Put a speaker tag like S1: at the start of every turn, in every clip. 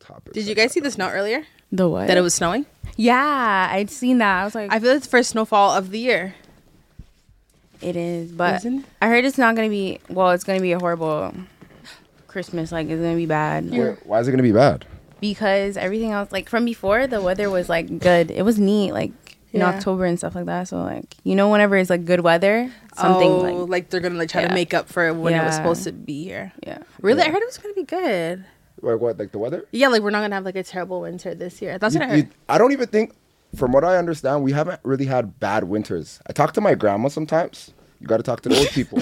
S1: topics.
S2: Did you guys see the snow earlier?
S3: The what?
S2: That it was snowing?
S3: Yeah, I'd seen that. I was like,
S2: I feel it's the first snowfall of the year.
S3: it is, but
S2: Isn't it?
S3: I heard it's not gonna be. Well, it's gonna be a horrible Christmas. Like it's gonna be bad
S1: Why, why is it gonna be bad?
S3: because everything else, like from before, the weather was like good. It was neat, like in
S2: Yeah.
S3: October and stuff like that. So like you know, whenever it's like good weather, something
S2: oh,
S3: like
S2: they're gonna like try to
S3: Yeah.
S2: make up for when it was
S3: Yeah.
S2: supposed to be here.
S3: yeah.
S2: Really, I heard it was gonna be good.
S1: Like what? Like the weather?
S2: Yeah, like we're not gonna have like a terrible winter this year. That's what I
S1: You-
S2: heard.
S1: you- I don't even think, from what I understand, we haven't really had bad winters. I talk to my grandma sometimes. You got to talk to the old people.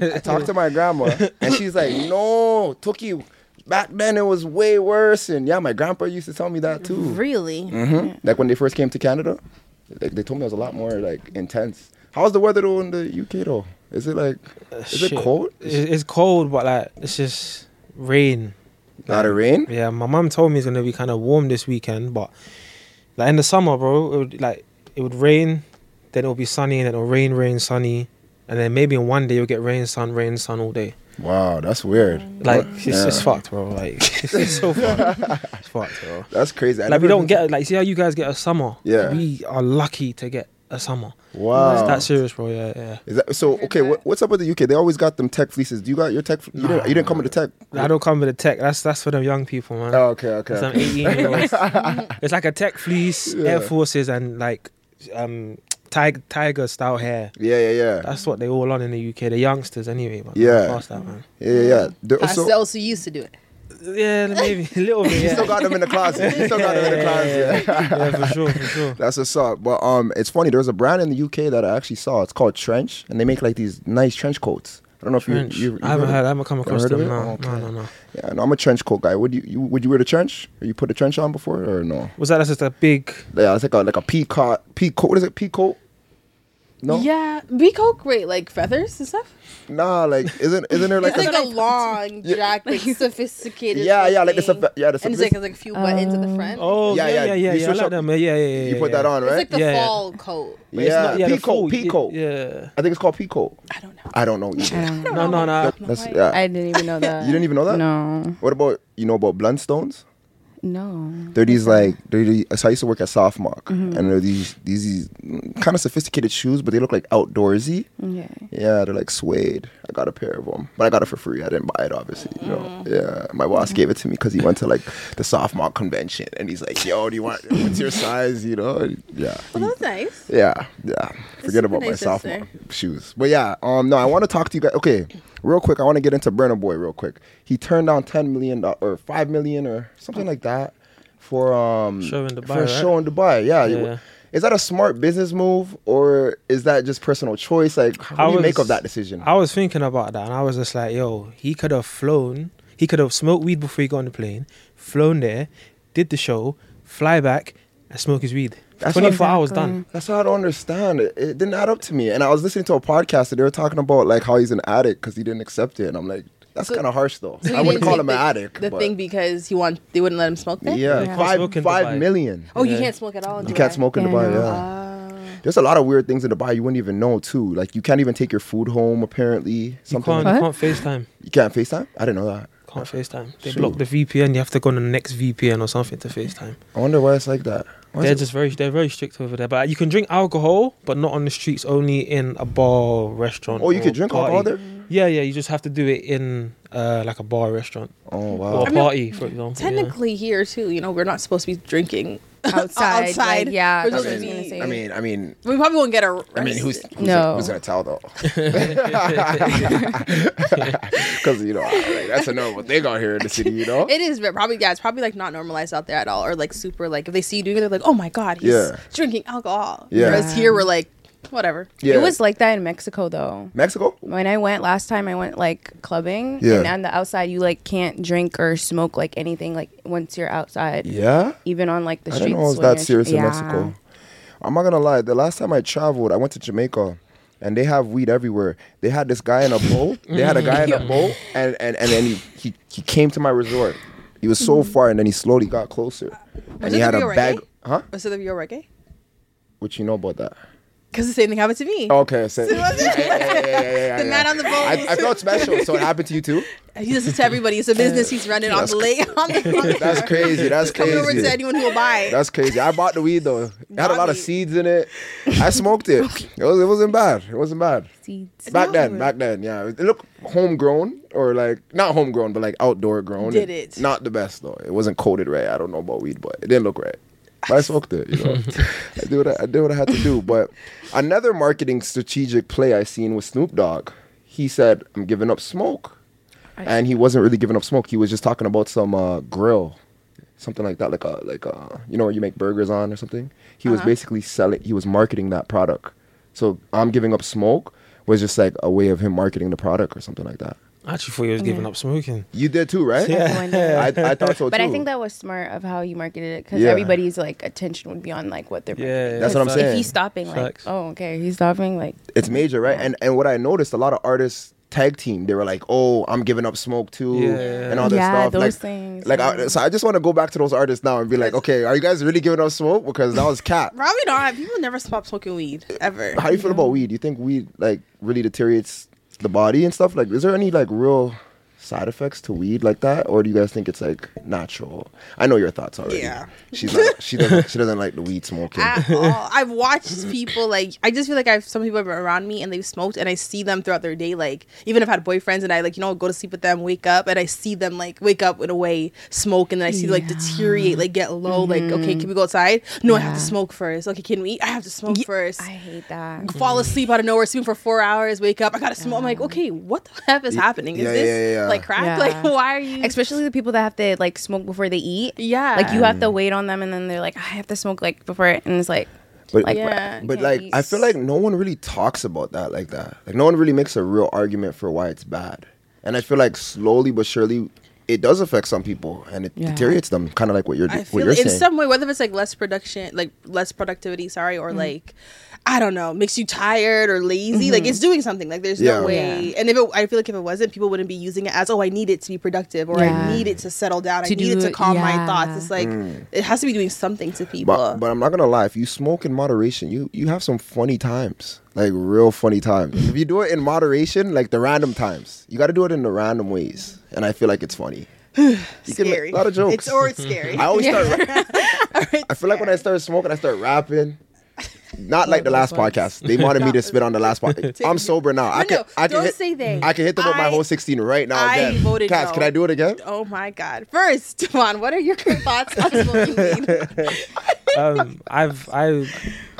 S1: I talk to my grandma, and she's like, "No, Tookie, back then it was way worse." And yeah, my grandpa used to tell me that too.
S2: really?
S1: hmm Like when they first came to Canada, like they told me it was a lot more like intense. How's the weather though in the UK though? Is it like is
S4: Shit.
S1: it cold?
S4: It- It's cold, but like it's just rain.
S1: Not a rain.
S4: Yeah, my mum told me it's gonna be kind of warm this weekend, but like in the summer, bro, it would like it would rain, then it would be sunny, and then it'll rain, rain, sunny, and then maybe in one day you'll get rain, sun, rain, sun all day.
S1: Wow, that's weird.
S4: Like it's, it's
S1: Yeah.
S4: fucked, bro. Like it's, so fucked. It's fucked, bro.
S1: That's crazy. I
S4: Like
S1: never
S4: we don't
S1: even-
S4: get like see how you guys get a summer.
S1: Yeah.
S4: we are lucky to get a summer.
S1: Wow.
S4: It's that serious, bro. Yeah, yeah.
S1: Is that so?
S2: heard
S1: Okay, what,
S2: that.
S1: what's up with the UK? They always got them tech fleeces. Do you got your tech? fle- you, didn't, you didn't come with the tech.
S4: I don't come with the tech. That's that's for them young people, man.
S1: Oh, okay, okay.
S4: Some
S1: okay.
S4: 18 year olds. it's like a tech fleece,
S1: Yeah.
S4: Air Forces, and like um, tiger, tiger style hair.
S1: Yeah, yeah, yeah,
S4: That's what they all on in the UK. The youngsters, anyway. Man.
S1: Yeah.
S4: Past that, man.
S1: yeah, yeah. yeah. They're
S2: I
S1: also-
S2: still also used to do it.
S4: Yeah, maybe a little bit.
S1: you
S4: Yeah.
S1: still got them in the closet. You still got them in the
S4: Yeah,
S1: closet.
S4: yeah, yeah. Yeah, for sure, for sure.
S1: That's what's up. But um, it's funny. There's a brand in the UK that I actually saw. It's called Trench, and they make like these nice trench coats. I don't know if you-
S4: Trench.
S1: you. you
S4: I haven't
S1: of
S4: heard.
S1: it?
S4: I haven't come across
S1: heard of
S4: them.
S1: it?
S4: No,
S1: Oh,
S4: no, no, no.
S1: Yeah, no, I'm a trench coat guy. Would you, you would you wear the trench? Or you put a trench on before or no?
S4: Was that just a big?
S1: Yeah, it's like a like a peacock peacoat. What is it? Peacoat? No.
S2: Yeah, we call great like feathers and stuff.
S1: Nah, like isn't isn't there like
S2: It's
S1: a,
S2: like a long
S1: Yeah.
S2: jacket, sophisticated.
S1: yeah yeah like the
S2: looking-
S1: sophi- yeah the
S2: And it's like,
S1: sophi-
S2: it's like a few buttons at the front.
S4: Oh
S1: Yeah,
S4: yeah, yeah,
S1: yeah,
S4: yeah, yeah.
S1: you
S4: I
S1: switch
S4: like
S1: up-
S4: them. Yeah, yeah, yeah. yeah,
S1: you put
S4: yeah.
S1: that on
S2: It's
S1: right?
S2: like the
S4: Yeah, yeah.
S2: fall coat.
S4: But it's not-
S1: yeah,
S4: the
S1: peacoat,
S4: full-
S1: peacoat.
S4: Yeah.
S1: I think it's called peacoat.
S2: I don't know.
S1: I don't know
S3: I
S1: either.
S3: don't know.
S4: No, no, no.
S1: That's yeah.
S3: I didn't even know that.
S1: you didn't even know that?
S3: No,
S1: What about you know about bluntstones?
S3: no.
S1: They're these like they're these, so I used to work at Softmock,
S2: Mm-hmm.
S1: and they're these these, these kind of sophisticated shoes, but they look like outdoorsy.
S3: Okay.
S1: Yeah, they're like suede. I got a pair of them, but I got it for free. I didn't buy it, obviously. You
S2: Mm.
S1: know, yeah. My boss gave it to me because he went to like the sophomore convention, and he's like, "Yo, do you want? What's your size?" You know? Yeah.
S2: Well, that was nice.
S1: Yeah, yeah. Forget
S2: super
S1: about my
S2: nice,
S1: sophomore
S2: sister.
S1: shoes. But yeah, um, no, I want to talk to you guys. Okay, real quick, I want to get into Burner Boy real quick. He turned down ten million do- or five million or something like that for um
S4: Show in Dubai,
S1: for a
S4: right?
S1: show in Dubai. Yeah.
S4: Yeah.
S1: Is that a smart business move or is that just personal choice? Like, how do you make
S4: was-
S1: of that decision?
S4: I was thinking about that, and I was just like, "Yo, he could have flown. He could have smoked weed before he got on the plane, flown there, did the show, fly back, and smoke his weed.
S1: That's what I'm-
S4: Twenty four hours done.
S1: That's what I don't understand. It, it didn't add up to me. And I was listening to a podcast and they were talking about like how he's an addict because he didn't accept it. And I'm like, that's
S2: So-
S1: kind of harsh though.
S2: So
S1: I
S2: you
S1: wouldn't
S2: didn't
S1: call
S2: take
S1: him an
S2: the-
S1: addict.
S2: The
S1: but-
S2: thing because he want they wouldn't let him smoke there.
S1: Yeah,
S4: Yeah.
S1: five
S4: Smoke in
S1: five
S4: Dubai.
S1: million.
S2: Oh, you
S4: Yeah.
S2: can't smoke at all. In
S1: You can't
S2: Dubai.
S1: smoke in
S3: Yeah, I
S1: Dubai.
S3: know.
S1: Yeah,
S2: Ah.
S1: there's a lot of weird things in Dubai you wouldn't even know too. Like you can't even take your food home. Apparently,
S4: You
S1: something
S4: can't,
S1: like-
S4: you can't FaceTime.
S1: you can't FaceTime. I didn't know that.
S4: Can't FaceTime. They
S1: Shoot.
S4: block the VPN. You have to go on the next VPN or something to FaceTime.
S1: I wonder why it's like that. Why is
S4: They're
S1: it-
S4: just very, they're very strict over there. But you can drink alcohol, but not on the streets. Only in a bar, restaurant.
S1: oh, you
S4: or
S1: could drink
S4: party.
S1: alcohol there.
S4: Yeah, yeah. You just have to do it in uh, like a bar, restaurant,
S1: Oh wow.
S4: or
S2: I
S4: a
S2: mean,
S4: party, for example. yeah.
S2: Technically, here too, you know, we're not supposed to be drinking
S3: Outside, like,
S2: outside.
S3: yeah,
S2: We're
S3: that's
S2: supposed
S1: what I
S2: to
S1: was
S2: be-
S3: gonna say.
S1: I mean, I mean,
S2: We probably won't get arrested.
S1: I mean, who's who's,
S3: No.
S1: who's gonna tell though? Because you know like, that's a normal thing out here in the city. You know.
S2: It is ve- probably yeah. It's probably like not normalized out there at all, or like super like if they see you doing it, they're like, oh my god, he's
S1: Yeah.
S2: drinking alcohol.
S1: Yeah.
S2: Whereas here we're like, whatever.
S1: Yeah.
S3: It was like that in Mexico though.
S1: Mexico.
S3: When I went last time, I went like clubbing,
S1: Yeah.
S3: and on the outside, you like can't drink or smoke like anything. Like once you're outside,
S1: Yeah.
S3: even on like the
S1: I
S3: streets.
S1: didn't know it was
S3: when
S1: that
S3: you're-
S1: serious in
S3: Yeah.
S1: Mexico. I'm not gonna lie. The last time I traveled, I went to Jamaica, and they have weed everywhere. They had this guy in a boat. They had a guy
S2: Mm.
S1: in a boat, and and and then he he, he came to my resort. He was so
S2: Mm-hmm.
S1: far, and then he slowly got closer, and
S2: Was
S1: he
S2: it
S1: had
S2: the
S1: a
S2: Bureau
S1: bag.
S2: Reggae?
S1: Huh?
S2: Was it the real reggae?
S1: What you know about that?
S2: because the same thing happened to me.
S1: Okay, so
S2: See what I'm saying?
S1: Yeah, yeah, yeah, yeah, Oh, yeah,
S2: The
S1: yeah.
S2: man on the
S1: I,
S2: boat.
S1: I felt special, so it happened to you too.
S2: He does it to everybody. It's a business he's running on the lake. On the, on the
S1: That's crazy. That's
S2: Coming over to
S1: crazy.
S2: anyone who will buy.
S1: That's crazy. I bought the weed though. It had a lot of
S2: Naughty.
S1: seeds in it. I smoked it. It, was, it wasn't bad. It wasn't bad.
S3: Seeds.
S1: Back then, back then, yeah. It looked homegrown or like not homegrown, but like outdoor grown.
S2: Did it.
S1: Not the best though. It wasn't coated right. I don't know about weed, but it didn't look right. But I smoked it. You know, I did what I, I did what I had to do. But another marketing strategic play I seen was Snoop Dogg. He said, "I'm giving up smoke," and he wasn't really giving up smoke. He was just talking about some uh, grill. Something like that, like a like a you know what you make burgers on or something. He was basically selling. He was marketing that product. So I'm giving up smoke was just like a way of him marketing the product or something like that.
S4: I actually thought he was giving up smoking.
S1: You did too, right? I,
S3: Yeah.
S1: I thought so too.
S3: But I think that was smart of how you marketed it because
S1: Yeah.
S3: everybody's like attention would be on like what they're.
S4: Yeah,
S1: That's what I'm
S3: marketing. If
S1: saying.
S3: he's stopping, like,
S4: Facts.
S3: oh, okay, he's stopping, like,
S1: it's major, right? And and what I noticed, a lot of artists tag team. They were like, "Oh, I'm giving up smoke too,"
S4: Yeah.
S1: and all that
S3: Yeah,
S1: stuff.
S3: those
S1: like,
S3: things,
S1: like
S3: yeah.
S1: I, so, I just want to go back to those artists now and be like, "Okay, are you guys really giving up smoke?" Because that was cap.
S2: Probably not. People never stop smoking weed ever.
S1: How do you feel about weed? Do you think weed like really deteriorates the body and stuff? Like, is there any like real side effects to weed like that, or do you guys think it's like natural? I know your thoughts already.
S2: Yeah.
S1: she's not, she doesn't she doesn't like the weed smoking.
S2: At all. I've watched people like I just feel like I've some people have been around me and they've smoked and I see them throughout their day like even if I had boyfriends and I like you know go to sleep with them wake up and I see them like wake up in a way smoke and then I see them, like
S3: Yeah.
S2: deteriorate like get low like okay can we go outside no I have to
S3: Yeah.
S2: smoke first okay can we eat? I have to smoke first
S3: I hate that.
S2: fall asleep out of nowhere, sleeping for four hours, wake up, I gotta smoke. I'm like, okay, what the heck is happening? Is
S1: yeah,
S2: this
S1: yeah, yeah, yeah.
S2: like crack?
S3: Yeah.
S2: Like, why are you?
S3: Especially the people that have to like smoke before they eat.
S2: yeah,
S3: Like you have to wait on them, and then they're like, I have to smoke like before, it, and it's like,
S1: But
S3: like,
S2: Yeah,
S3: bruh, you
S1: but
S3: can't
S1: like
S3: eat.
S1: I feel like no one really talks about that like that. Like no one really makes a real argument for why it's bad. And I feel like slowly but surely it does affect some people and it
S3: Yeah.
S1: deteriorates them, kind of like what you're
S2: I
S1: what
S2: feel
S1: you're
S2: in
S1: saying.
S2: some way, whether it's like less production, like less productivity, sorry,
S3: Mm-hmm.
S2: or like I don't know, makes you tired or lazy. Like
S3: Mm-hmm.
S2: it's doing something. Like there's
S1: Yeah.
S2: no way. And if it, I feel like if it wasn't, people wouldn't be using it as oh, I need it to be productive or
S3: Yeah.
S2: I need it to settle down.
S3: To
S2: I need it
S3: do
S2: to
S3: it-
S2: calm my
S3: yeah.
S2: thoughts. It's like it has to be doing something to people.
S1: Mm. but but I'm not gonna lie, if you smoke in moderation, you you have some funny times, like real funny times. if you do it in moderation, like the random times, you got to do it in the random ways. And I feel like it's funny. you can make
S2: scary.
S1: a lot of jokes.
S2: It's or it's scary.
S1: I always
S2: Yeah.
S1: start. I feel like when I start smoking, I start rapping. Not like the last podcast. They wanted me to spit on the last podcast. I'm sober now. I
S2: No,
S1: can.
S2: no,
S1: I can
S2: don't
S1: hit,
S2: say they.
S1: I can hit them with my
S2: I-
S1: whole 16 right now.
S2: I
S1: again.
S2: voted
S1: Cats,
S2: no.
S1: can I do it again?
S2: Oh my God! First, Devon, what are your thoughts on smoking weed?
S1: Uh,
S4: um, I've I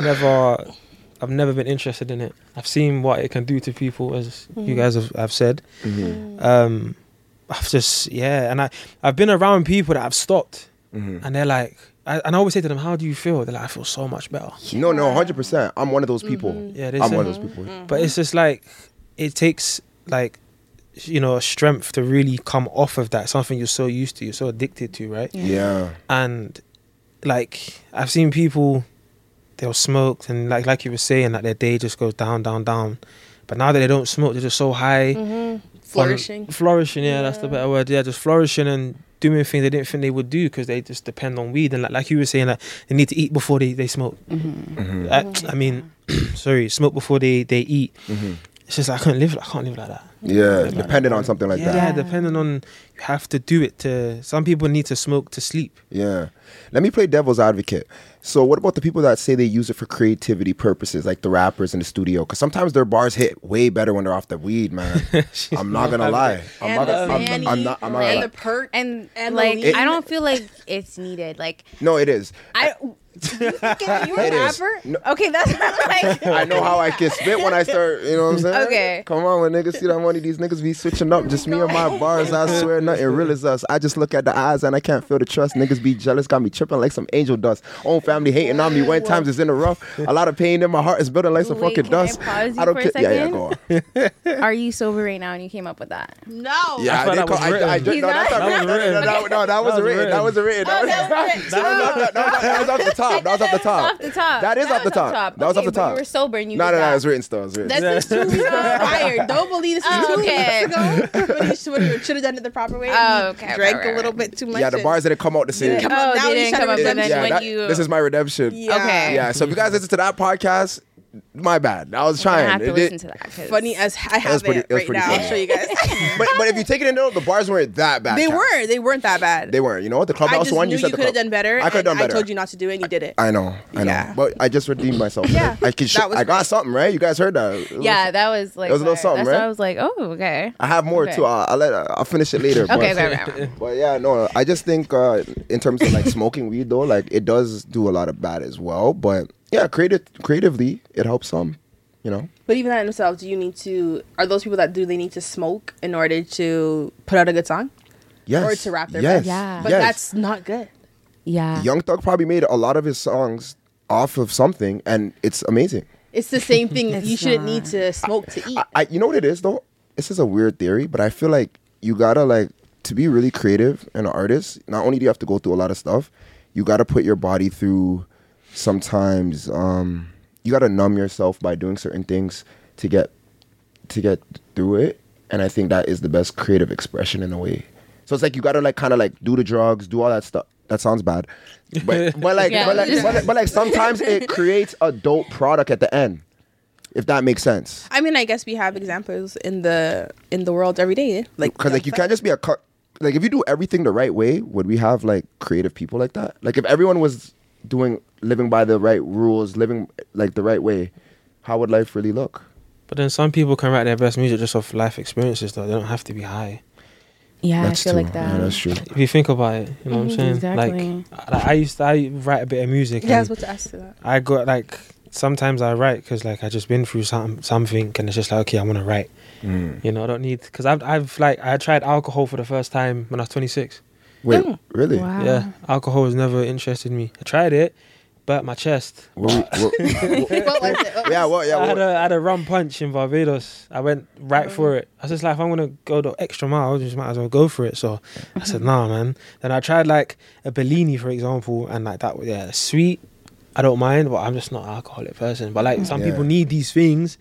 S4: never I've never been interested in it. I've seen what it can do to people, as you guys have, have said.
S2: Mm-hmm.
S4: Um, I've just yeah, and I I've been around people that I've stopped,
S1: Mm-hmm.
S4: and they're like, I, and I always say to them, "How do you feel?" They're like, "I feel so much better."
S1: No, no, 100. percent I'm one of those people.
S2: Mm-hmm.
S4: Yeah, they
S1: I'm
S4: say-
S1: one of those people.
S4: But it's just like it takes like you know strength to really come off of that something you're so used to, you're so addicted to, right?
S1: Yeah.
S4: and like I've seen people they'll smoke and like like you were saying like their day just goes down down down but now that they don't smoke they're just so high on-
S2: Flourishing.
S4: flourishing yeah, that's the better word yeah just flourishing and doing things they didn't think they would do because they just depend on weed and like, like you were saying like they need to eat before they, they smoke
S3: Mm-hmm.
S4: I, I mean sorry smoke before they they eat
S1: Mm-hmm.
S4: it's just like, I couldn't live I can't live like that
S1: Yeah. Dependent on something like
S4: yeah,
S1: that.
S4: depending on you have to do it to some people need to smoke to sleep
S1: Yeah. Let me play devil's advocate. So, what about the people that say they use it for creativity purposes, like the rappers in the studio? Because sometimes their bars hit way better when they're off the weed, man. I'm not gonna lie. I'm not gonna.
S2: And the
S1: I'm, I'm
S2: Fanny
S1: not. I'm not.
S2: and
S1: gonna
S2: the
S1: lie.
S2: perk
S3: and,
S2: and
S3: like
S2: the weed.
S3: I don't feel like it's needed. Like
S1: No, it is.
S3: I,
S2: Can you a
S1: It is.
S2: rapper?
S1: No.
S3: okay, that's like
S1: I know how I can spit when I start. You know what I'm saying?
S3: Okay.
S1: Come on, when niggas see that money, these niggas be switching up. Just me and my bars. I swear nothing real is us. I just look at the eyes and I can't feel the trust. Niggas be jealous, got me tripping like some angel dust. Own family hating on me. When times is in the rough. A lot of pain in my heart is building like some
S3: Wait,
S1: fucking
S3: can I
S1: dust.
S3: pause you
S1: I don't
S3: for a
S1: care. Yeah, yeah,
S3: second?
S1: go on.
S3: Are you sober right now? And you came up with that?
S2: No.
S1: Yeah,
S4: I thought
S1: I did
S4: that
S1: call.
S4: was
S1: I, I,
S4: written.
S1: no,
S2: He's
S1: that's
S2: not-
S1: not written. No, no, no, no, no, that wasn't written. That wasn't written.
S2: Oh,
S1: That was that was off the- that was off the top. That was off the top.
S3: Off the top.
S1: That is off the top. That was
S3: Okay,
S1: off the
S3: but
S1: top.
S3: You were sober and you.
S1: No,
S3: did
S1: no,
S3: that.
S1: no, it was written still. It was written.
S2: That's just two weeks prior. Don't believe this is
S3: Oh,
S2: two
S3: okay.
S2: weeks ago. But you should have done it the proper way.
S3: Oh,
S2: You
S3: okay,
S2: Drank
S3: right, right,
S2: a little
S3: right.
S2: bit too much.
S1: Yeah, the
S2: and-
S1: bars didn't come out the same.
S2: Yeah.
S3: Oh,
S2: Now
S3: they
S2: you
S3: didn't
S2: try to
S3: come up. So
S2: redemption.
S3: then
S1: Yeah,
S3: when
S1: that-
S3: you
S1: this is my redemption.
S2: Yeah.
S3: Okay.
S1: Yeah, so if you guys listen to that podcast, my bad. I was
S3: You're gonna
S1: trying.
S3: have to
S1: It- it-
S3: listen to that. 'cause-
S2: Funny as I have
S1: pretty-
S2: it
S1: that was
S2: right
S1: pretty
S2: now.
S1: funny.
S2: I'll show you guys.
S1: but but if you take it into the bars weren't that bad.
S2: they
S1: Kat.
S2: were. They weren't that bad.
S1: They weren't. You know what? The club
S2: I
S1: also
S2: just
S1: one you
S2: knew you
S1: said the
S2: could have
S1: club-
S2: done better.
S1: I could have
S2: and
S1: done better.
S2: I told you not to do it, and you did it.
S1: I know, I know,
S2: Yeah.
S1: but I just redeemed myself.
S2: Yeah.
S1: I could. Sh-
S2: That was
S1: I got
S2: great.
S1: something, right? You guys heard that? It was-
S3: Yeah, that was like.
S1: That was a little
S3: fire.
S1: something,
S3: That's why
S1: right?
S3: I was like, oh, okay.
S1: I have more
S3: Okay.
S1: too. I'll, I'll let. uh, I'll finish it later. but-
S3: Okay, okay, okay. okay.
S1: But yeah, no, I just think uh, in terms of like smoking weed though, like it does do a lot of bad as well. But yeah, creative creatively it helps some, you know.
S2: But even that in themselves, do you need to? Are those people that do they need to smoke in order to put out a good song?
S1: Yes.
S2: Or to rap their
S1: yes.
S2: best.
S3: Yeah.
S2: But
S1: yes.
S2: that's not good.
S3: Yeah.
S1: Young Thug probably made a lot of his songs off of something, and it's amazing.
S2: It's the same thing. you
S3: It's
S2: shouldn't
S3: not.
S2: need to smoke to eat.
S1: I, I, you know what it is though. This is a weird theory, but I feel like you gotta like to be really creative and an artist. Not only do you have to go through a lot of stuff, you gotta put your body through. Sometimes um, you gotta numb yourself by doing certain things to get to get through it, and I think that is the best creative expression in a way. So it's like you gotta like kind of like do the drugs, do all that stuff. That sounds bad, but but like
S3: Yeah.
S1: but like but like, but like sometimes it creates a dope product at the end, if that makes sense.
S2: I mean, I guess we have examples in the in the world every day. Like
S1: because like you can't just be a cut. Like if you do everything the right way, would we have like creative people like that? Like if everyone was doing living by the right rules, living like the right way, how would life really look?
S4: But then some people can write their best music just off life experiences, though. They don't have to be high.
S3: Yeah, I feel
S1: true.
S3: like that.
S1: Yeah, that's true.
S4: If you think about it, you know what I'm
S3: Mhm,
S4: saying?
S3: exactly.
S4: Like, I, I used to I write a bit of music.
S2: Yeah, I was
S4: and
S2: about to ask you that.
S4: I got like sometimes I write because like I just been through some something and it's just like okay I want to write. You know I don't need because I've I've like I tried alcohol for the first time when I was 26.
S1: Wait,
S2: Mm.
S1: really?
S3: Wow.
S4: Yeah, alcohol has never interested me. I tried it, but my chest.
S1: What we- what-
S2: What was it?
S1: yeah, well, yeah.
S4: I had
S1: What,
S4: a I had a rum punch in Barbados. I went right for it. I was just like, if I'm gonna go the extra mile, I just might as well go for it. So I said, nah, man. Then I tried like a Bellini, for example, and like that. was- Yeah, sweet. I don't mind, but I'm just not an alcoholic person. But like some
S1: Yeah.
S4: people need these things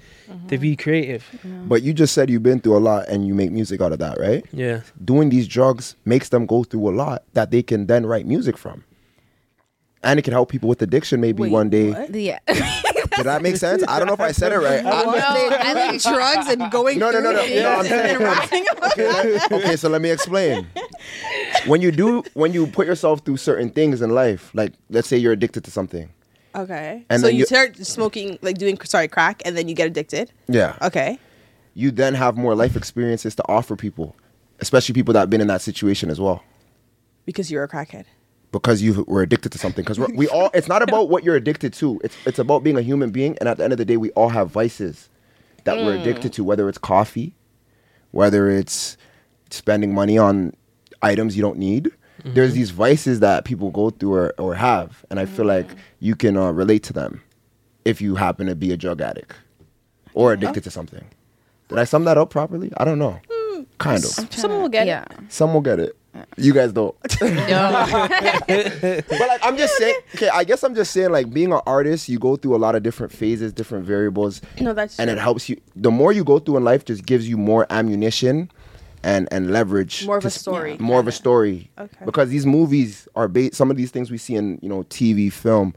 S4: to be creative.
S1: but you just said you've been through a lot and you make music out of that, right?
S4: Yeah,
S1: Doing these drugs makes them go through a lot that they can then write music from. And it can help people with addiction maybe
S2: Wait,
S1: one day.
S2: what?
S3: Yeah.
S1: Did that make sense? I don't know if I said it right. I-
S3: Wow.
S2: I like drugs and going
S1: No, no,
S2: through
S1: no, no.
S2: things
S1: No, I'm
S2: and
S1: saying-
S2: then rapping about it.
S1: okay, so let me explain. When you do, when you put yourself through certain things in life, like let's say you're addicted to something.
S2: Okay.
S1: And
S2: so
S1: then
S2: you
S1: you-
S2: start smoking, like doing sorry crack, and then you get addicted.
S1: Yeah.
S2: Okay.
S1: You then have more life experiences to offer people, especially people that have been in that situation as well,
S2: Because you're a crackhead.
S1: because you were addicted to something. Because we all, it's not about what you're addicted to. It's it's about being a human being, and at the end of the day, we all have vices that we're addicted to. Whether it's coffee, whether it's spending money on items you don't need. There's these vices that people go through or, or have, and I feel like you can uh, relate to them if you happen to be a drug addict or addicted to something. Did I sum that up properly? I don't know. Kind of.
S2: Someone will get
S3: yeah.
S2: it.
S1: Some will get it. You guys don't. but like I'm just saying, okay, I guess I'm just saying like being an artist, you go through a lot of different phases, different variables.
S2: No, that's
S1: and it
S2: true.
S1: helps you. The more you go through in life, just gives you more ammunition and and leverage.
S2: More of
S1: to
S2: a
S1: sp-
S2: story,
S1: More of a
S2: kinda.
S1: story.
S2: Okay.
S1: Because these movies are based. Some of these things we see in you know TV, film.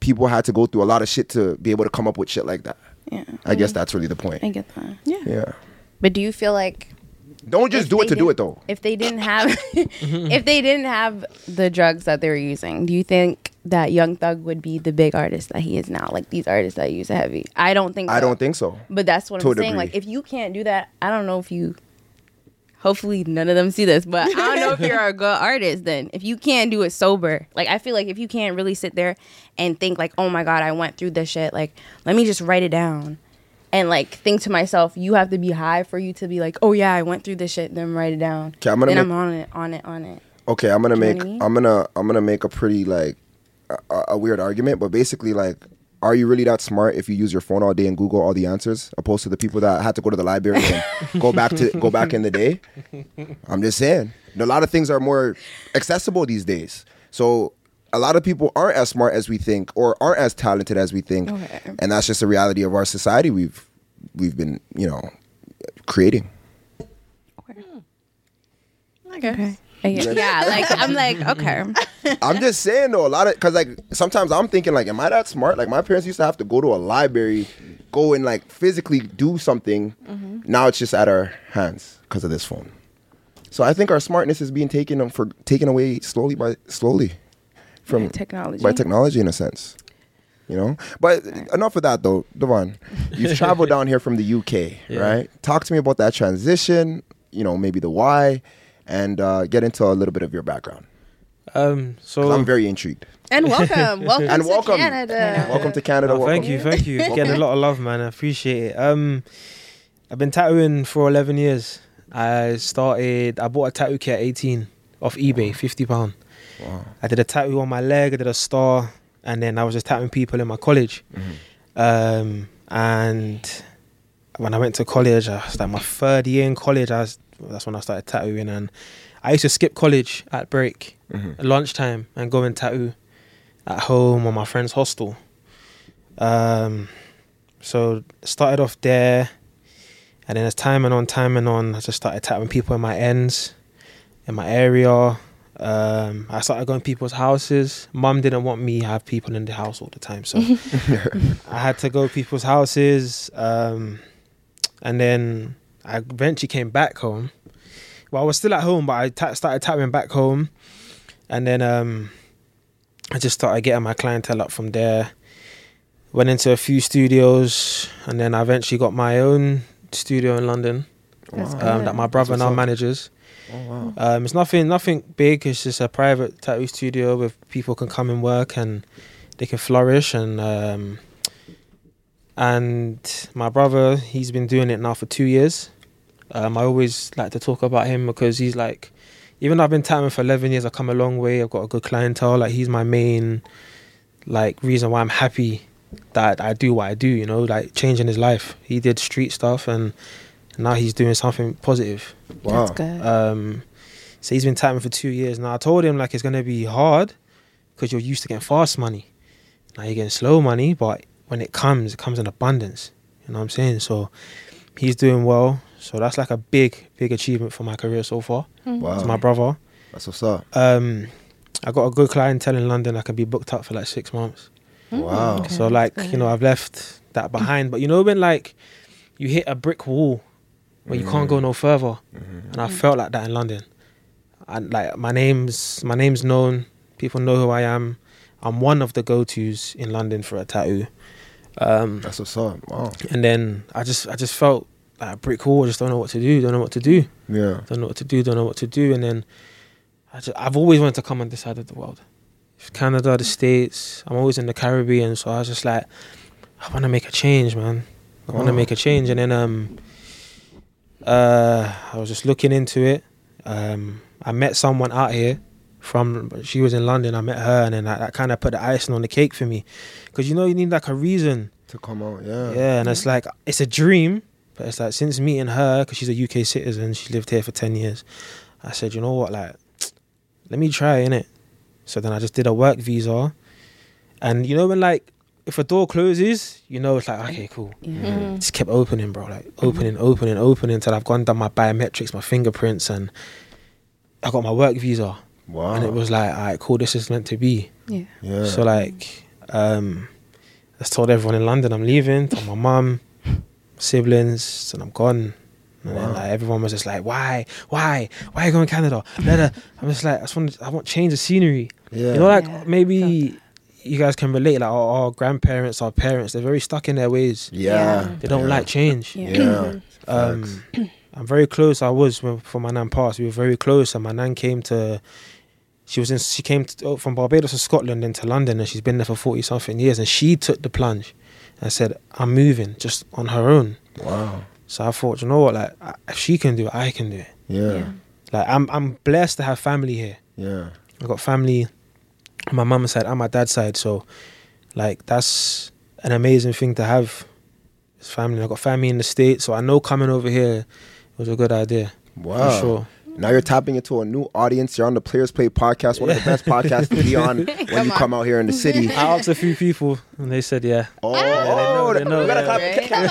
S1: People had to go through a lot of shit to be able to come up with shit like that.
S3: Yeah.
S1: I guess that's really the point.
S3: I get that.
S2: Yeah.
S1: Yeah.
S3: But do you feel like
S1: Don't just
S3: if
S1: do it to
S3: they
S1: do
S3: didn't-
S1: it though.
S3: If they didn't have, if they didn't have the drugs that they were using, do you think that Young Thug would be the big artist that he is now? Like these artists that use heavy. I don't think.
S1: I
S3: so.
S1: don't think so.
S3: But that's what
S1: To
S3: I'm
S1: a
S3: saying.
S1: degree.
S3: Like if you can't do that, I don't know if you. Hopefully none of them see this, but I don't know if you're a good artist. Then if you can't do it sober, like I feel like if you can't really sit there and think like, oh my god, I went through this shit. Like let me just write it down and like think to myself, you have to be high for you to be like, oh yeah, I went through this shit. Then write it down.
S1: 'Kay, I'm gonna
S3: then
S1: make-
S3: I'm on it, on it, on it.
S1: Okay, I'm gonna
S3: know what
S1: make
S3: I mean?
S1: I'm gonna I'm gonna make a pretty like a- a, a weird argument, but basically like, are you really that smart if you use your phone all day and Google all the answers, opposed to the people that had to go to the library and go back to go back in the day? I'm just saying, a lot of things are more accessible these days, so a lot of people aren't as smart as we think or aren't as talented as we think,
S3: Okay.
S1: and that's just the reality of our society. We've we've been you know creating.
S2: I guess.
S3: Okay. Okay, yeah, like I'm like okay.
S1: I'm just saying though, a lot of because like sometimes I'm thinking like, am I that smart? Like my parents used to have to go to a library, go and like physically do something. Now it's just at our hands because of this phone. So I think our smartness is being taken for taken away slowly by slowly from
S3: By technology.
S1: by technology in a sense. You know, but enough of that though, Devon. You've traveled down here from the UK,
S4: Yeah.
S1: right? Talk to me about that transition. You know, maybe the why, and uh, get into a little bit of your background.
S4: Um,
S1: 'Cause
S4: so
S1: I'm very intrigued.
S2: And welcome, welcome,
S1: And
S2: to
S1: welcome.
S2: Canada.
S1: Welcome to Canada.
S4: Oh, thank
S1: welcome.
S4: you, thank you. Getting a lot of love, man. I appreciate it. Um, I've been tattooing for 11 years. I started. I bought a tattoo kit at 18 off eBay, 50 pound.
S1: Wow.
S4: I did a tattoo on my leg. I did a star, and then I was just tattooing people in my college. Um, and when I went to college, I was like my third year in college. I was, that's when I started tattooing, and I used to skip college at break
S1: Mhm.
S4: at lunchtime and go and tattoo at home or my friend's hostel. Um, so started off there, and then as time and on, time and on, I just started tattooing people in my ends, in my area. Um, I started going to people's houses. Mum didn't want me to have people in the house all the time, so I had to go to people's houses. Um, and then I eventually came back home. Well, I was still at home, but I ta- started tapping back home, and then um, I just started getting my clientele up from there. Went into a few studios, and then I eventually got my own studio in London
S3: That's
S1: Wow.
S4: um,
S3: good.
S4: that my brother
S1: Oh, That's
S4: now
S1: what's up.
S4: manages.
S1: Oh wow.
S4: Um, it's nothing, nothing big. It's just a private tattoo studio where people can come and work and they can flourish. And um, and my brother, he's been doing it now for two years. Um, I always like to talk about him because he's like, even though I've been tattooing for eleven years, I've come a long way. I've got a good clientele. Like he's my main, like reason why I'm happy that I do what I do. You know, like changing his life. He did street stuff and now he's doing something positive.
S1: Wow.
S3: That's good.
S4: Um, so he's been tapping for two years now. I told him like it's gonna be hard because you're used to getting fast money. Now you're getting slow money, but when it comes, it comes in abundance. You know what I'm saying? So he's doing well. So that's like a big, big achievement for my career so far.
S1: Wow.
S4: It's my brother.
S1: That's what's up.
S4: Um, I got a good clientele in London. I can be booked up for like six months.
S1: Wow.
S3: Okay.
S4: Oh, So
S3: that's
S4: like,
S3: good.
S4: you know, I've left that behind. But you know when like you hit a brick wall where you can't go no further. And I felt like that in London. And like my name's my name's known, people know who I am. I'm one of the go tos in London for a tattoo. Um,
S1: That's what's up. Wow.
S4: and then I just I just felt like a brick wall, just don't know what to do, don't know what to do,
S1: Yeah.
S4: don't know what to do, don't know what to do. And then I just, I've always wanted to come on this side of the world. Canada, the States. I'm always in the Caribbean, so I was just like, I want to make a change, man. I want to
S1: Oh.
S4: make a change, and then um, uh, I was just looking into it. Um, I met someone out here from. She was in London. I met her, and then that, that kind of put the icing on the cake for me, because you know you need like a reason.
S1: To come out. Yeah.
S4: Yeah, and it's like it's a dream, but it's like since meeting her, because she's a UK citizen, she lived here for ten years. I said, you know what, like, let me try in it. So then I just did a work visa, and you know when like if a door closes, you know it's like okay, cool.
S3: yeah.
S1: Mm-hmm.
S2: Mm.
S4: Just kept opening, bro. Like opening, opening, opening until I've gone done my biometrics, my fingerprints, and I got my work visa.
S1: Wow.
S4: And it was like, all right, cool. This is meant to be.
S3: yeah.
S1: Yeah.
S4: So like, um, I told everyone in London I'm leaving. Told my mum, siblings, and I'm gone. And then
S1: Wow.
S4: like everyone was just like, why, why, why are you going to Canada? Da, da. I'm just like, I just want, to, I want change of scenery.
S1: yeah.
S4: You know, like
S3: Yeah,
S4: maybe you guys can relate. Like our, our grandparents, our parents, they're very stuck in their ways.
S1: yeah.
S4: They don't
S1: Yeah.
S4: like change.
S3: Yeah.
S1: Yeah.
S4: Um, I'm very close. I was when for my nan passed. We were very close, and my nan came to. She was in. She came to, oh, from Barbados to Scotland and to London, and she's been there for forty something years. And she took the plunge, and said, "I'm moving," just on her own.
S1: Facts. Wow.
S4: So I thought, you know what, like I- if she can do it, I can do it.
S1: Yeah.
S4: Like I'm, I'm blessed to have family here.
S1: Yeah.
S4: I got family on my mum's side and my dad's side, so like that's an amazing thing to have. It's family. I got family in the States, so I know coming over here was a good idea.
S1: Wow.
S4: For sure.
S1: Now you're tapping into a new audience. You're on the Players Play podcast, one of the best podcasts to be on when you
S2: on.
S1: come out here in the city.
S4: I asked a few people and they said yeah.
S1: Oh,
S4: Yeah, they know
S1: know that.
S4: They know,
S1: we gotta
S4: yeah.
S1: clap.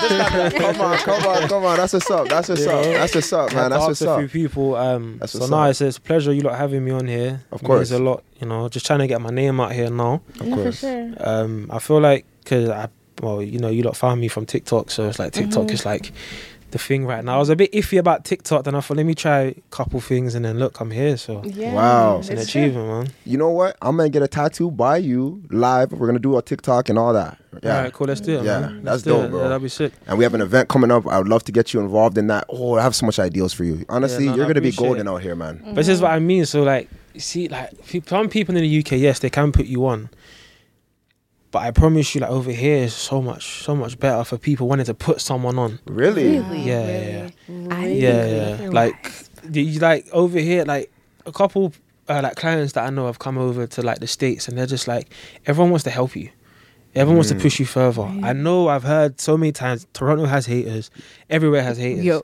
S1: clap
S3: Right?
S1: this time. Come on, come on, come on. That's what's up. That's what's up. That's what's up, man. That's
S4: talked
S1: what's
S4: to a
S1: up.
S4: few people. Um,
S1: That's
S4: so
S1: what's
S4: now
S1: up.
S4: it's, it's a pleasure you lot having me on here.
S1: Of
S4: It
S1: course.
S4: means a lot. You know, just trying to get my name out here now.
S1: Of course.
S2: sure.
S4: Um, I feel like because I, well, you know, you lot found me from TikTok, so it's like TikTok
S1: Mm-hmm.
S4: is like the thing right now. I was a bit iffy about TikTok, then I thought, let me try a couple things, and then look, I'm here. So
S2: Yeah.
S1: Wow.
S4: it's an
S2: It's true.
S4: achievement, man.
S1: You know what? I'm gonna get a tattoo by you live. We're gonna do a TikTok and all that.
S4: All
S1: Yeah.
S4: right, cool. Let's do it.
S1: Yeah,
S4: man.
S1: that's
S4: Let's do
S1: dope,
S4: it.
S1: bro.
S4: Yeah, that'd be sick.
S1: And we have an event coming up. I would love to get you involved in that. Oh, I have so much ideas for you. Honestly,
S4: no, no,
S1: you're
S4: I
S1: gonna be
S4: appreciate
S1: golden
S4: it.
S1: out here, man.
S4: But this is what I mean. So like, you see, like pe- some people in the UK, yes, they can put you on. But I promise you, like over here, it's so much, so much better for people wanting to put someone on.
S1: Really?
S4: Yeah, yeah,
S3: I
S2: Really?
S4: yeah, yeah, yeah. Like, you- you, like over here, like a couple uh, like clients that I know have come over to like the states, and they're just like, everyone wants to help you. Everyone wants to push you further. I know I've heard so many times Toronto has haters, everywhere has haters,
S3: Yo.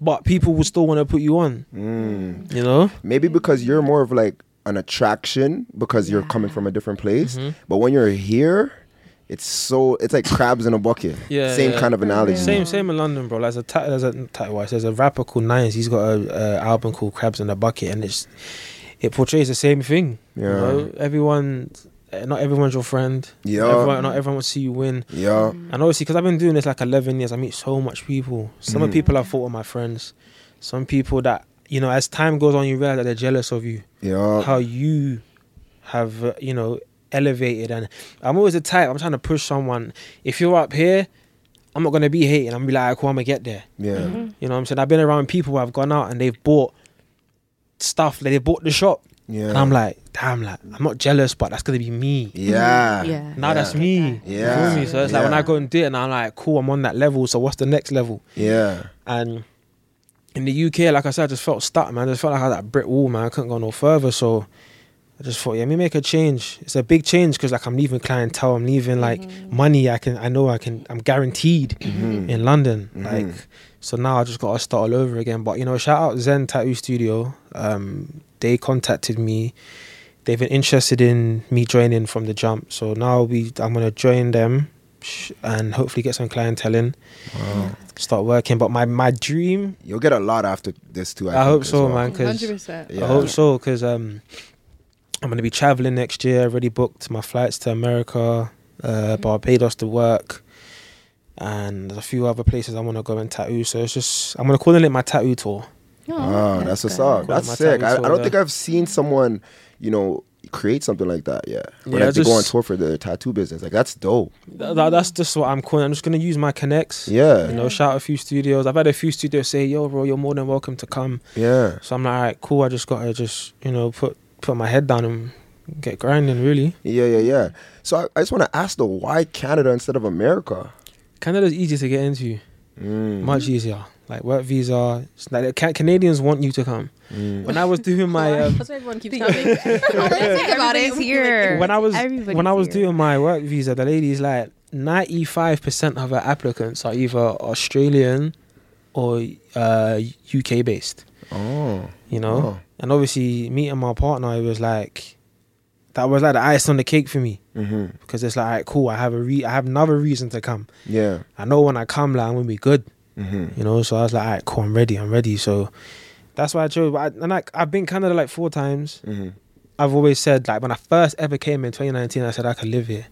S4: but people will still want to put you on.
S1: Mm.
S4: You know?
S1: Maybe because you're more of like an attraction because you're coming from a different place.
S4: Mm-hmm.
S1: But when you're here, it's so it's like crabs in a bucket.
S4: Yeah,
S1: Same
S4: yeah.
S1: kind of analogy.
S4: Same, same in London, bro. Like, there's a ta- there's a ta- well, there's a rapper called Nines. He's got a, a album called Crabs in a Bucket, and it's it portrays the same thing. you
S1: Yeah.
S4: know? everyone, eh, not everyone's your friend.
S1: Yeah.
S4: everyone, not everyone will see you win.
S1: Yeah.
S4: And obviously, because I've been doing this like 11 years, I meet so much people. Some
S1: Mm.
S4: of people I thought were my friends. Some people that you know, as time goes on, you realize that they're jealous of you
S1: Yeah.
S4: how you have uh, you know elevated and I'm always the type I'm trying to push someone if you're up here I'm not gonna be hating I'm gonna be like cool I'm gonna get there
S1: yeah.
S4: you know what I'm saying I've been around people where I've gone out and they've bought stuff like they bought the shop
S1: Yeah.
S4: and I'm like damn like I'm not jealous but that's gonna be me
S1: Yeah.
S3: Yeah.
S4: now that's me you
S1: Yeah.
S4: feel me so it's like when
S1: Yeah.
S4: I go and do it and I'm like cool I'm on that level so what's the next level
S1: Yeah.
S4: and in the UK, like I said, I just felt stuck, man. I just felt like I had that brick wall, man. I couldn't go no further. So I just thought, yeah, let me make a change. It's a big change because like I'm leaving clientele, I'm leaving like money. I can, I know I can, I'm guaranteed in London. Like, so now I just got to start all over again. But you know, shout out Zen Tattoo Studio. Um, they contacted me. They've been interested in me joining from the jump. So now we, I'm gonna join them sh- and hopefully get some clientele in start working. But my my dream,
S1: You'll get a lot after this too.
S4: I,
S1: I,
S4: hope
S1: think, as
S4: so,
S1: well.
S4: man. 'cause-
S2: Hundred percent.
S1: Yeah.
S4: I hope so because um, I'm gonna be traveling next year. Already booked my flights to America, uh,
S2: Mm-hmm.
S4: Barbados to work, and there's a few other places I want to go and tattoo. So it's just I'm gonna call it my tattoo tour.
S1: Oh, that's what's up.
S4: Got
S1: That's
S4: my
S1: sick. I, I
S4: tattoos
S1: don't
S4: over.
S1: think I've seen someone, you know, create something like that yet. Or
S4: Yeah,
S1: like they go on
S4: just-
S1: tour for their tattoo business. Like that's dope.
S4: Th- th- that's just what I'm calling. I'm just gonna use my connects. You
S1: Yeah.
S4: know, shout out a few studios. I've had a few studios say, "Yo, bro, you're more than welcome to come."
S1: Yeah.
S4: So I'm like, "All right, cool. I just gotta just you know put put my head down and get grinding. Really,
S1: Yeah, yeah, yeah. So I, I just want to ask though, why Canada instead of America?
S4: Canada's easy to get into.
S1: Mm.
S4: much easier. Like work visa, it's like Ca- Canadians want you to come. When I was doing my um,
S2: That's why everyone keeps coming.
S3: Think about it.
S2: Everybody's
S3: here.
S4: when I was
S3: Everybody's
S4: when I was
S3: here.
S4: doing my work visa, the lady's like ninety five percent of her applicants are either Australian or uh, UK based.
S1: Oh.
S4: You know,
S1: Oh.
S4: and obviously meeting my partner, it was like that was like the ice on the cake for me
S1: Mm-hmm.
S4: because it's like all right, cool. I have a re- I have another reason to come.
S1: Yeah.
S4: I know when I come, like I'm gonna be good.
S1: Mm-hmm.
S4: you know. So I was like, all right, cool, I'm ready, I'm ready. So that's why I chose. But I, and like, I've been Canada like four times.
S1: Mm-hmm.
S4: I've always said like when I first ever came in 2019, I said I could live here.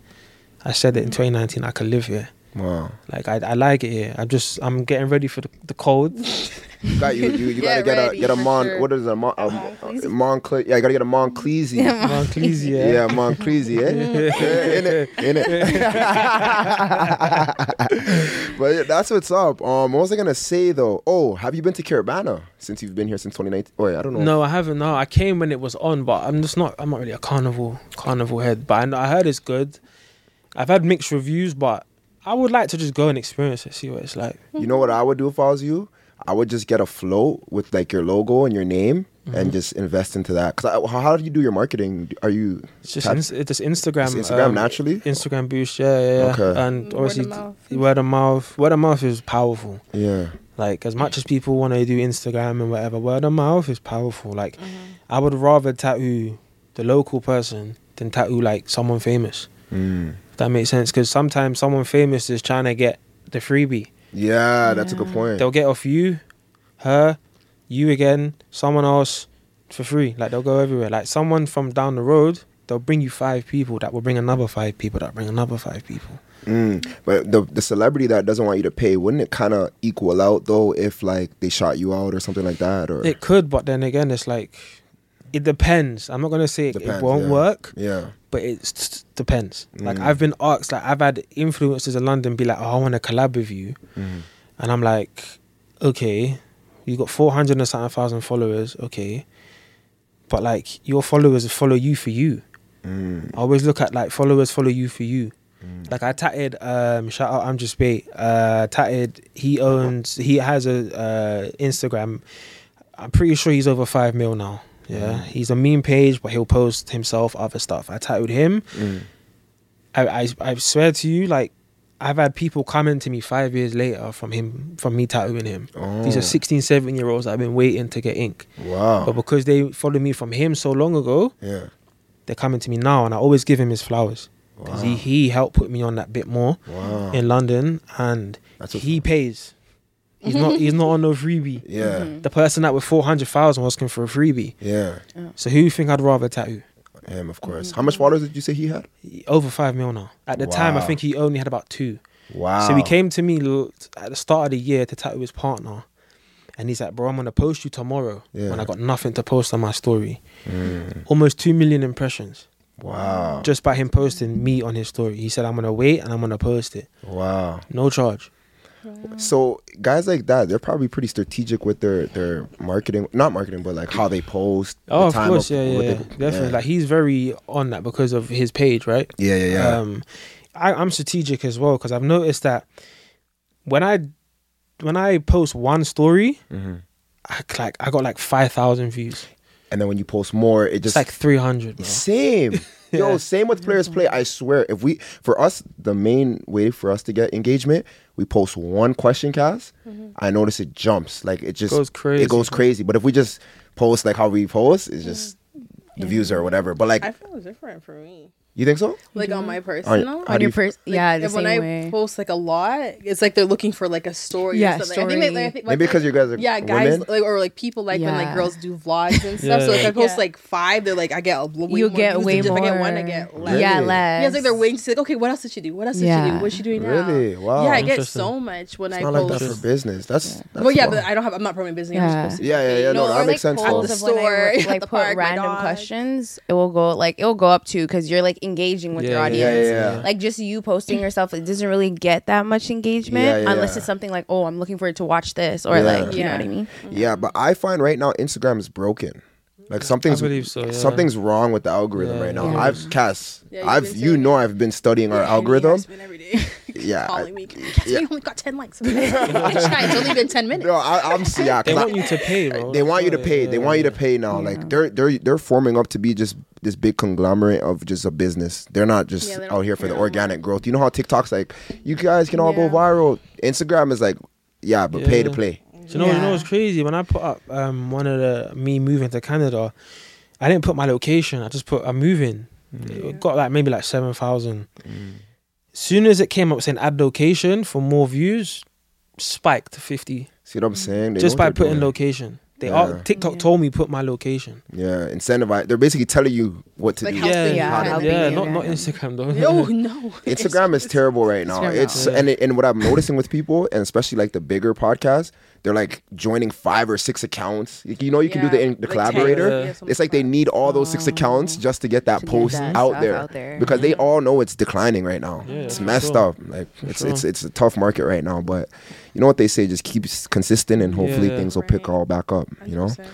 S4: I said it in 2019, I could live here.
S1: Wow.
S4: Like I, I like it here. I'm just, I'm getting ready for the, the cold.
S1: You got you. You, you gotta
S2: Get
S1: get
S2: ready,
S1: a get a
S2: for
S1: mon.
S2: sure.
S1: What is it, a mon? A, a Moncle- yeah, you gotta get a Moncleese.
S4: Moncleese, yeah.
S1: Yeah, Moncleese, eh? in it, in it. but yeah, that's what's up. Um, what was I gonna say though? Oh, have you been to Carabana since you've been here since 2019? Wait, I don't know.
S4: No, I haven't. No, I came when it was on, but I'm just not. I'm not really a carnival carnival head. But I, know, I heard it's good. I've had mixed reviews, but I would like to just go and experience it, see what it's like.
S1: You know what I would do if I was you? I would just get a float with like your logo and your name
S4: Mm-hmm.
S1: and just invest into that. Cause I, how, how do you do your marketing? Are you
S4: It's just
S1: tap-
S4: ins- it's just Instagram.
S1: It's Instagram
S4: um,
S1: naturally?
S4: Instagram boost, yeah, yeah, yeah.
S1: Okay.
S4: And
S2: Word
S4: obviously,
S2: of
S4: d-
S2: mouth.
S4: word of mouth. Word of mouth is powerful.
S1: Yeah.
S4: Like as much as people want to do Instagram and whatever, word of mouth is powerful. Like
S2: Mm-hmm.
S4: I would rather tattoo the local person than tattoo like someone famous.
S1: Mm.
S4: If that makes sense because sometimes someone famous is trying to get the freebie.
S1: Yeah, that's a good point.
S4: They'll get off you, her, you again, someone else for free. Like they'll go everywhere. Like someone from down the road, they'll bring you five people that will bring another five people that bring another five people.
S1: Mm. But the the celebrity that doesn't want you to pay, wouldn't it kind of equal out though if like they shot you out or something like that? Or
S4: It could, but then again, it's like it depends. I'm not gonna say it, it
S1: Depends,
S4: won't
S1: yeah.
S4: work,
S1: yeah,
S4: but it s- depends. Like I've been asked, like I've had influencers in London be like, "Oh, I want to collab with you," and I'm like, "Okay, you got four hundred and something thousand followers, okay, but like your followers follow you for you."
S1: Mm-hmm.
S4: I always look at like followers follow you for you. Like I tatted, um, shout out I'm just bait. Uh, tatted. He owns. He has a uh, Instagram. I'm pretty sure he's over five mil now. Yeah, he's a meme page, but he'll post himself other stuff. I tattooed him. I, I I swear to you, like I've had people coming to me five years later from him from me tattooing him. These
S1: Oh.
S4: are 16, 17 year olds that have been waiting to get ink,
S1: wow,
S4: but because they followed me from him so long ago,
S1: yeah,
S4: they're coming to me now, and I always give him his flowers because he, he helped put me on that bit more
S1: wow,
S4: in London, and
S1: That's what's
S4: he
S1: up.
S4: pays. He's not he's not on no freebie.
S1: yeah,
S4: The person that with four hundred thousand was asking for a freebie.
S1: yeah,
S4: So who you think I'd rather tattoo?
S1: him of course. How much followers did you say he had?
S4: Over five mil now. At the time, I
S1: Wow.
S4: think he only had about two.
S1: Wow.
S4: So he came to me l- at the start of the year to tattoo his partner. And he's like, bro, I'm going to post you tomorrow
S1: Yeah. Mm.
S4: when I got nothing to post on my story. Almost 2 million impressions
S1: Wow,
S4: just by him posting me on his story. He said, I'm going to wait and I'm going to post it.
S1: wow.
S4: No charge.
S1: So guys like that, they're probably pretty strategic with their their marketing, not marketing, but like how they post. the
S4: Oh, of
S1: time
S4: course. yeah, yeah,
S1: what
S4: yeah.
S1: they-
S4: Definitely. Like, he's very on that because of his page, right?
S1: yeah, yeah, yeah.
S4: Um, I, I'm strategic as well because I've noticed that when I when I post one story,
S1: Mm-hmm.
S4: I like I got like five thousand views.
S1: and then when you post more, it
S4: It's
S1: just
S4: like three hundred.
S1: Same. Yo, same with players play. I swear, if we for us the main way for us to get engagement, we post one question cast.
S2: Mm-hmm.
S1: I notice it jumps like it just
S4: Goes crazy.
S1: It goes crazy. But if we just post like how we post, it's just the views or whatever. But like,
S2: Mm-hmm. I feel it's different for me.
S1: you think so?
S2: Like on my personal.
S1: How
S3: on
S1: do
S3: your
S1: you-
S3: person,
S2: Like,
S3: yeah, the
S2: if
S3: same
S2: when I
S3: way.
S2: post like a lot, it's like they're looking for like a story.
S3: Yeah,
S2: or something. I think, like,
S3: story.
S2: like, I think, like,
S1: Maybe because you guys are
S2: yeah, guys
S1: women?
S2: like or like people like when
S3: Yeah.
S2: like girls do vlogs and stuff.
S4: Yeah.
S2: So if I post
S3: Yeah.
S2: like five, they're like I get a way
S3: you
S2: more
S3: get
S2: views
S3: way
S2: than just
S3: more.
S2: If I get one, I get less.
S1: Really?
S3: Yeah,
S2: Yeah,
S3: less.
S2: it's like they're waiting to see, like, okay, what else did she do? What else did she
S3: Yeah.
S2: do? What's she doing
S1: Really?
S2: now?
S1: Wow.
S2: Yeah, I get
S4: Interesting.
S2: so much when
S1: it's
S2: I
S1: not
S2: post.
S1: like that for business. That's, that's
S2: well, yeah,
S1: wild.
S2: but I don't have. I'm not promoting business. I'm
S3: Yeah.
S2: just posting.
S1: yeah, yeah, yeah.
S2: you
S1: No,
S2: know,
S1: that
S2: or,
S1: makes
S3: like
S1: sense. though.
S3: polls
S2: the
S3: of when
S2: store,
S3: I
S2: at
S3: would, like
S2: the
S3: put
S2: park, my
S3: random
S2: dog.
S3: questions, it will go like it will go up too because you're like engaging with your
S4: Yeah,
S3: audience.
S4: yeah,
S1: yeah, yeah.
S3: Like just you posting yourself, it doesn't really get that much engagement
S1: Yeah, yeah,
S3: unless
S1: yeah.
S3: it's something like, oh, I'm looking forward to watch this or
S1: Yeah.
S3: like you know
S2: Yeah.
S3: what I mean.
S1: Yeah, but I find right now Instagram is broken. Like something's
S4: believe so, yeah.
S1: something's wrong with the algorithm
S4: Yeah,
S1: right now.
S4: yeah.
S1: I've Cass,
S2: Yeah, you've
S1: I've
S2: been
S1: you
S2: saying
S1: know I've been studying our
S2: Yeah,
S1: algorithm.
S2: It's been every day.
S1: Yeah, I-
S2: Calling me. Catch
S1: yeah.
S2: me. Only got ten likes. it's only been ten minutes.
S1: No, I, I'm see. Yeah, 'cause
S4: They
S1: I-
S4: want you to pay, bro.
S1: they want you to
S4: Yeah,
S1: pay. They
S4: yeah,
S1: want you to
S4: yeah.
S1: pay now. Like they're they're they're forming up to be just this big conglomerate of just a business. They're not just
S2: Yeah, they don't
S1: out here for the
S2: care.
S1: organic growth. You know how TikTok's like, you guys can all go
S2: Yeah.
S1: viral. Instagram is like, yeah, but pay to
S4: Yeah.
S1: play.
S4: Do you know? You know
S3: Yeah.
S4: what's crazy? When I put up um one of the me moving to Canada, I didn't put my location. I just put I'm moving. It got like maybe like seven thousand. Soon as it came up saying add location for more views, spiked to fifty.
S1: See
S2: Mm-hmm.
S1: what I'm saying? They
S4: just
S1: know
S4: by
S1: what they're
S4: putting
S1: doing.
S4: location. They
S1: Yeah.
S4: are, TikTok told me put my location.
S1: yeah, incentivize. They're basically telling you what to
S2: Like
S1: do.
S2: how-
S4: Yeah,
S2: Helping
S3: you,
S4: yeah,
S3: helping
S4: yeah.
S3: you,
S4: Not
S3: yeah.
S4: not Instagram though.
S2: No, no.
S1: Instagram is terrible right now.
S3: Instagram
S1: It's
S4: now. Yeah.
S1: and it, and what I'm noticing with people, and especially like the bigger podcasts, they're like joining five or six accounts. Like, You know, you can do the in- the
S2: like
S1: collaborator.
S2: ten-
S4: Yeah.
S2: something
S1: It's like they
S2: that.
S1: need all those six accounts just to get that
S3: To get
S1: post
S3: that
S1: out,
S3: stuff
S1: there.
S3: out there.
S1: because they all know it's declining right now.
S4: Yeah,
S1: it's
S4: for
S1: messed
S4: sure.
S1: up. Like it's it's it's a tough market right now. But you know what they say, just keep s- consistent, and hopefully
S4: Yeah.
S1: things will pick
S2: Right.
S1: all back up. You know.
S2: 100%.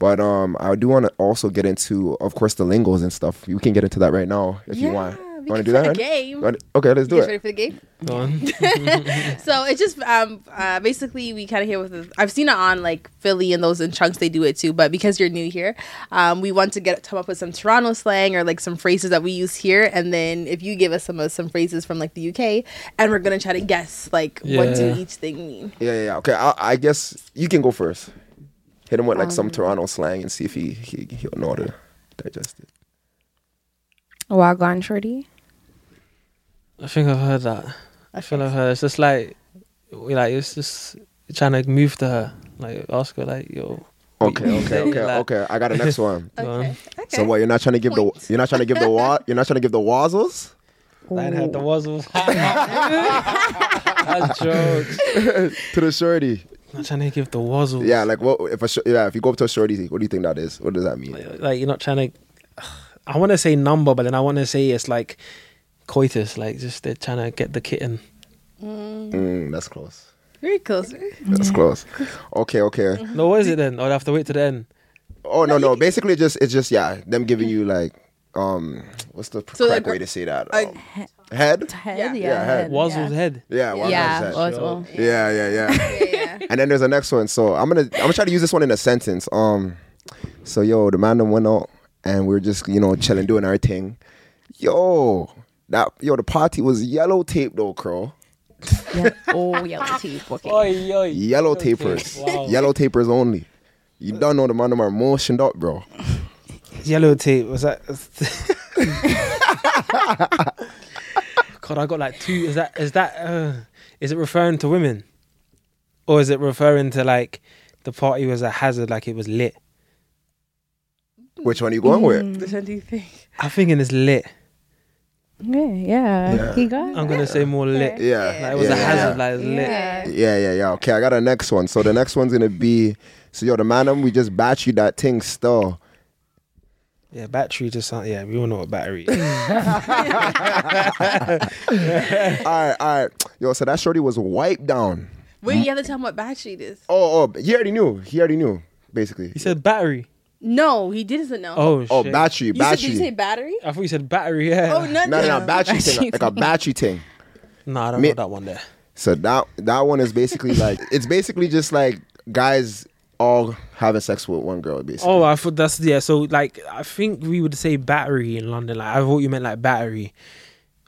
S1: But um, I do want to also get into, of course, the lingos and stuff. We can get into that right now if you
S2: Yeah,
S1: want.
S2: we
S1: You want to
S2: can
S1: do
S2: play
S1: that?
S2: a
S1: Ren?
S2: game.
S1: You wanna- Okay, let's do
S2: You guys
S1: it.
S2: ready for the game?
S4: Go on.
S2: So it's just um uh, basically we kind of hear with the, I've seen it on like Philly and those in chunks they do it too. But because you're new here, um, we want to get come up with some Toronto slang or like some phrases that we use here, and then if you give us some of some phrases from like the UK, and we're gonna try to guess like what
S4: Yeah.
S2: do each thing mean.
S1: Yeah, yeah, yeah. Okay, I, I guess you can go first. Hit him with like some Toronto slang and see if he, he he'll know how to digest it.
S3: Wagwan shorty.
S4: I think I've heard that. I feel I've heard. It's just like, we like it's just trying to move to her, like ask her, like yo. what you-
S1: Okay, okay, okay,
S4: like,
S1: okay. I got a next one.
S4: you know,
S2: Okay. Okay.
S1: So what? You're not trying to give the
S2: Point.
S1: you're not trying to give the wa- you're not trying to give the wazzles.
S4: Like, had the wazzles. That's jokes.
S1: to the shorty.
S4: Not trying to give the wazzles.
S1: Yeah, like what if a sh- yeah if you go up to a shorty, what do you think that is? What does that mean?
S4: like you're not trying to. I want to say number, but then I want to say it's like coitus, like just they're trying to get the kitten.
S1: Mm, that's close.
S2: Very close.
S1: That's close. Okay, okay.
S4: No, what is it then? I'd have to wait to the end.
S1: Oh no, no. Basically, just it's just yeah, them giving you like um, what's the
S2: So,
S1: correct
S2: like,
S1: way to say that?
S2: I-
S1: Um, head.
S3: Head,
S2: Yeah,
S1: head.
S4: Wazzle's head.
S1: Yeah,
S3: Yeah,
S1: well,
S3: yeah
S1: head.
S3: Oswald.
S1: yeah, yeah, yeah.
S2: Yeah.
S1: and then there's the next one. So I'm gonna I'm gonna try to use this one in a sentence. Um, so yo, the man done went out and we are just you know chilling, doing our thing. Yo, that yo, the party was yellow tape though, Crow.
S3: Yeah. Oh, yellow teeth. Okay.
S4: Oi, oi.
S1: Yellow
S4: tape.
S1: tapers,
S4: Wow.
S1: yellow tapers only. You don't know the man them are motioned up, bro.
S4: Yellow tape. Was that? God, I got like two. Is that? Is that? Uh, is it referring to women, or is it referring to like the party was a hazard, like it was lit?
S1: Which one you going with?
S2: The scenty thing.
S4: I'm thinking it's lit.
S3: Yeah, yeah. He got
S4: I'm gonna say more lit.
S1: Yeah,
S4: Like it was
S1: yeah,
S4: a
S1: yeah,
S4: hazard,
S1: yeah.
S4: like it was lit.
S2: Yeah.
S1: Yeah, yeah, yeah. Okay, I got a next one. So the next one's gonna be so yo, the man them we just batch you that thing still.
S4: Yeah, battery just sound, yeah, we all know what battery is.
S1: all right, all right. Yo, so that shorty was wiped down.
S2: Wait, you have to tell him what batch it is.
S1: Oh, oh, he already knew. He already knew, basically.
S4: you said battery.
S2: No, he doesn't know.
S4: Oh,
S1: oh,
S4: shit.
S1: battery,
S2: you said, did you say
S1: battery.
S2: battery?
S4: I thought you said battery, yeah.
S2: Oh, no,
S1: No, no, no, battery thing,
S3: Battery
S1: like a battery thing.
S4: Nah, I don't
S1: Me-
S4: know that one there.
S1: So that that one is basically like it's basically just like guys all having sex with one girl, basically.
S4: Oh, I thought that's, yeah, so like, I think we would say battery in London. Like, I thought you meant like battery.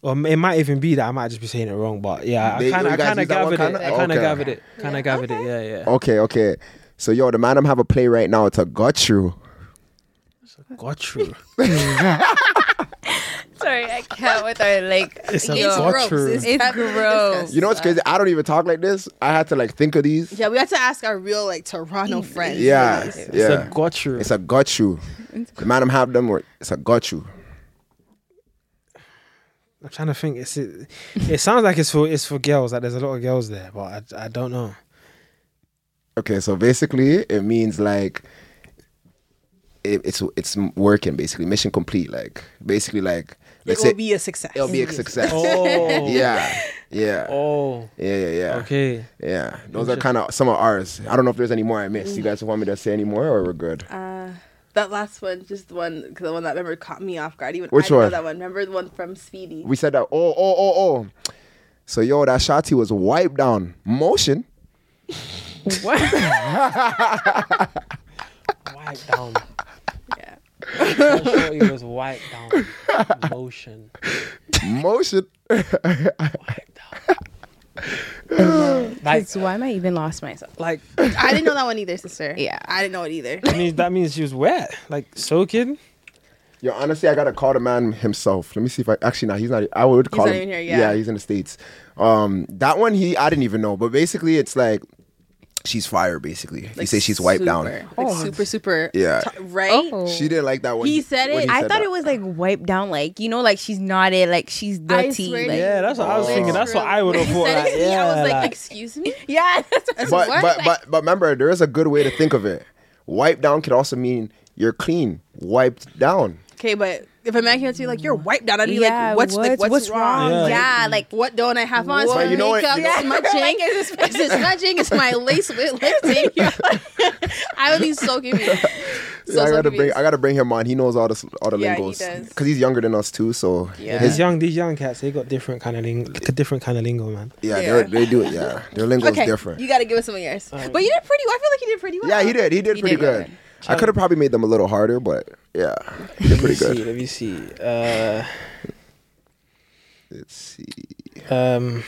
S4: Or it might even be that I might just be saying it wrong, but yeah,
S1: They-
S4: I kind
S1: you
S4: of
S1: guys
S4: kind of
S1: use that one
S4: gathered it.
S1: kinda?
S4: I kind of
S1: Okay.
S4: gathered it. Kind of gathered it. Yeah, yeah.
S1: Okay, okay. So yo, the man them have a play right now. It's a gut you. Oh.
S4: Got you.
S3: Sorry, I can't with our like.
S4: It's a
S3: yo,
S4: got you.
S2: gross.
S3: It's gross.
S1: You know what's crazy? I don't even talk like this. I had to like think of these.
S2: Yeah, we have to ask our real like Toronto friends.
S1: Yeah,
S4: It's
S1: yeah.
S4: a got you.
S1: It's a got you. The man them have them. were- It's a got you.
S4: I'm trying to think. It's it, it sounds like it's for it's for girls. Like there's a lot of girls there, but I, I don't know.
S1: Okay, so basically it means like it, it's it's working basically mission complete. Like basically like
S2: it
S1: let's
S2: will
S1: say
S2: be a success.
S1: it'll be a success.
S4: Oh,
S1: Yeah, yeah,
S4: Oh,
S1: yeah, yeah, yeah.
S4: okay.
S1: Yeah, those are kind of some of ours. I don't know if there's any more I missed. You guys want me to say any more, or we're good?
S2: That last one, just the one, 'cause the one that remember caught me off guard. Even
S1: Which
S2: I didn't
S1: one?
S2: know that one. Remember the one from Speedy?
S1: We said that. Oh, oh, oh, oh. So yo, that shotty was wiped down. Motion.
S3: What?
S4: Wipe down.
S2: yeah.
S4: That shorty was wipe down. Motion.
S1: Motion.
S4: Like,
S3: so why am I even lost myself?
S4: like
S2: I didn't know that one either, sister.
S3: Yeah.
S2: I didn't know it either.
S4: I mean, that means she was wet, like soaking.
S1: Yo, honestly, I gotta call the man himself. Let me see if I actually not. He's not. I would call
S2: not
S1: him.
S2: even here, yeah.
S1: he's in the states. Um, that one he I didn't even know, but basically it's like she's fire. Basically, you say she's wiped
S2: super, Oh.
S1: down.
S2: Like super, super.
S1: Yeah.
S2: t- right?
S3: Oh.
S1: She didn't like that one.
S2: He said it?
S3: I thought it was like wiped down, like you know, like she's knotted, like she's
S2: I
S3: dirty.
S2: swear to
S3: like,
S2: you.
S4: Yeah, that's what I was thinking. That's what I would have
S2: He
S4: thought.
S2: said it
S4: Like,
S2: to me, I
S4: yeah,
S2: was like,
S4: like,
S2: excuse me?
S3: yeah. That's what I
S1: But
S2: What?
S1: but but but remember, there is a good way to think of it. Wipe down could also mean you're clean. Wiped down.
S2: Okay, but if a man came up to you like, you're wiped out, I'd be
S3: Yeah,
S2: like, what's, like,
S3: what's-
S2: what's,
S3: what's
S2: wrong?
S4: wrong?
S2: Like,
S3: Yeah, like
S2: what don't I have on? Is
S1: But
S2: my
S1: you know what-
S2: makeup
S1: you know-
S2: smudging? is it smudging? Is my lace wi- lifting? I would be so confused. So,
S1: I
S2: so
S1: gotta
S2: confused.
S1: bring I gotta bring him on. He knows all the s- all the
S2: Yeah, he
S1: lingos
S2: does.
S1: because he's younger than us too. So
S2: Yeah.
S1: his-
S4: these young, these young cats, they got different kind of lingo, different kind of lingo, man.
S1: yeah,
S2: Yeah.
S1: they're they do it. Yeah, their lingo is
S2: okay,
S1: different.
S2: you gotta give us some of yours. But you did pretty well. I feel like you did pretty well.
S1: yeah, he did. He did
S2: He
S1: pretty
S2: did
S1: good.
S2: good.
S1: I could have probably made them a little harder, but yeah, he did pretty
S4: Let me
S1: good.
S4: see. Let me see. Uh,
S1: Let's see.
S4: um,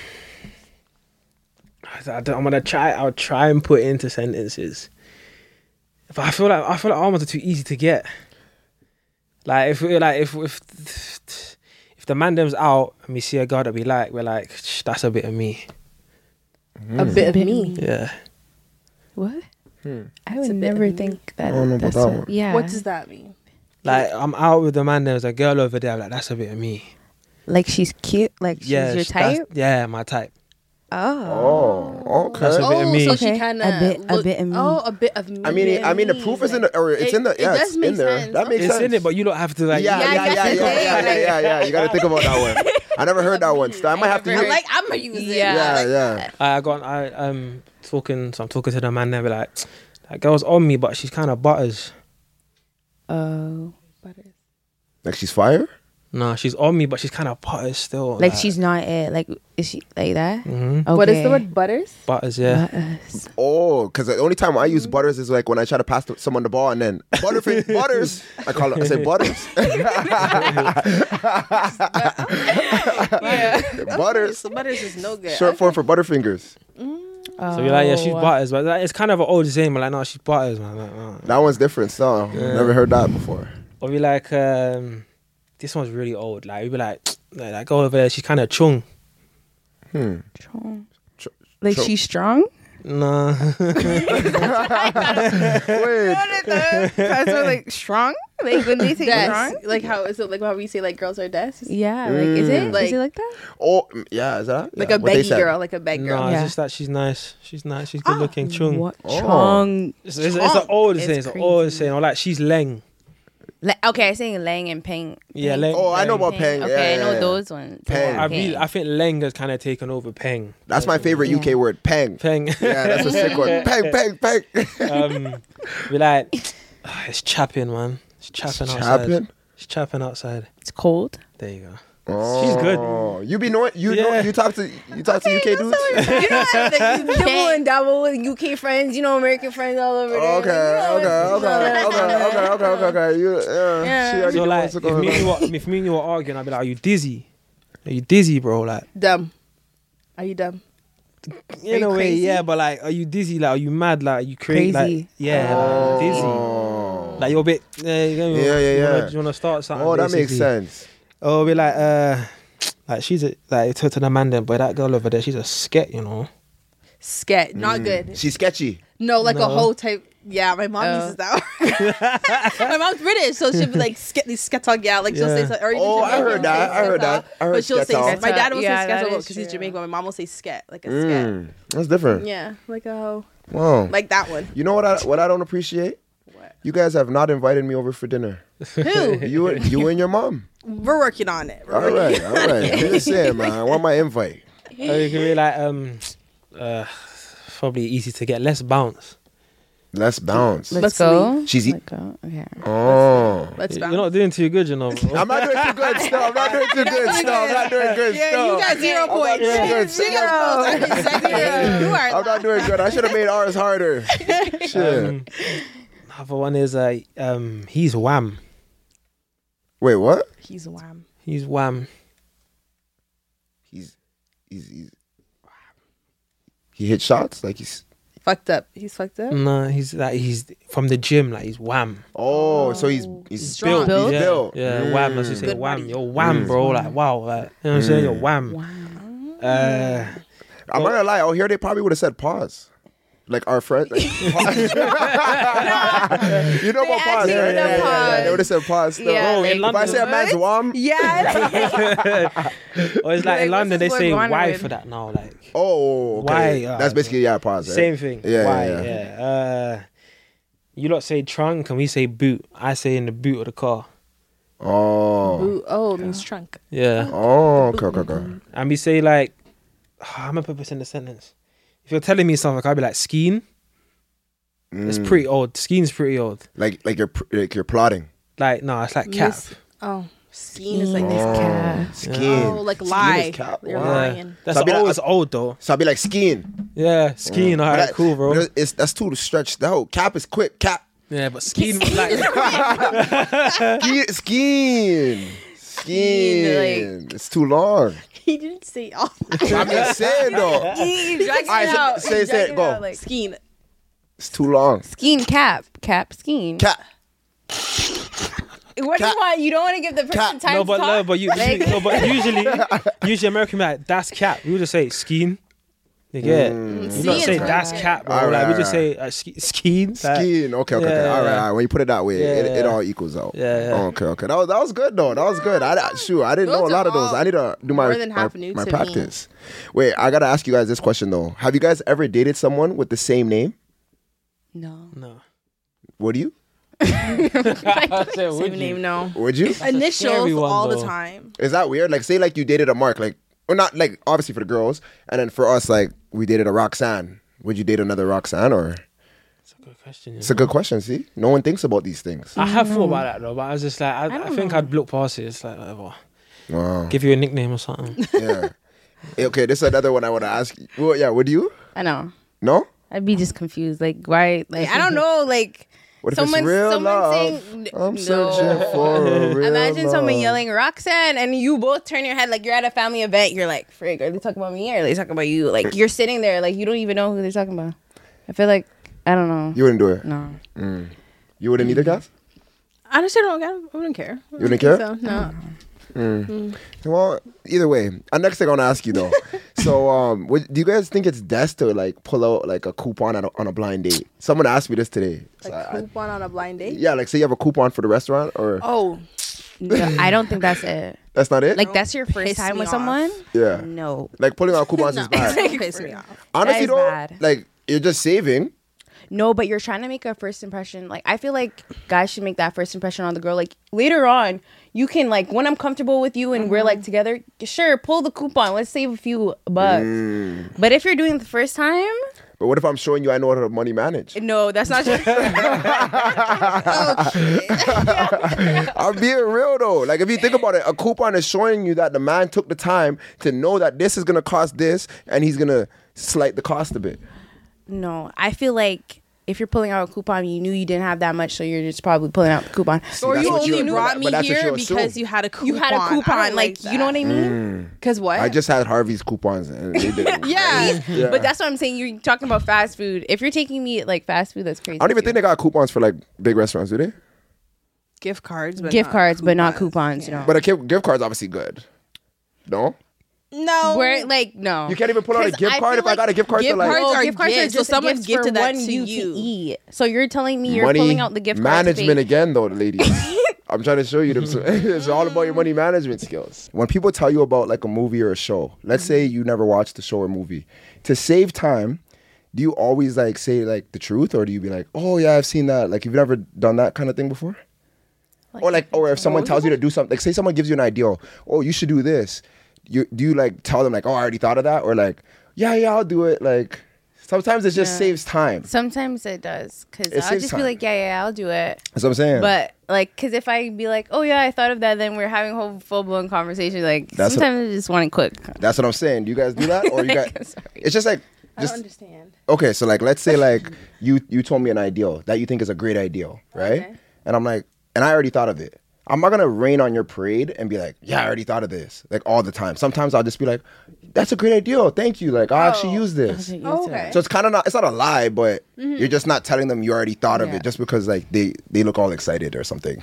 S4: I don't, I'm gonna try. I'll try and put it into sentences. But I feel like I feel like almonds are too easy to get. Like if we like if if if the man them's out and we see a girl that we like, we're like, "Shh, that's a bit of me.
S1: Hmm.
S2: A bit of
S3: Bit
S2: me.
S4: Yeah.
S3: What?
S5: Hmm.
S3: I
S2: It's
S3: would
S2: a bit
S3: never
S2: mean.
S3: think that.
S1: I don't know about
S3: that's
S1: that
S3: what-
S1: one.
S3: Yeah.
S2: What does that mean?
S4: Like I'm out with the man them's a girl over there, I'm like, that's a bit of me.
S3: like she's cute. Like she's
S4: yeah.
S3: your
S4: sh- that's-
S3: type.
S4: Yeah, my type.
S3: Oh.
S1: Oh,
S4: That's
S1: okay.
S4: a bit of
S2: oh,
S4: me.
S2: so
S3: Okay.
S2: she
S3: A
S2: kind
S3: bit- a bit of me.
S2: Oh, a bit of me.
S1: I mean, I mean, the proof is in the, or it's
S2: It-
S1: in the,
S2: it
S1: yeah,
S2: does
S1: it's
S2: make
S1: in there.
S2: sense.
S1: That makes
S4: it's
S1: sense.
S4: in it, but you don't have to like.
S1: yeah,
S2: Yeah,
S1: yeah, yeah,
S2: that's
S1: yeah, yeah,
S2: the thing,
S1: yeah, yeah,
S2: like-
S1: yeah, You gotta think about that one. I never heard that one. So I might have to.
S2: I'm
S1: Use,
S2: like, I'm gonna use it.
S3: Yeah.
S1: yeah,
S2: Like,
S1: yeah.
S4: I, I got. I um talking. So I'm talking to the man there. Be like, that girl's on me, but she's kind of butters.
S3: Oh.
S1: Like she's fire.
S4: No, she's on me, but she's kind of butters still.
S3: Like she's not it. Like is she like that?
S4: hmm
S3: Okay.
S2: What is the word? Butters.
S4: butters. Yeah.
S3: Not us.
S1: Oh, because the only time I
S2: Mm-hmm.
S1: use butters is like when I try to pass someone the ball and then butterfinger butters. I call it. I say butters.
S2: Yeah.
S1: Butters.
S2: So butters is no good.
S1: Short form for butterfingers.
S4: So we're like, yeah, she's
S3: Oh.
S4: butters, but like, it's kind of an old saying. But like, no, she's butters, man. Like, no.
S1: That one's different. So never heard that before.
S4: Or we like, um, this one's really old. Like we be like, like that girl over there, she's kind of chung.
S1: Hmm.
S3: Strong.
S1: Tr-
S3: Like
S1: tr-
S3: she's strong.
S4: Nah.
S1: Wait.
S3: That's what like strong. Like when they say
S2: Des. Like how is it? Like how we say like girls are des.
S3: Yeah. Like is it?
S1: Mm.
S3: Like,
S2: Like-
S3: is it like that?
S1: Oh, mm, yeah. Is that
S2: Like
S1: yeah,
S2: a
S1: what they
S2: baggy
S1: said.
S2: girl. Like a bag girl.
S4: No, it's
S3: Yeah. Ah,
S4: just that she's nice. She's nice. She's good looking. Chung.
S3: What?
S1: Oh.
S3: Strong.
S4: It's, it's, it's an old
S3: It's
S4: saying. It's an
S3: crazy.
S4: old saying. Or like she's leng.
S3: Like, okay, I'm saying Lang and Peng.
S4: Yeah,
S3: Peng.
S4: Lang.
S1: Oh, I know about Peng. yeah,
S3: Okay, I know
S1: yeah, yeah.
S3: those ones.
S1: Peng.
S4: I really, I think leng has kind of taken over peng.
S1: That's my favorite
S3: Yeah.
S1: UK word. Pang.
S4: Peng.
S1: Yeah, that's a sick one. Pang, pang, pang.
S4: um, we like, "Ah, it's chapping, man. It's chapping outside.
S1: Chaplin.
S4: It's chapping outside.
S3: it's cold.
S4: There you go.
S1: Oh.
S4: She's good.
S1: You be knowing. You know.
S4: Yeah.
S1: You talk to. You talk to UK dudes.
S3: you know, like, you double
S2: Peng.
S3: and double with UK friends, you know, American friends all over there.
S1: Okay, okay, okay, okay,
S3: uh,
S1: okay, okay, okay, okay. You, uh,
S2: Yeah.
S1: she already
S4: So
S1: knows
S4: like,
S1: what's
S4: if
S1: going
S4: me, and you
S1: on.
S4: were, if me and you were arguing, I'd be like, "Are you dizzy? Are you dizzy, bro? Like,
S2: Dumb. Are you dumb?
S4: in
S3: you
S4: a way,
S3: crazy?
S4: yeah, but like, are you dizzy? Like, are you mad? Like, are you crazy? Like,
S3: Crazy.
S4: yeah, like, you dizzy.
S1: Oh.
S4: Like, you're a bit. Yeah, you know,
S1: Yeah, yeah,
S4: you
S1: yeah.
S4: Wanna, you wanna start something?
S1: Oh, that makes
S4: basically.
S1: sense.
S4: Oh, we like, uh, like she's a like to, to the man then, but that girl over there, she's a sket, you know.
S2: Sket. Not
S1: Mm.
S2: good.
S1: She's sketchy.
S2: No, like
S4: No.
S2: a whole type. Yeah, my mom
S3: Oh.
S2: uses that. word. my mom's British, so she'll be like sket these sketog. Yeah, like she'll
S4: Yeah.
S2: say. so- Or even
S1: Oh, I
S2: Jamaican
S1: heard that,
S2: will say
S1: I heard
S2: sketog,
S1: that, I heard
S2: but she'll say
S1: sketog.
S2: my dad will
S3: Yeah,
S2: say
S3: that
S2: sketog
S3: is
S2: because he's
S3: true.
S2: Jamaican. My mom will say sket, like a sket.
S1: Mm, that's different.
S2: Yeah, like a hoe.
S1: Wow.
S2: Like that one.
S1: You know what? I, what I don't appreciate.
S2: What?
S1: You guys have not invited me over for dinner.
S2: Who?
S1: You, and- you and your mom.
S2: We're working on it. We're
S1: All
S2: working-
S1: right, all right. I'm just saying, man. I want my invite.
S4: Or Oh, you can be like, um, uh, probably easy to get less bounce.
S1: Let's bounce.
S2: Let's
S3: Let's, go.
S1: She's e-
S3: Let's go. Okay.
S1: Oh.
S2: Let's
S4: You're
S2: bounce.
S4: not doing too good, you know. Bro.
S1: I'm not doing too good still. I'm not doing too good still. I'm not doing good
S2: yeah,
S1: still.
S2: you got zero
S1: I'm not
S2: points.
S1: doing good
S2: Zero.
S1: still.
S2: Second row. You are.
S1: I'm not doing good. I should have made ours harder. Shit.
S4: Um, Another one is uh, um, he's wham.
S1: Wait, what?
S2: He's wham.
S4: He's wham.
S1: He's he's he's he hit shots like he's
S2: Fucked up. He's fucked up.
S4: No, he's like he's from the gym. Like he's wham.
S1: oh, so he's he's
S2: Strong.
S3: built.
S1: He's
S4: Yeah,
S1: built.
S4: yeah wham. As you say,
S2: Good
S4: wham.
S2: body.
S4: You're wham, bro. Like wow. Like, you know what I'm saying? You're wham. Uh,
S1: I'm not gonna lie. Out here, they probably would have said pause. Like our friend, like, pause. you know about pause, right? Yeah, yeah, yeah,
S3: actually would've
S1: yeah. They
S3: paused.
S1: would have said pause. Still.
S3: Yeah,
S4: Oh,
S3: like-
S4: in
S1: if I say a
S4: London,
S1: man's wom,
S3: Yeah.
S4: or
S3: Like,
S4: it's like in
S3: what's
S4: London they
S3: this
S4: say
S3: word wine
S4: why
S3: with?
S4: for that now. Like
S1: oh, okay.
S4: Why, uh,
S1: That's basically yeah, pause. Right?
S4: Same thing.
S1: Yeah,
S4: Why?
S1: yeah,
S4: Yeah.
S1: yeah.
S4: Uh, you lot say trunk and we say boot. I say in the boot of the car.
S1: Oh,
S2: Ooh, oh, means trunk.
S4: Yeah.
S1: oh, okay, okay, okay.
S4: And we say like, how am I put this in the sentence? If you're telling me something, I'll be like skiing. It's
S1: Mm.
S4: pretty old. Skiing's pretty old.
S1: Like like you're pr- like you're plotting.
S4: Like no, it's like cap.
S2: Miss- Oh, seen is like
S3: Seen.
S2: this.
S3: Yeah.
S1: Skin.
S2: Oh, like lie.
S1: cap.
S2: You're
S1: Wow.
S4: Yeah.
S2: lying.
S4: That's
S1: So I'll be like-
S4: always old though.
S1: So I'd be like skiing.
S4: Yeah, skiing. All
S1: But
S4: right,
S1: that-
S4: cool, bro.
S1: but It's that's too stretched out. Cap is quick. Cap.
S4: yeah, but skiing. like,
S1: Ski- Skiing. Skiing. it's too long.
S2: He didn't say all.
S1: I'm just saying though.
S3: He drags it
S1: Alright, so-
S3: out.
S1: say-
S3: He
S1: say
S3: drags
S1: it, go.
S3: out, like,
S2: Skeen.
S1: It's too long.
S3: Skeen cap. Cap skeen.
S1: Cap.
S3: What do you
S5: Cat.
S3: want? You don't want to give the person
S5: Cat.
S3: time
S4: no,
S3: to
S4: but
S3: talk.
S4: no, but you,
S3: Like-
S4: no, but usually, usually American man, that's cap. We would just say scheme. Like, yeah,
S1: Mm.
S4: we
S2: see,
S4: not
S2: it's
S4: say
S2: right.
S4: that's cap, bro.
S1: Alright,
S4: like we
S1: alright,
S4: just say uh, ski, skiing. like-
S1: Skiing. Okay, okay,
S4: Yeah,
S1: okay.
S4: yeah,
S1: All right,
S4: yeah.
S1: all right. Oh. When you put it that way, it,
S4: Yeah,
S1: it
S4: yeah.
S1: all equals out.
S4: Yeah, yeah.
S1: Okay, okay. That was that was good though. That was good. I, I shoot, I didn't know
S2: Those
S1: a lot
S2: are
S1: of those.
S2: all
S1: I need to do my
S2: more than
S1: my,
S2: half new
S1: my
S2: to me.
S1: practice. Wait, I gotta ask you guys this question though. Have you guys ever dated someone with the same name?
S3: no.
S4: No.
S1: Would you?
S4: I said,
S2: Same
S4: would you?
S2: name, no.
S1: Would you?
S2: Initials
S4: scary one,
S2: all
S4: though.
S2: the time.
S1: Is that weird? Like, say like you dated a Mark, like, or not like obviously for the girls, and then for us, like we dated a Roxanne. Would you date another Roxanne? Or
S4: That's a good question. you
S1: it's a good question. See, no one thinks about these things.
S4: know. I have thought about that though, but I was just like, I, I, think I'd look past it. It's like whatever.
S1: Wow.
S4: Give you a nickname or something.
S1: yeah. Okay, this is another one I want to ask. you. Well, yeah, would you?
S3: I know.
S1: No.
S3: I'd be just confused. Like why? Like I don't know. Like
S1: What if
S3: someone,
S1: it's real
S3: someone
S1: love?
S3: saying,
S1: I'm
S3: no.
S1: searching for a real
S3: Imagine
S1: love.
S3: someone yelling Roxanne, and you both turn your head like you're at a family event. You're like, "Frig, are they talking about me or are they talking about you?" Like you're sitting there, like you don't even know who they're talking about. I feel like I don't know.
S1: You wouldn't do it.
S3: no,
S1: You wouldn't either, guys.
S2: Honestly, I don't. I don't- I wouldn't care. You
S1: wouldn't care?
S2: So, no.
S1: Well, either way, uh, next thing I want to ask you though. so, um, would, do you guys think it's best to like pull out like a coupon at a, on a blind date? Someone asked me this today. So
S2: Like
S1: I- I-
S2: coupon on a blind date.
S1: yeah, like say you have a coupon for the restaurant, or
S2: Oh,
S3: No, I don't think that's it.
S1: that's not it.
S3: Like that's your first
S2: Piss
S3: time
S2: me
S3: with
S2: off.
S3: someone.
S1: Yeah.
S3: No,
S1: Like, pulling out coupons is
S2: no.
S1: bad.
S2: Don't piss me off.
S1: Honestly,
S3: is
S1: though,
S3: bad.
S1: like you're just saving.
S3: no, but you're trying to make a first impression. Like I feel like guys should make that first impression on the girl. Like later on, you can like when I'm comfortable with you and we're like together. Sure, pull the coupon. Let's save a few bucks. But if you're doing it the first time.
S1: But what if I'm showing you I know how to money manage?
S3: No, that's not true.
S1: I'm being real though. Like if you think about it, a coupon is showing you that the man took the time to know that this is gonna cost this, and he's gonna slight the cost a bit.
S3: no, I feel like if you're pulling out a coupon, you knew you didn't have that much, so you're just probably pulling out the coupon.
S2: Or
S1: that's
S2: you
S1: what
S2: only
S1: you-
S2: brought
S1: but
S2: me
S1: that's what
S2: here
S1: you
S2: because
S1: assume.
S2: you had a coupon.
S3: You had a coupon,
S2: I don't
S3: like, you know what I mean.
S1: Mm,
S2: Because what?
S1: I just had Harvey's coupons. And they didn't.
S2: Yeah.
S1: Yeah.
S3: But that's what I'm saying. You're talking about fast food. If you're taking me at, like fast food, that's crazy.
S1: I don't even think they got coupons for like big restaurants, do they?
S2: gift cards, but
S3: gift
S2: not
S3: cards, but not
S2: coupons.
S3: coupons. You know,
S1: But a gift, gift card's obviously good. No,
S2: No,
S3: we're like no.
S1: you can't even pull out a
S3: 'Cause
S1: gift
S3: I
S1: card
S3: feel
S1: if I got a
S3: like
S1: gift card. to
S2: gift
S1: like
S2: cards
S3: No,
S2: are
S3: Oh, gift cards are
S2: gifts, so
S3: just
S2: someone
S3: gifts
S2: gifted
S3: for
S2: that
S3: one
S2: to
S3: you,
S2: you.
S3: to eat. So you're telling me you're
S1: money
S3: pulling out the gift card to pay-
S1: management again, though, the ladies. I'm trying to show you them. it's all about your money management skills. When people tell you about like a movie or a show, let's say you never watched a show or movie, to save time, do you always like say like the truth, or do you be like, oh yeah, I've seen that? Like you've never done that kind of thing before? or like, or if someone tells you to do something, like say someone gives you an idea, oh you should do this, you do you like tell them like, oh I already thought of that, or like, yeah yeah I'll do it. Like sometimes it just saves time.
S3: Sometimes it does because
S1: It
S3: I'll
S1: saves
S3: just
S1: time.
S3: be like, yeah, yeah, I'll do it.
S1: That's what I'm saying.
S3: But like, cause if I be like, oh yeah, I thought of that, then we're having whole full blown conversation. Like
S1: That's a-
S3: sometimes I just want it quick.
S1: That's what I'm saying. Do you guys do that, or you guys?
S3: Like, sorry.
S1: It's just like
S2: I don't
S1: just
S2: understand.
S1: okay. So like, let's say like you you told me an ideal that you think is a great ideal, right? And I'm like, and I already thought of it. I'm not gonna rain on your parade and be like, yeah, I already thought of this, like all the time. Sometimes I'll just be like, that's a great ideal, thank you. Like I'll
S2: Oh.
S1: actually use this.
S2: okay.
S1: So it's kind of not it's not a lie, but
S2: Mm-hmm.
S1: you're just not telling them you already thought of
S3: Yeah.
S1: it just because like they they look all excited or something.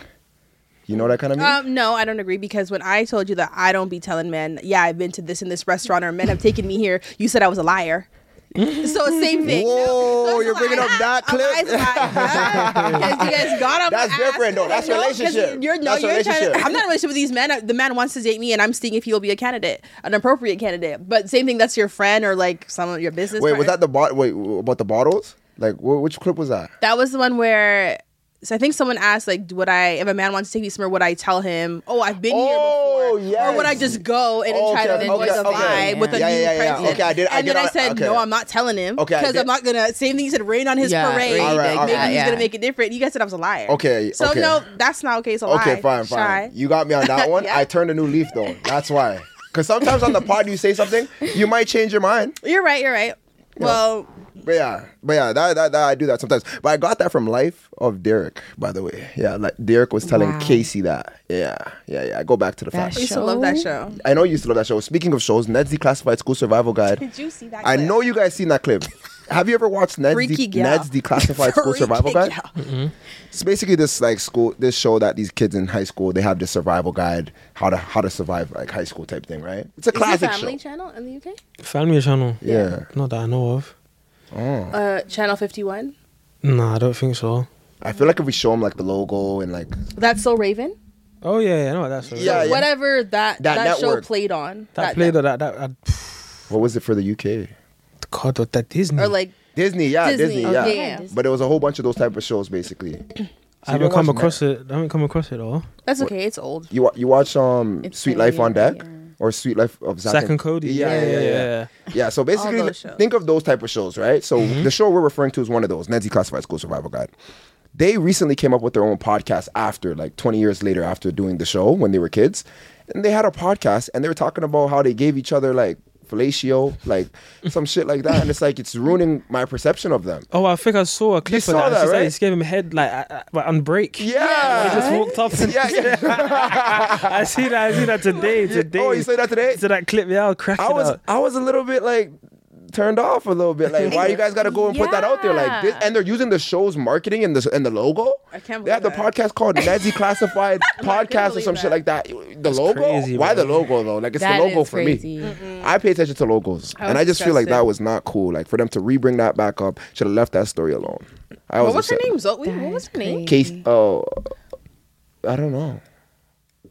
S1: You know what I kind of mean?
S2: Um, no, I don't agree because when I told you that I don't be telling men, yeah, I've been to this and this restaurant or men have taken me here, you said I was a liar. so same thing.
S1: Whoa,
S2: So it's
S1: you're
S2: a
S1: bringing
S2: lie.
S1: up that
S2: A lie's
S1: clip?
S2: a lie. Yeah. 'Cause you guys got on my
S1: That's
S2: ass.
S1: different, though. That's
S2: No, 'cause
S1: relationship.
S2: You're, no,
S1: That's
S2: you're
S1: relationship.
S2: Trying to, I'm not in a relationship with these men. The man wants to date me, and I'm seeing if he'll be a candidate, an appropriate candidate. But same thing. That's your friend or like some of your business.
S1: Wait, was
S2: partner.
S1: that the bot? Wait, w- about the bottles? Like, wh- which clip was that?
S2: That was the one where. So I think someone asked, like, would I, if a man wants to take me somewhere, would I tell him, oh, I've been
S1: Oh,
S2: here before, or would I
S1: yes.
S2: just go and try to
S1: Okay,
S2: enjoy
S3: okay,
S2: the
S3: okay.
S2: vibe with a
S1: Yeah,
S2: new
S1: yeah, yeah, yeah.
S2: person?
S1: Okay, I did-
S2: And
S1: I did
S2: then I
S1: all-
S2: said,
S1: okay.
S2: no, I'm not telling him
S1: Okay, I
S2: because
S1: did-
S2: I'm not gonna. Same thing you said, rain on his
S3: Yeah,
S2: parade.
S3: rain,
S1: like
S2: Maybe
S1: that,
S2: he's
S3: yeah.
S2: gonna make it different. You guys said I was a liar.
S1: Okay,
S2: So
S1: okay.
S2: no, that's not okay. It's a lie.
S1: Okay, fine, fine.
S2: Shy.
S1: You got me on that one.
S2: Yeah.
S1: I turned a new leaf though. That's why. Because sometimes on the pod you say something, you might change your mind.
S2: You're right. You're right. Well,
S1: But yeah, but yeah, that, that, that I do that sometimes. But I got that from Life of Derek, by the way. Yeah, like Derek was telling
S3: Wow.
S1: Casey that. Yeah, yeah, yeah. I go back to the
S3: That
S1: facts.
S2: I used to love that show.
S1: I know you used to love that show. Speaking of shows, Ned's Declassified School Survival Guide.
S2: Did you see that?
S1: I
S2: clip?
S1: know you guys seen that clip. have you ever watched Ned's,
S2: Freaky
S1: de-
S2: gal.
S1: Ned's Declassified School
S2: Freaky
S1: Survival Guide?
S2: gal.
S1: It's basically this like school, this show that these kids in high school they have this survival guide how to how to survive like high school type thing, right? It's a
S2: Is it
S1: classic
S2: a
S1: show.
S2: family channel in the UK?
S4: Family channel.
S1: yeah.
S4: Not that I know of.
S1: Oh.
S2: Uh, channel 51.
S4: Nah, I don't think so.
S1: I feel like if we show them like the logo and like
S2: That's So Raven.
S4: Oh yeah, yeah, I know what that's. already.
S1: Yeah, yeah.
S2: Whatever that
S1: That
S2: that, show
S1: network.
S2: played on.
S4: That played or that that, that
S1: what was it for the UK?
S4: God or that Disney.
S2: or like
S1: Disney, yeah,
S2: Disney,
S1: Disney,
S2: okay,
S1: yeah.
S2: yeah.
S1: But it was a whole bunch of those type of shows basically.
S4: I
S1: you
S4: haven't
S1: don't
S4: come
S1: watch
S4: across it. I haven't come across it all.
S2: that's okay. It's old.
S1: You wa- you watch um
S3: It's
S1: Sweet
S3: gonna
S1: Life
S3: be
S1: on
S3: a bit,
S1: Deck
S3: yeah.
S1: or Sweet Life of Zach,
S4: Zach and Cody.
S1: Yeah, yeah, yeah. yeah. Yeah, so basically,
S2: those shows.
S1: think of those type of shows, right? So the show we're referring to is one of those, Nancy Classified School Survival Guide. They recently came up with their own podcast after, like 20 years later, after doing the show when they were kids. And they had a podcast and they were talking about how they gave each other like fellatio, like some shit like that. And it's like, it's ruining my perception of them.
S4: Oh, I think I saw a clip of
S1: saw
S4: that.
S1: that,
S4: She's like,
S1: right?
S4: just gave him a head like uh, uh, like, on break. He
S1: Yeah.
S4: just walked up. And
S1: Yeah, yeah.
S4: I see that. I see that today. Today.
S1: Oh, you say that today?
S4: To that clip, yeah, I'll crack
S1: I
S4: it
S1: was
S4: out.
S1: I was a little bit like turned off a little bit. Like, why you guys got to go and put that out there? Like, this,
S3: Yeah.
S1: and they're using the show's marketing and the and the logo.
S2: I can't
S1: They have the
S2: believe that.
S1: podcast called Nazi Classified Podcast or
S2: believe
S1: some shit
S2: that.
S1: like that. The logo?
S4: crazy,
S1: why the
S4: bro.
S1: logo though? Like, it's
S3: That
S1: the logo
S3: is
S1: for
S3: crazy.
S1: me. I pay attention to logos,
S2: I
S1: and
S2: was
S1: I just feel like that
S2: disgusted.
S1: was not cool. Like for them to re-bring that back up, should have left that story alone. I was
S2: What was her
S1: upset.
S2: name? Zoe. What was her name?
S1: Case. Oh, I don't know.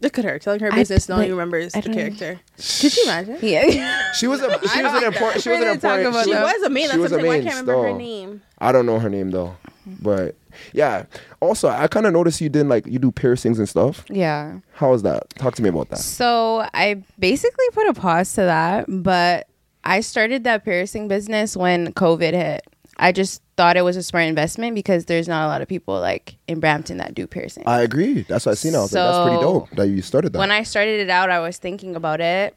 S2: Look at her telling her
S3: I-
S2: business. No one
S3: like,
S2: remembers
S3: I
S2: the
S3: don't know.
S2: character. Could you imagine?
S3: Yeah.
S1: She was a she was an important she was an
S3: We're gonna talk
S1: important
S3: about
S2: She
S3: Yeah.
S2: was a main. That's
S1: She
S2: what
S1: was
S2: I'm
S1: a
S2: saying. Why I
S1: main
S2: can't remember her
S1: star.
S2: name.
S1: I don't know her name though, but yeah. Also, I kind of noticed you didn't like you do piercings and stuff.
S3: yeah.
S1: How is that? Talk to me about that.
S3: So I basically put a pause to that, but I started that piercing business when COVID hit. I just thought it was a smart investment because there's not a lot of people like in Brampton that do piercing.
S1: I agree. That's what I seen. I was like, that's pretty
S3: So,
S1: dope that you started that.
S3: when I started it out, I was thinking about it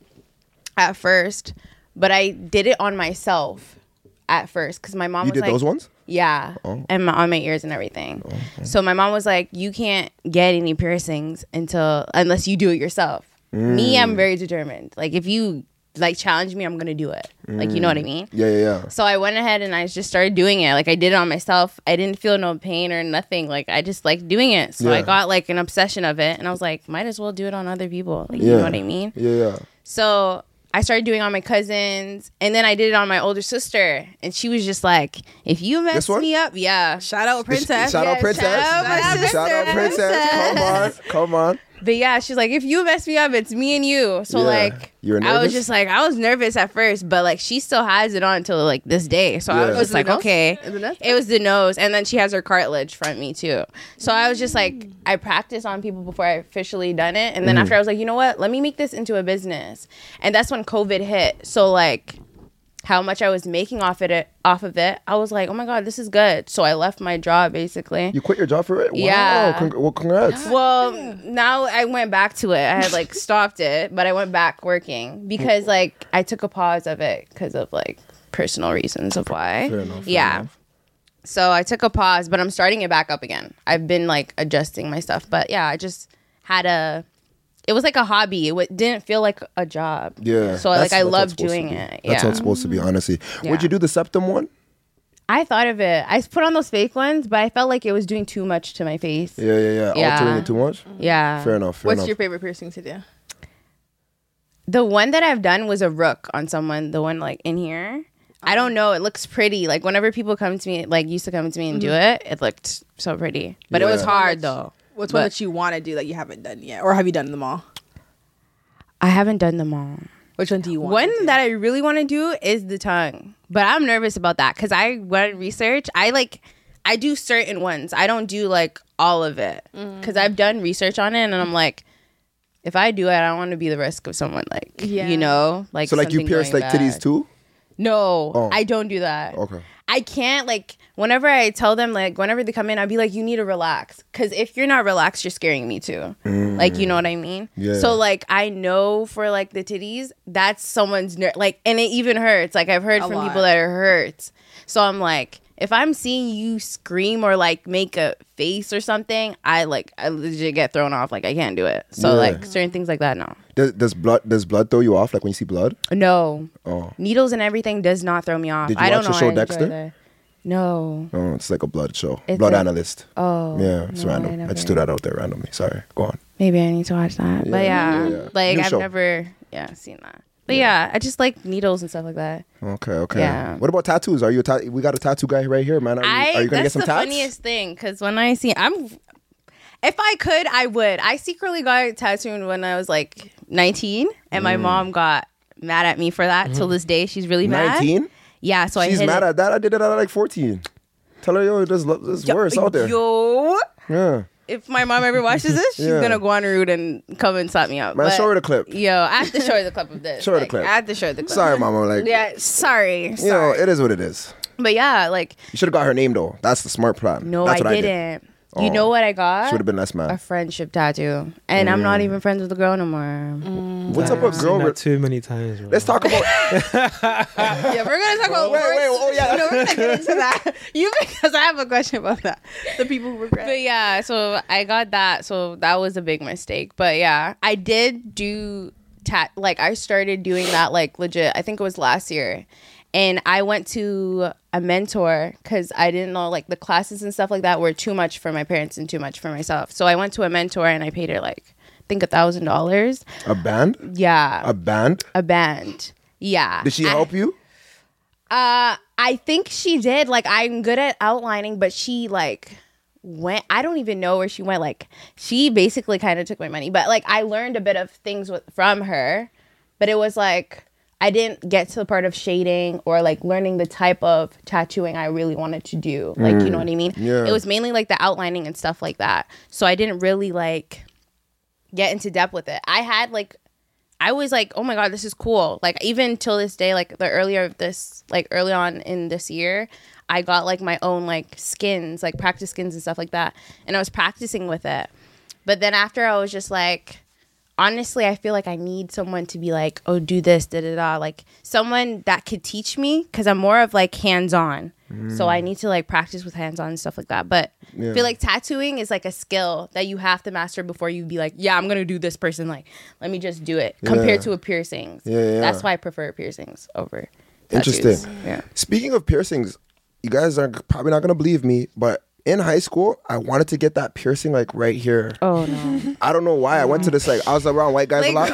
S3: at first, but I did it on myself at first because my mom
S1: you
S3: was
S1: did
S3: like,
S1: those ones?
S3: Yeah,
S1: Oh.
S3: and my, on my ears and everything. So my mom was like, "You can't get any piercings until unless you do it yourself."
S1: Mm.
S3: Me, I'm very determined. Like if you like challenge me, I'm gonna do it. Like you know what I mean?
S1: Yeah, yeah, yeah.
S3: So I went ahead and I just started doing it. Like I did it on myself. I didn't feel no pain or nothing. Like I just liked doing it. So I
S1: Yeah.
S3: got like an obsession of it, and I was like, might as well do it on other people. Like you
S1: Yeah.
S3: know what I mean?
S1: Yeah, yeah.
S3: So I started doing it on my cousins, and then I did it on my older sister, and she was just like, "If you mess
S1: one?
S3: me up, yeah."
S2: Shout out princess.
S1: Shout out
S3: Yes,
S1: princess.
S3: shout out my
S1: Shout out
S3: sister.
S1: princess. Come on, come on.
S3: But yeah, she's like, "If you mess me up, it's me and you." So
S1: Yeah.
S3: like,
S1: You were
S3: I was
S1: nervous?
S3: just like, I was nervous at first, but like, she still has it on until like this day. So I
S1: Yeah.
S3: was
S1: Oh,
S3: just
S2: is it
S3: like,
S2: the nose?
S3: okay,
S2: Is it the nose?
S3: it was the nose, and then she has her cartilage from me too. So I was just like, I practiced on people before I officially done it, and then
S1: Mm.
S3: after I was like, you know what? Let me make this into a business, and that's when COVID hit. So like, how much I was making off it off of it, I was like, oh my god, this is good. So I left my job basically.
S1: You quit your job for it? Wow.
S3: Yeah.
S1: Congr- well, congrats.
S3: Well, now I went back to it. I had like stopped it, but I went back working because like I took a pause of it because of like personal reasons of why.
S1: Fair enough, fair
S3: yeah.
S1: enough.
S3: So I took a pause, but I'm starting it back up again. I've been like adjusting my stuff, but yeah, I just had a. It was like a hobby. It w- didn't feel like a job.
S1: Yeah. That's-
S3: So like I
S1: that's how it's
S3: love
S1: supposed to
S3: doing
S1: be.
S3: it.
S1: That's how
S3: Yeah.
S1: it's supposed to be, honestly.
S3: Yeah.
S1: Would you do the septum one?
S3: I thought of it. I put on those fake ones, but I felt like it was doing too much to my face.
S1: Yeah, yeah, yeah.
S3: Yeah.
S1: Altering it too much?
S3: Yeah.
S1: Fair enough. Fair
S2: What's
S1: enough.
S2: your favorite piercing to do?
S3: The one that I've done was a rook on someone. The one like in here. I don't know. It looks pretty. Like whenever people come to me, like used to come to me and do it, it looked so pretty. But it was
S1: Yeah.
S3: hard though.
S2: What's one
S3: But-
S2: that you want to do that you haven't done yet, or have you done them all?
S3: I haven't done them all.
S2: Which one do you want?
S3: One that I really want to do is the tongue, but I'm nervous about that because I when I research, I like I do certain ones. I don't do like all of it because I've done research on it, and I'm like, if I do it, I don't want to be the risk of someone like
S2: Yeah.
S3: you know like
S1: so, like, you
S3: something
S1: pierce
S3: going
S1: like titties
S3: bad.
S1: too?
S3: No,
S1: Oh.
S3: I don't do that.
S1: Okay.
S3: I can't like whenever I tell them like whenever they come in, I'd be like, you need to relax. Cause if you're not relaxed, you're scaring me too. Like you know what I mean?
S1: Yeah.
S3: So like I know for like the titties, that's someone's ner- like and it even hurts. Like I've heard
S2: A
S3: from
S2: lot.
S3: people that it hurts. So I'm like, if I'm seeing you scream or like make a face or something, I like I legit get thrown off. Like I can't do it. So
S1: Yeah.
S3: like certain things like that, no.
S1: Does, does blood does blood throw you off? Like when you see blood?
S3: No.
S1: Oh,
S3: Needles and everything does not throw me off.
S1: Did you
S3: I don't
S1: watch
S3: know.
S1: the show
S3: I enjoy
S1: Dexter?
S3: the- No.
S1: oh, it's like a blood show.
S3: It's
S1: blood
S3: a-
S1: analyst.
S3: Oh.
S1: yeah, it's
S3: no,
S1: random. I, just
S3: never-
S1: threw that out there randomly. Sorry. Go on.
S3: Maybe I need to watch that. but
S1: Yeah,
S3: yeah,
S1: yeah, yeah.
S3: like
S1: New
S3: I've
S1: show.
S3: never yeah seen that. But yeah. I just like needles and stuff like that.
S1: Okay, okay.
S3: Yeah.
S1: What about tattoos? Are you a ta- we got a tattoo guy right here, man? Are you,
S3: I
S1: are you gonna
S3: that's
S1: get some
S3: the
S1: tats?
S3: funniest thing because when I see I'm, if I could, I would. I secretly got tattooed when I was like 19, and
S1: Mm.
S3: my mom got mad at me for that. Till this day, she's really mad.
S1: 19?
S3: Yeah, so I
S1: Mm-hmm. She's
S3: hid
S1: mad
S3: it.
S1: at that. I did it at like 14. Tell her, yo, there's, lo- there's worse out there.
S3: Yo,
S1: Yeah.
S3: if my mom ever watches this, she's
S1: Yeah.
S3: gonna go on route and come and slap me out.
S1: Man,
S3: But,
S1: show her the clip.
S3: Yo, I have to show her the clip of this.
S1: Show her the
S3: Like,
S1: clip.
S3: I have to show her the clip.
S1: Sorry, mama. Like,
S3: Yeah, sorry.
S1: you know,
S3: sorry.
S1: it is what it is.
S3: but yeah, like
S1: You should have got her name, though. That's the smart plan.
S3: no,
S1: That's
S3: I
S1: what
S3: didn't.
S1: I did.
S3: You
S1: Oh.
S3: know what I got?
S1: She Mm. would have been less
S3: a
S1: mad.
S3: friendship tattoo, and I'm not even friends with the girl no more.
S1: What's up with
S4: I've
S1: girl?
S4: seen
S1: re-
S4: that too many times. Bro.
S1: Let's talk about.
S2: yeah, we're gonna talk about
S1: Wait,
S2: worse.
S1: wait, oh, yeah.
S2: no, we're gonna get into that. You because I have a question about that. The people who regret.
S3: But yeah, so I got that. So that was a big mistake. But yeah, I did do tat. Like I started doing that like legit. I think it was last year, and I went to a mentor because I didn't know like the classes and stuff like that were too much for my parents and too much for myself. So I went to a mentor and I paid her like I think a thousand dollars.
S1: A band?
S3: Yeah,
S1: A
S3: a,
S1: band?
S3: band. Yeah.
S1: Did she
S3: I-
S1: help you?
S3: Uh, I think she did. Like, I'm good at outlining, but she like went. I don't even know where she went. Like, she basically kind of took my money, but like I learned a bit of things with, from her. But it was like I didn't get to the part of shading or like learning the type of tattooing I really wanted to do. Like, you know what I mean?
S1: Yeah.
S3: It was mainly like the outlining and stuff like that. So I didn't really like get into depth with it. I had like I was like, oh my god, this is cool. Like even till this day, like the earlier of this, like early on in this year, I got like my own like skins, like practice skins and stuff like that, and I was practicing with it. But then after, I was just like, honestly, I feel like I need someone to be like, oh, do this, da da da, like someone that could teach me because I'm more of like hands on. So I need to like practice with hands on and stuff like that. But I
S1: Mm. Yeah.
S3: feel like tattooing is like a skill that you have to master before you be like, yeah, I'm gonna do this person. Like, let me just do it.
S1: Yeah.
S3: Compared to a piercings,
S1: Yeah, yeah.
S3: that's why I prefer piercings over. tattoos.
S1: Interesting.
S3: Yeah.
S1: Speaking of piercings, you guys are probably not gonna believe me, but in high school, I wanted to get that piercing like right here.
S3: Oh no.
S1: I don't know why. I went to this like I was around white guys a lot.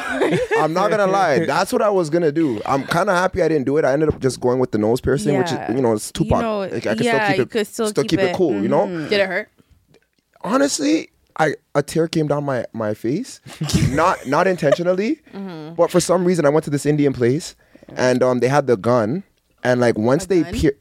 S1: I'm not gonna lie. That's what I was gonna do. I'm kind of happy I didn't do it. I ended up just going with the nose piercing, which
S3: Yeah.
S1: is you know it's
S3: You
S1: Tupac.
S3: know,
S1: Like, I can
S3: yeah,
S1: still keep
S3: you
S1: it
S3: could still keep
S1: keep it,
S3: it. Mm-hmm.
S1: cool. You know.
S2: Did it hurt?
S1: Honestly, I a tear came down my my face, not not intentionally,
S2: Mm-hmm.
S1: but for some reason I went to this Indian place, and um they had the gun, and like once they
S2: gun?
S1: pier,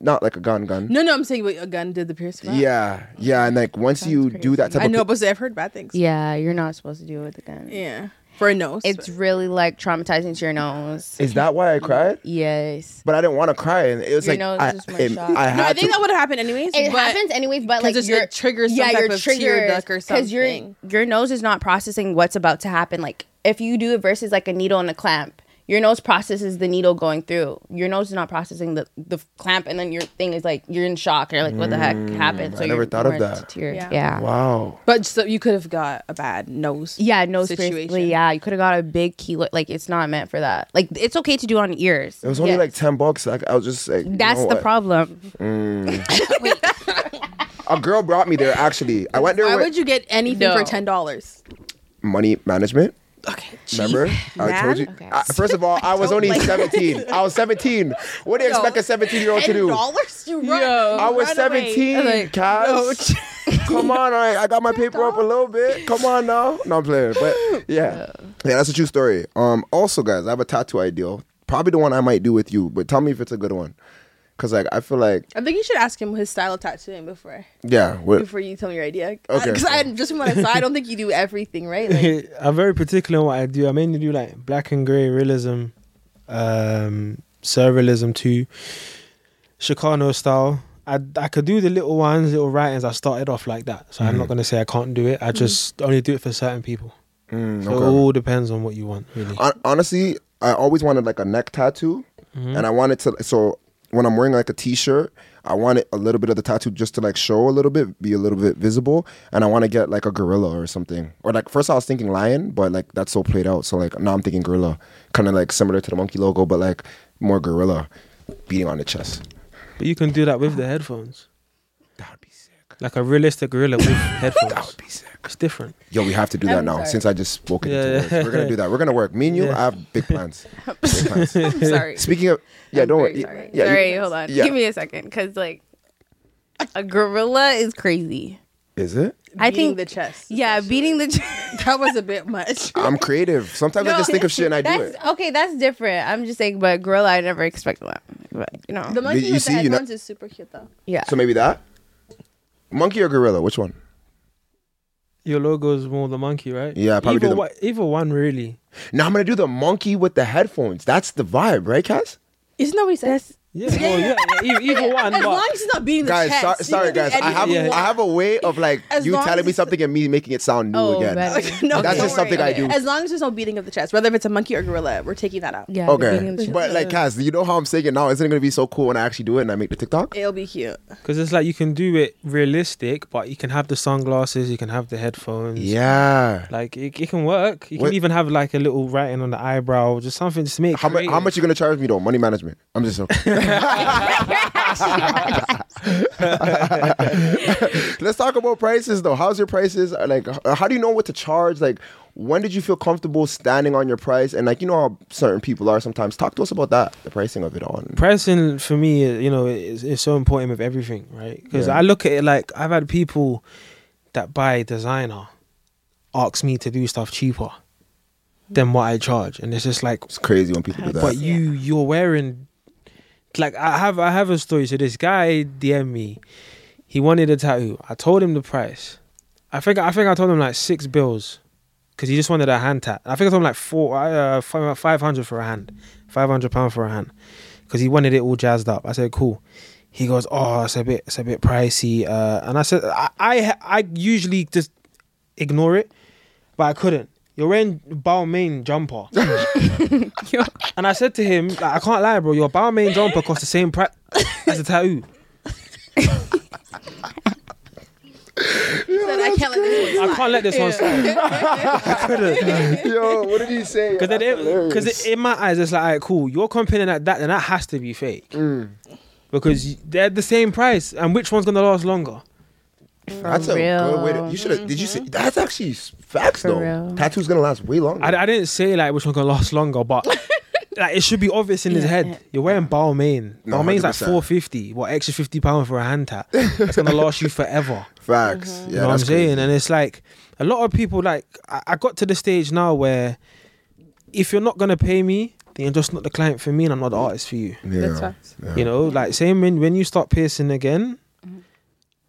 S1: not like a gun gun.
S2: No, no, I'm saying wait, a gun did the piercing.
S1: Yeah, yeah, and like once you do that type
S2: I
S1: of
S2: know, but I've heard bad things.
S3: yeah, you're not supposed to do it with a gun.
S2: Yeah. For a nose.
S3: It's really like traumatizing to your nose.
S1: is that why I cried?
S3: Yes.
S1: But I didn't want to cry, and it was
S3: Your
S1: like
S3: nose
S1: I,
S3: is just more
S1: it-
S3: shocked.
S1: I
S2: no, I
S1: had
S2: think
S1: to
S2: that would have happened anyways.
S3: It
S2: but
S3: happens anyways, but
S2: 'cause
S3: like
S2: it's-
S3: your
S2: it triggers some type
S3: your
S2: of tear duct or
S3: your
S2: something.
S3: your nose is not processing what's about to happen. Like if you do it versus like a needle and a clamp, your nose processes the needle going through. Your nose is not processing the the clamp, and then your thing is like you're in shock. You're like, what the heck happened?
S1: Mm, I never
S3: you're
S1: thought of
S3: more
S1: that.
S3: deteriored.
S2: Yeah.
S3: Yeah.
S1: wow.
S2: but so you could have got a bad nose.
S3: Yeah, no situation.
S2: Situation.
S3: Yeah, you could have got a big kilo. Like it's not meant for that. Like it's okay to do on ears.
S1: It was only
S3: Yes.
S1: like ten bucks. Like I was just like, you
S3: that's
S1: know
S3: the
S1: what?
S3: problem.
S1: A girl brought me there. Actually, I went there
S2: Why
S1: with
S2: would you get anything
S3: No.
S2: for ten dollars?
S1: money management.
S2: Okay.
S1: Remember, I told
S3: Man?
S1: you.
S3: Okay.
S1: I- first of all, I, was
S2: don't
S1: only
S2: like-
S1: seventeen. I was seventeen. What do you expect a seventeen-year-old to do?
S2: dollars? You run.
S3: Yo.
S2: you
S1: I was
S2: run away.
S1: seventeen.
S3: Like,
S1: Cass. Come on, all right. I got my paper up a little bit. Come on now. No, I'm playing. But yeah, yeah, that's a true story. Um, also, guys, I have a tattoo ideal. Probably the one I might do with you, but tell me if it's a good one. Cause like I feel like
S2: I think you should ask him his style of tattooing before
S1: yeah, what,
S2: before you tell me your idea.
S1: Okay.
S2: Because I just from what I saw, I don't think you do everything right. Like,
S4: I'm very particular in what I do. I mainly do like black and grey realism, um, surrealism too, Chicano style. I, I could do the little ones, little writings. I started off like that, so I'm not gonna say I can't do it. I just only do it for certain people.
S1: Mm,
S4: So
S1: okay.
S4: it all depends on what you want, really.
S1: Hon- honestly,
S4: Mm-hmm.
S1: I always wanted like a neck tattoo, and I wanted to. So when I'm wearing like a t-shirt, I want it, a little bit of the tattoo just to like show a little bit, be a little bit visible, and I want to get like a gorilla or something. Or like first I was thinking lion, but like that's so played out. So like now I'm thinking gorilla, kind of like similar to the monkey logo, but like more gorilla beating on the chest.
S4: But you can do that with the headphones,
S1: That would be sick.
S4: like a realistic gorilla with headphones.
S1: Be sick.
S4: It's different.
S1: Yo, we have to do that
S3: I'm
S1: now.
S3: sorry.
S1: Since I just spoke it into
S4: Yeah,
S1: words, we're gonna do that. We're gonna work. Me and you,
S4: Yeah.
S1: I have big plans. Big plans.
S3: I'm sorry.
S1: Speaking of, yeah,
S3: I'm
S1: don't
S3: very
S1: worry.
S3: Sorry,
S1: Yeah, you-
S3: Sorry, hold on.
S1: yeah.
S3: Give me a second, because like a gorilla is crazy.
S1: Is it?
S3: I
S2: Beating
S3: think
S2: the chest.
S3: Yeah,
S2: essentially.
S3: beating the chest.
S2: that was a bit much.
S1: I'm creative. Sometimes I just think of shit and I do
S3: that's,
S1: it.
S3: Okay, that's different. I'm just saying, but gorilla, I never expected that. But you know,
S2: The monkey
S1: you
S2: with
S1: see,
S2: the
S1: you know-
S2: headphones is super cute though.
S3: yeah.
S1: So maybe that. Monkey or gorilla? Which one?
S4: Your logo is more the monkey, right?
S1: Yeah, probably do
S4: Either,
S1: the-
S4: one- either one really.
S1: Now I'm gonna do the monkey with the headphones. That's the vibe, right, Cass?
S2: Isn't that what he said?
S4: Yeah,
S2: Oh,
S4: well, yeah, yeah, e- either one.
S2: as long
S4: But
S2: as he's not beating the
S1: Guys,
S2: chest.
S1: so-
S2: you
S1: sorry,
S2: can do
S1: guys. I have
S2: anything you
S4: Yeah.
S1: I
S2: want.
S1: have a way of like
S2: As
S1: you
S2: long
S1: telling
S2: as
S1: me
S2: it's-
S1: something and me making it sound new
S3: Oh,
S1: again.
S3: better.
S2: No,
S1: That's
S2: don't
S1: just something
S2: worry.
S1: I do.
S2: As long as there's no beating of the chest, whether if it's a monkey or gorilla, we're taking that out.
S3: Yeah, the beating the
S1: Okay,
S3: chest.
S1: but like Cass, you know how I'm saying it now. Isn't it gonna be so cool when I actually do it and I make the TikTok?
S2: It'll be cute.
S4: because it's like you can do it realistic, but you can have the sunglasses, you can have the headphones.
S1: Yeah.
S4: Like it, it can work. You
S1: What-
S4: can even have like a little writing on the eyebrow, just something just to make.
S1: How much? How
S4: creative.
S1: much you gonna charge me though? Money management. I'm just. Let's talk about prices though. How's your prices? Like, h- how do you know what to charge? Like, when did you feel comfortable standing on your price? And like, you know how certain people are sometimes. Talk to us about that. The pricing of it all.
S4: pricing for me, uh, you know, is, is so important with everything, right? Because
S1: Yeah.
S4: I look at it like I've had people that buy designer ask me to do stuff cheaper than what I charge, and it's just like,
S1: It's crazy when people do that.
S4: but you you're wearing like I have I have a story. So this guy DM me, he wanted a tattoo. I told him the price. I think I think I told him like six bills because he just wanted a hand tat. I think I told him like four uh, five hundred for a hand, five hundred pound for a hand because he wanted it all jazzed up. I said cool. He goes, oh, it's a bit, it's a bit pricey, uh, and I said, I, I, I usually just ignore it, but I couldn't. You're wearing Balmain jumper. And I said to him, like, I can't lie, bro, your Balmain jumper costs the same price as a tattoo.
S2: Said, I can't let this one
S4: I can't let this one slide. I couldn't.
S1: Yo, what did he say?
S4: Because in my eyes, it's like, all right, cool, you're comparing like that, then that has to be fake. Because y- they're the same price, and which one's going to last longer?
S1: that's a good way to. You should have. Did you say that's actually s- facts
S3: For
S1: though?
S3: real.
S1: Tattoo's gonna last way longer.
S4: I, I didn't say like which one's going to last longer, but like it should be obvious in his head. You're wearing Balmain.
S1: No,
S4: Balmain's like
S1: 100%.
S4: 450 what, extra £50 for a hand tat. It's going to last you forever.
S1: facts.
S3: Mm-hmm.
S1: Yeah,
S4: you know what
S1: that's
S4: I'm saying?
S1: crazy.
S4: And it's like a lot of people like I, I got to the stage now where if you're not gonna pay me, then you're just not the client for me and I'm not the artist for you.
S1: Mm. yeah. Mm-hmm.
S2: That's facts.
S4: You know, like same when when you start piercing again,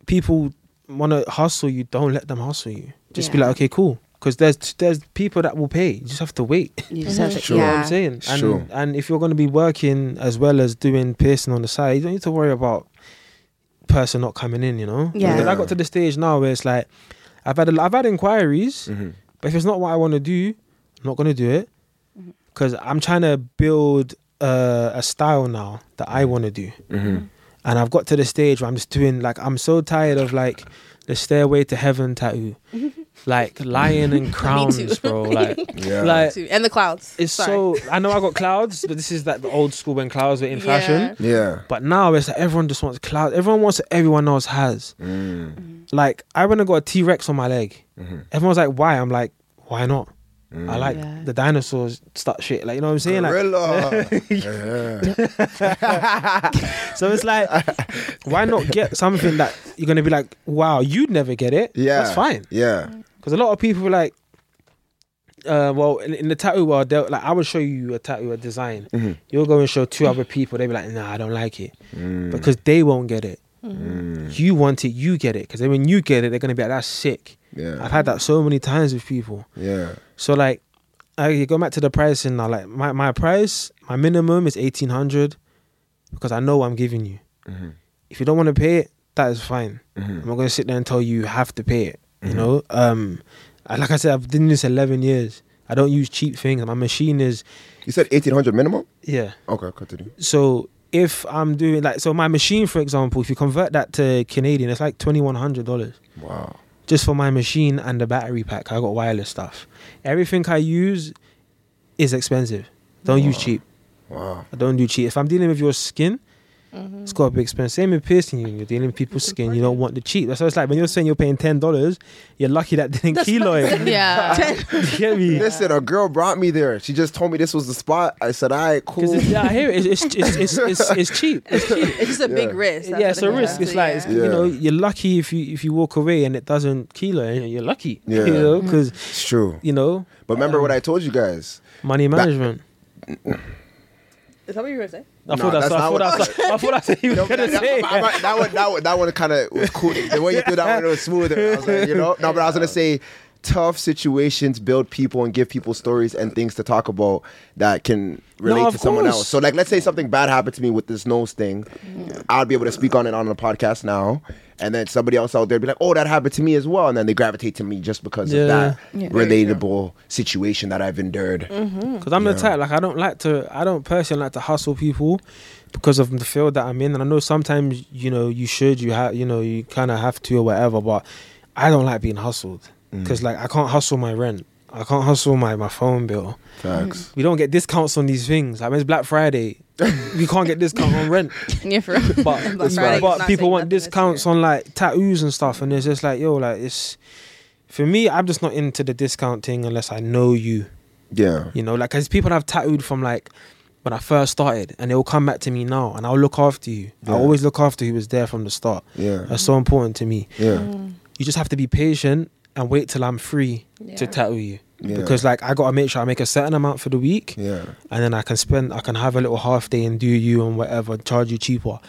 S4: people wanna hustle you, don't let them hustle you. Just be
S3: Yeah.
S4: like, okay, cool. Because there's there's people that will pay. You just have to wait.
S3: you just have to.
S1: Sure.
S4: You know what
S3: Yeah.
S4: I'm saying? And
S1: Sure.
S4: and if you're gonna be working as well as doing piercing on the side, you don't need to worry about person not coming in, you know?
S3: Yeah.
S4: Because I
S1: Yeah.
S4: got to the stage now where it's like I've had a, I've had inquiries,
S1: Mm.
S4: but if it's not what I want to do, I'm not gonna do it.
S3: Mm-hmm.
S4: Because I'm trying to build uh, a style now that I want to do,
S1: Mm-hmm.
S4: and I've got to the stage where I'm just doing like I'm so tired of like the stairway to heaven tattoo, like lion and crowns, bro. Like,
S1: Yeah.
S4: like
S2: Too. And the clouds.
S4: it's
S2: Sorry.
S4: so. I know I got clouds, but this is like the old school when clouds were in fashion.
S1: Yeah.
S4: But now it's like everyone just wants clouds. Everyone wants what everyone else has.
S1: Mm-hmm.
S4: Like I went and got a T Rex on my leg. Everyone's like, "Why?" I'm like, "Why not?"
S1: Mm.
S4: I like
S3: Yeah.
S4: the dinosaurs stuff shit. Like you know
S1: Mm-hmm.
S4: what I'm saying? Like,
S1: Gorilla. yeah.
S4: so it's like, why not get something that you're gonna be like, "Wow, you'd never get it."
S1: Yeah.
S4: that's fine.
S1: Yeah.
S4: Because a lot of people like, uh, well, in, in the tattoo world, they'll- like I would show you a tattoo, a design. You'll go and show two other people. They'll be like, nah, I don't like it
S1: Mm-hmm. Mm.
S4: because they won't get it. You want it, you get it. Because then when you get it, they're gonna be like, that's sick.
S1: Yeah.
S4: I've had that so many times with people.
S1: Yeah.
S4: So like, I go back to the pricing now. Like my my price, my minimum is eighteen hundred because I know what I'm giving you.
S1: Mm-hmm.
S4: If you don't want to pay it, that is fine. I'm not gonna sit there and tell you you have to pay it. You know, um, I- like I said, I've been doing this eleven years. I don't use cheap things. My machine is
S1: You said 1800 minimum?
S4: yeah.
S1: Okay, continue.
S4: So if I'm doing like so my machine for example, if you convert that to Canadian, it's like twenty one hundred dollars
S1: Wow.
S4: just for my machine and the battery pack. I got wireless stuff. Everything I use is expensive. Don't use cheap.
S1: Wow.
S4: I don't do cheap. If I'm dealing with your skin, it's got to be expensive. Same with piercing. You, you're dealing with people's skin. You don't want the cheap. That's what it's like when you're saying you're paying ten dollars. You're lucky that didn't kilo it.
S3: Yeah.
S4: You get me?
S1: Listen, a girl brought me there. She just told me this was the spot. I said, all right, cool.
S4: Because yeah, I hear it. It's it's it's it's, it's, it's cheap. It's cheap.
S2: It's just a big
S1: Yeah.
S2: risk.
S4: yeah, it's a risk. It's like it's,
S2: yeah.
S1: Yeah.
S4: you know, you're lucky if you if you walk away and it doesn't kilo. and You're lucky.
S1: Yeah.
S4: You know, because
S1: It's true.
S4: you know
S1: But remember what I told you guys.
S4: money management.
S2: Is that what you were gonna say?
S4: I
S1: Nah,
S4: thought that's,
S1: that's
S4: I
S1: not
S4: thought
S1: what-
S4: that's, I thought that's what you were gonna
S1: that,
S4: say.
S1: that- that- that one, that one, that one, kind of was cool. The way you threw that one, it was smoother. I was like, you know, no, but I was gonna say, tough situations build people and give people stories and things to talk about that can relate
S4: of
S1: to someone
S4: course.
S1: else. So, like, let's say something bad happened to me with this nose thing, I'd be able to speak on it on the podcast now, and then somebody else out there be like, oh, that happened to me as well, and then they gravitate to me just because
S4: Yeah. Mm-hmm.
S1: of that
S3: Yeah.
S1: relatable situation that I've endured.
S4: Because I'm the type like I don't like to I don't personally like to hustle people because of the field that I'm in, and I know sometimes you know you should you have you know you kind of have to or whatever, but I don't like being hustled
S1: Mm.
S4: because like I can't hustle my rent. I can't hustle my, my phone bill.
S1: Facts.
S4: We don't get discounts on these things. Like when it's Black Friday, we can't get discount on rent.
S3: yeah, for real.
S4: But,
S2: Black
S4: but,
S2: Friday's
S4: but
S2: not
S4: people
S2: saying
S4: want
S2: nothing this
S4: discounts
S2: year.
S4: on like tattoos and stuff, and it's just like yo, like it's for me. I'm just not into the discount thing unless I know you.
S1: Yeah.
S4: You know, like because people have tattooed from like when I first started, and they'll come back to me now, and I'll look after you. I
S1: Yeah.
S4: always look after who was there from the start.
S1: Yeah.
S4: That's so important to me.
S1: Yeah.
S4: You just have to be patient and wait till I'm free to tattoo you.
S1: Yeah.
S4: Because like I gotta make sure I make a certain amount for the week,
S1: Yeah.
S4: and then I can spend, I can have a little half day and do you and whatever, charge you cheaper.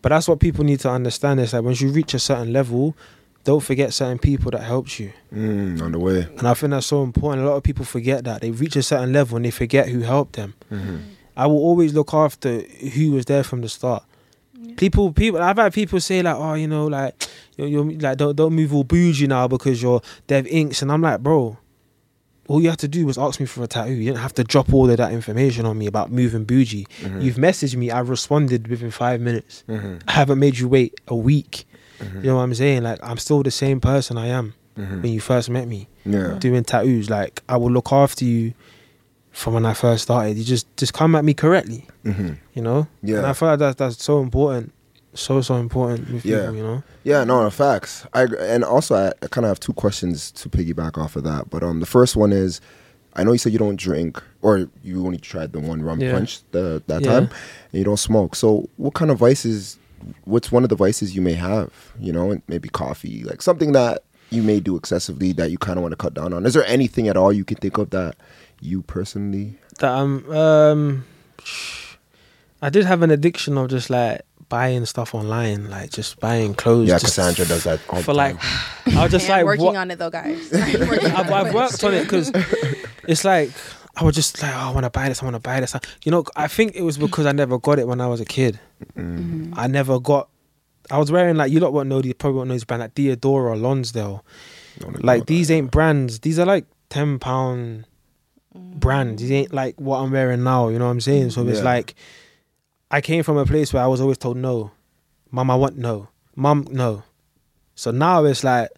S4: But that's what people need to understand. Is like once you reach a certain level, don't forget certain people that helps you.
S1: Mm, on the way.
S4: And I think that's so important. A lot of people forget that. They reach a certain level and they forget who helped them.
S1: Mm-hmm.
S4: I will always look after who was there from the start. People, people. I've had people say like, "Oh, you know, like, you're, you're like, don't don't move all bougie now because you're Dev Inks." And I'm like, bro, all you have to do was ask me for a tattoo. You didn't have to drop all of that information on me about moving bougie. You've messaged me. I responded within five minutes.
S1: Mm-hmm.
S4: I haven't made you wait a week. You know what I'm saying? Like, I'm still the same person I am
S1: Mm-hmm.
S4: when you first met me
S1: Yeah.
S4: doing tattoos. Like I will look after you from when I first started. You just just come at me correctly,
S1: Mm-hmm.
S4: you know.
S1: Yeah.
S4: And I feel like that's that's so important, so so important with
S1: Yeah.
S4: people, you know.
S1: Yeah, no, no facts. I agree. and also I, I kind of have two questions to piggyback off of that. But um, the first one is, I know you said you don't drink, or you only tried the one rum
S4: Yeah.
S1: punch the, that
S4: Yeah.
S1: time, and you don't smoke. So what kind of vices? What's one of the vices you may have? You know, and maybe coffee, like something that you may do excessively that you kind of want to cut down on. Is there anything at all you can think of that you personally?
S4: That um um, I did have an addiction of just like buying stuff online, like just buying clothes.
S1: Yeah,
S4: just
S1: Cassandra does that all
S4: for
S1: the
S4: like.
S1: time.
S4: I was just
S2: I am
S4: like
S2: working
S4: what-
S2: on it though, guys.
S4: I've, I've worked on it because it's like I was just like, oh, I want to buy this, I want to buy this. You know, I think it was because I never got it when I was a kid. I never got. I was wearing like you lot won't know these probably won't know this brand like Diodora, Lonsdale. Like these ain't brands. These are like ten pound brands. These ain't like what I'm wearing now. You know what I'm saying? So it's
S1: Yeah.
S4: like I came from a place where I was always told no, mom, I want no, mom, no. So now it's like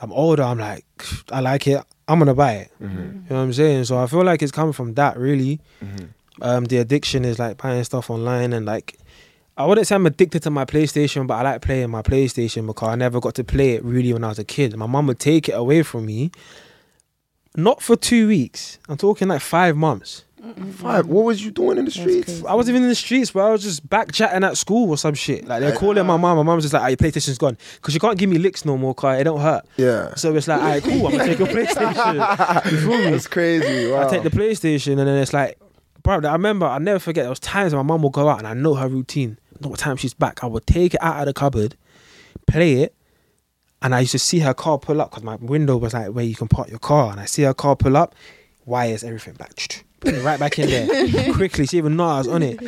S4: I'm older. I'm like I like it. I'm gonna buy it.
S1: Mm-hmm.
S4: You know what I'm saying? So I feel like it's coming from that really.
S1: Mm-hmm.
S4: Um, the addiction is like buying stuff online and like I wouldn't say I'm addicted to my PlayStation, but I like playing my PlayStation because I never got to play it really when I was a kid. My mum would take it away from me, not for two weeks. I'm talking like five months.
S1: Five. What was you doing in the streets?
S3: crazy.
S4: I wasn't even in the streets, but I was just back chatting at school or some shit. Like they're calling my mum. My mum's just like, "Ah, your PlayStation's gone," because you can't give me licks no more, cause it don't hurt.
S1: Yeah,
S4: So it's like, "All right, cool, I'm gonna take your PlayStation." You feel me?
S1: that's crazy. Wow.
S4: I take the PlayStation and then it's like, bro, I remember, I never forget, there was times my mum would go out and I know her routine. I know what time she's back. I would take it out of the cupboard, play it, and I used to see her car pull up because my window was like where you can park your car. And I see her car pull up, wires everything back. Put it right back in there quickly. She even know I was on it.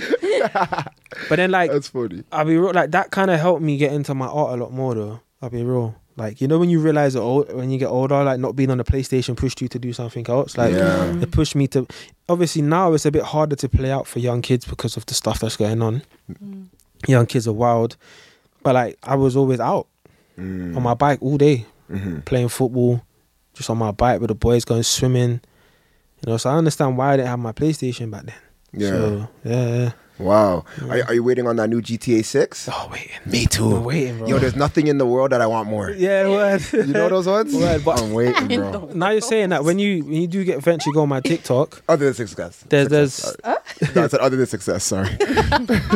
S4: But then, like,
S1: That's funny.
S4: I'll be real, like, that kind of helped me get into my art a lot more, though. I'll be real. Like you know when you realize old when you get older, like not being on the PlayStation pushed you to do something else. Like
S1: Yeah.
S4: it pushed me to. Obviously now it's a bit harder to play out for young kids because of the stuff that's going on. Mm. Young kids are wild, but like I was always out on
S1: Mm.
S4: my bike all day
S1: Mm-hmm.
S4: playing football, just on my bike with the boys going swimming. You know, so I understand why I didn't have my PlayStation back then.
S1: Yeah.
S4: So, yeah, yeah.
S1: Wow. Are, are you waiting on that new GTA 6?
S4: Oh, waiting.
S1: Me too.
S4: I'm waiting, bro.
S1: Yo, there's nothing in the world that I want more.
S4: Yeah, word.
S1: You know those ones?
S4: Word, but-
S1: I'm waiting, bro.
S4: now you're saying that when you when you do get eventually go on my TikTok,
S1: Other than success.
S4: there's
S1: Success,
S4: there's
S1: sorry. No, I said other than success. Sorry.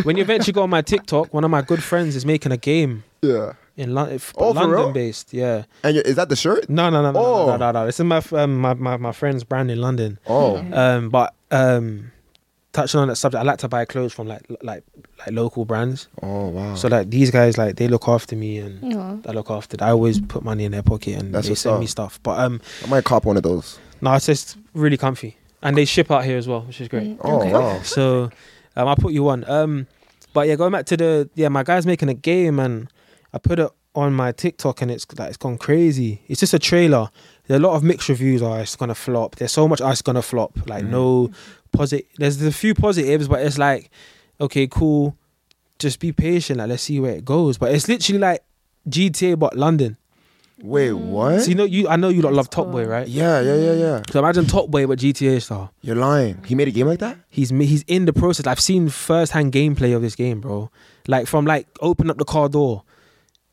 S4: when you eventually go on my TikTok, one of my good friends is making a game
S1: yeah.
S4: in London,
S1: Oh, for real?
S4: London based. Yeah,
S1: And you is that the shirt?
S4: no, no, no, no,
S1: Oh.
S4: no, no, no, no. It's in my f- um, my, my my friend's brand in London.
S1: Oh.
S4: Um, but um, touching on that subject, I like to buy clothes from like l- like like local brands.
S1: Oh wow.
S4: So like these guys, like they look after me and
S3: Mm-hmm.
S1: Oh,
S2: Aw.
S4: I look after. I always put money in their pocket and
S1: That's
S4: they
S1: what's
S4: send me
S1: up.
S4: stuff. But um,
S1: I might cop one of those.
S4: no, it's just really comfy, and they ship out here as well, which is great.
S1: Oh
S2: Okay.
S1: wow.
S4: So um, I'll put you on. Um, but yeah, going back to the yeah, my guy's making a game and I put it on my TikTok and it's like it's gone crazy. It's just a trailer. There are a lot of mixed reviews. Oh, it's gonna flop. There's so much. Oh, it's gonna flop. Like no positive. There's a few positives, but it's like okay, cool. Just be patient. Like let's see where it goes. But it's literally like GTA but London.
S1: Wait, what?
S4: So you know you. I know you lot love Top Boy,
S3: cool.
S4: right?
S1: yeah, yeah, yeah, yeah.
S4: So imagine Top Boy but GTA style.
S1: You're lying. He made a game like that?
S4: He's he's in the process. I've seen first-hand gameplay of this game, bro. Like from like open up the car door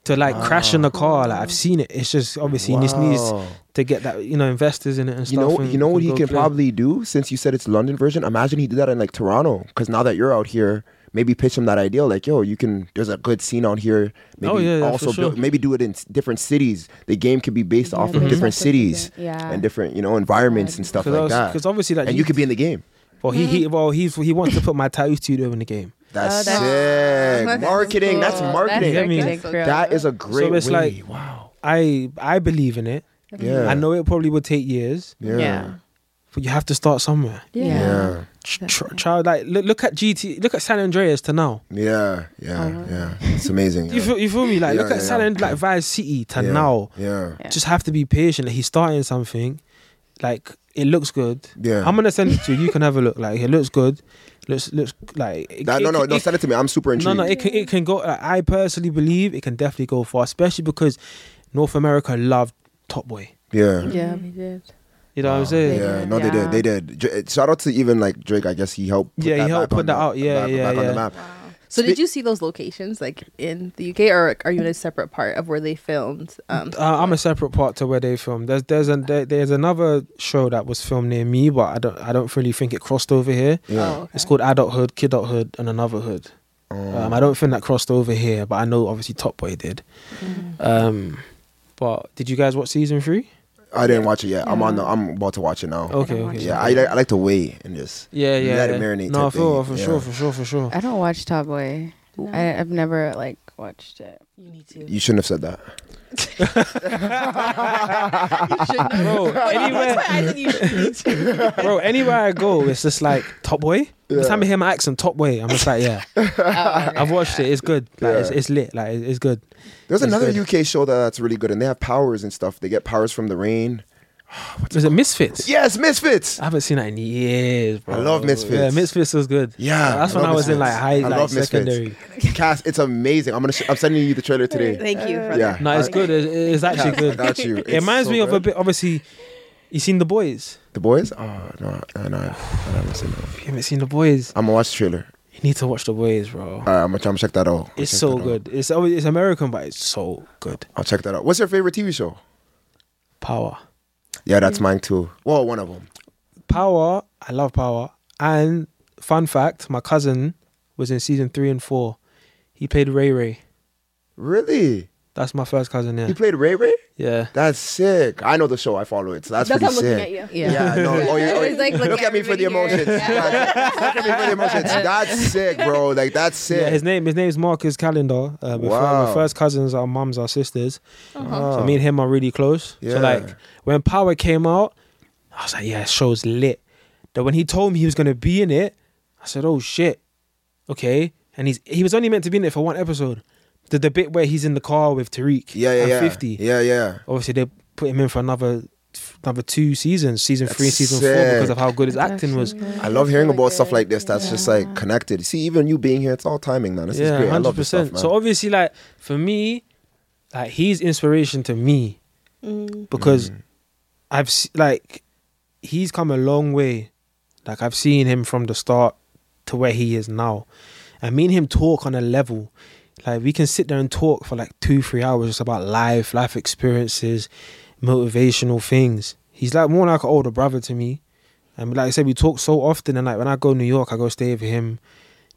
S4: to like crashing the car. Like I've seen it. It's just obviously he just needs
S1: Wow.
S4: to get that you know investors in it and
S1: You
S4: stuff.
S1: know,
S4: and-
S1: you know what
S4: and
S1: he
S4: go
S1: can
S4: play.
S1: probably do since you said it's London version. Imagine he did that in like Toronto, because now that you're out here, maybe pitch him that idea. Like, yo, you can. There's a good scene out here. Maybe
S4: Oh, yeah, yeah, for
S1: also build,
S4: sure.
S1: maybe do it in s- different cities. The game could be based off of
S3: that's
S1: different
S3: what they
S1: cities
S3: do. Yeah.
S1: and different you know environments and stuff
S4: Cause I
S1: like
S4: was-
S1: that.
S4: 'cause obviously, like,
S1: and
S4: he-
S1: you could be in the game.
S4: Well, he, he well he's he wants to put my tattoo studio in the game.
S1: That's,
S3: Oh, that's-
S1: sick. Marketing. That's
S3: Cool.
S1: marketing.
S4: Yeah, I mean-
S3: marketing,
S2: That's
S3: bro.
S1: that is a great
S4: so it's
S1: way.
S4: like wow. I I believe in it.
S1: yeah.
S4: I know it probably would take years,
S1: Yeah. Yeah.
S4: but you have to start somewhere.
S3: Yeah.
S1: Yeah.
S4: Tr- tr- Child, like look, look at GT, look at San Andreas to now.
S1: Yeah. Yeah. It's amazing.
S4: You
S1: yeah.
S4: feel you feel me? Like
S1: Yeah,
S4: look
S1: yeah,
S4: at San
S1: yeah.
S4: Andreas, like Vice City to
S1: yeah.
S4: now.
S1: Yeah.
S3: Yeah.
S4: just have to be patient. Like, he's starting something, like it looks good.
S1: Yeah.
S4: I'm gonna send it to you. You can have a look. Like it looks good. Looks looks like it,
S1: That,
S4: it
S1: no, no,
S4: can-
S1: no.
S4: it-
S1: Send it to me. I'm super
S4: no,
S1: intrigued.
S4: no. It can it can go. Like, I personally believe it can definitely go far, especially because North America loved Top Boy.
S1: yeah.
S2: Yeah, they did.
S4: You know what I'm saying?
S1: Yeah,
S3: did.
S1: no, they did.
S3: Yeah.
S1: They did. Dr- Shout out to even like Drake. I guess he helped. Put
S4: Yeah, he
S1: that back
S4: helped put
S1: on
S4: that
S1: the-
S4: out. Yeah,
S1: back,
S4: yeah,
S1: back on the
S4: yeah. Oh.
S1: map.
S2: So
S1: Spe-
S2: did you see those locations like in the UK or are you in a separate part of where they filmed? Um,
S4: Uh, I'm a separate part to where they filmed. There's there's an there, there's another show that was filmed near me, but I don't I don't really think it crossed over here.
S1: Yeah.
S2: Oh, okay.
S4: It's called Adulthood, Kidulthood, and Another Hood. Um, I don't think that crossed over here, but I know obviously Top Boy did. Um, but did you guys watch season three?
S1: I didn't watch it yet. I'm on. The,
S3: Yeah.
S1: I'm about to watch it now.
S4: Okay,
S3: watch
S4: okay.
S1: Yeah, I, li- I like to wait and just.
S4: yeah, yeah.
S1: Let it
S4: yeah.
S1: marinate
S4: No,
S1: type
S4: for,
S1: thing,
S4: for
S1: yeah.
S4: sure, for sure, for sure.
S3: I don't watch Top Boy. I, I've never like watched it.
S2: you need to.
S1: You shouldn't have said that.
S4: Bro, anywhere,
S2: I think you need to.
S4: bro, anywhere I go, it's just like Top Boy. The time I hear my accent, Top Boy, I'm just like, yeah,
S1: Oh,
S4: I've watched it. It's good. Like, it's,
S1: Yeah.
S4: it's lit. Like, it- it's good.
S1: There's
S4: It's
S1: another
S4: good.
S1: UK show that, that's really good, and they have powers and stuff. They get powers from the rain.
S4: Was it Misfits?
S1: Yes, Misfits.
S4: I haven't seen that in years, bro.
S1: I love Misfits.
S4: Yeah, Misfits was good.
S1: Yeah, I
S4: that's when I
S1: love
S4: was in like
S1: Misfits.
S4: high,
S1: I
S4: like
S1: love Misfits.
S4: secondary.
S1: Cast, it's amazing. I'm gonna. Sh- I'm sending you the trailer today.
S2: Thank you. For
S1: Yeah.
S2: That.
S4: No, it's
S1: I-
S4: good. It- It's actually
S1: Cast, I
S4: good.
S1: got you.
S4: It reminds me of a bit. Obviously, you seen the boys.
S1: The boys? Oh no, no, no. I haven't seen that one.
S4: You haven't seen the boys.
S1: I'm gonna watch the trailer.
S4: You need to watch the boys, bro.
S1: All right, I'm gonna, I'm gonna check that out. I'll
S4: it's
S1: check that
S4: so
S1: out.
S4: good. It's always it's American, but it's so good.
S1: I'll check that out. What's your favorite TV show?
S4: Power,
S1: Yeah, that's mine too. Well, one of them.
S4: power. I love power. And fun fact, my cousin was in season three and four. He played Ray Ray.
S1: Really?
S4: That's my first cousin. Yeah,
S1: You played Ray Ray?
S4: yeah.
S1: That's sick. I know the show. I follow it. So that's,
S2: That's how I'm
S1: pretty
S2: looking
S1: sick.
S2: at you.
S3: Yeah.
S1: Yeah, no. Oh, you- oh,
S3: It's like,
S1: look,
S3: look,
S1: at me for the
S3: everybody
S1: emotions.
S3: here.
S1: Like, look at me for the emotions. That's sick, bro. Like that's sick.
S4: Yeah, his name his name is Marcus Calendar. Uh, we're,
S1: Wow.
S4: fir- we're first cousins, our mums, our sisters. So me and him are really close.
S1: Yeah.
S4: So like when Power came out, I was like, yeah, show's lit. Then when he told me he was gonna be in it, I said, oh shit, okay. And he's he was only meant to be in it for one episode, The debate where he's in the car with Tariq.
S1: Yeah, yeah,
S4: and
S1: yeah.
S4: 50.
S1: Yeah, yeah.
S4: Obviously, they put him in for another another two seasons, season three and
S1: That's
S4: season four, because of
S1: sick.
S4: how good his acting was.
S1: I love hearing about stuff like this that's just like connected. See, even you being here, it's all timing, man. This is great. I love this stuff, man.
S4: So obviously, like for me, like he's inspiration to me
S2: Mm.
S4: because I've se- like he's come a long way. Like I've seen him from the start to where he is now, and me and him talk on a level. Like we can sit there and talk for like two, three hours just about life, life experiences, motivational things. He's like more like an older brother to me. And like I said, we talk so often. And like when I go to New York, I go stay with him.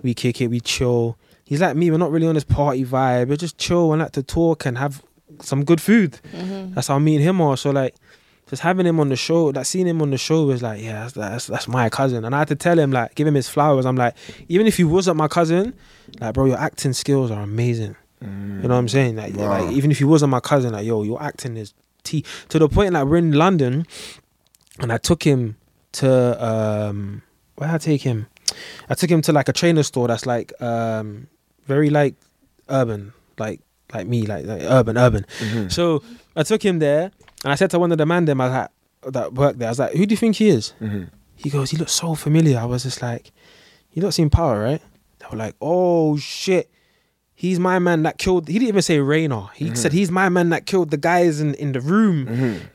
S4: We kick it, we chill. He's like me. We're not really on this party vibe. We're just chill and like to talk and have some good food. That's how me and him are. So like, just having him on the show, like seeing him on the show was like, yeah, that's, that's that's my cousin. And I had to tell him like, give him his flowers. I'm like, even if he wasn't my cousin, like bro, your acting skills are amazing.
S1: Mm-hmm.
S4: You know what I'm saying? Like,
S1: Mm. Wow.
S4: like even if he wasn't my cousin, like yo, your acting is T to the point like we're in London, and I took him to um where I take him, I took him to like a trainer store that's like um very like urban, like like me, like, like urban, urban.
S1: Mm-hmm.
S4: So I took him there, and I said to one of the man them I was like, that worked there, I was like, who do you think he is?
S1: Mm-hmm.
S4: He goes, he looks so familiar. I was just like, you not seen Power, right? They were like, oh shit. He's my man that killed. He didn't even say Raynor.
S1: Mm-hmm.
S4: He said he's my man that killed the guys in, in the room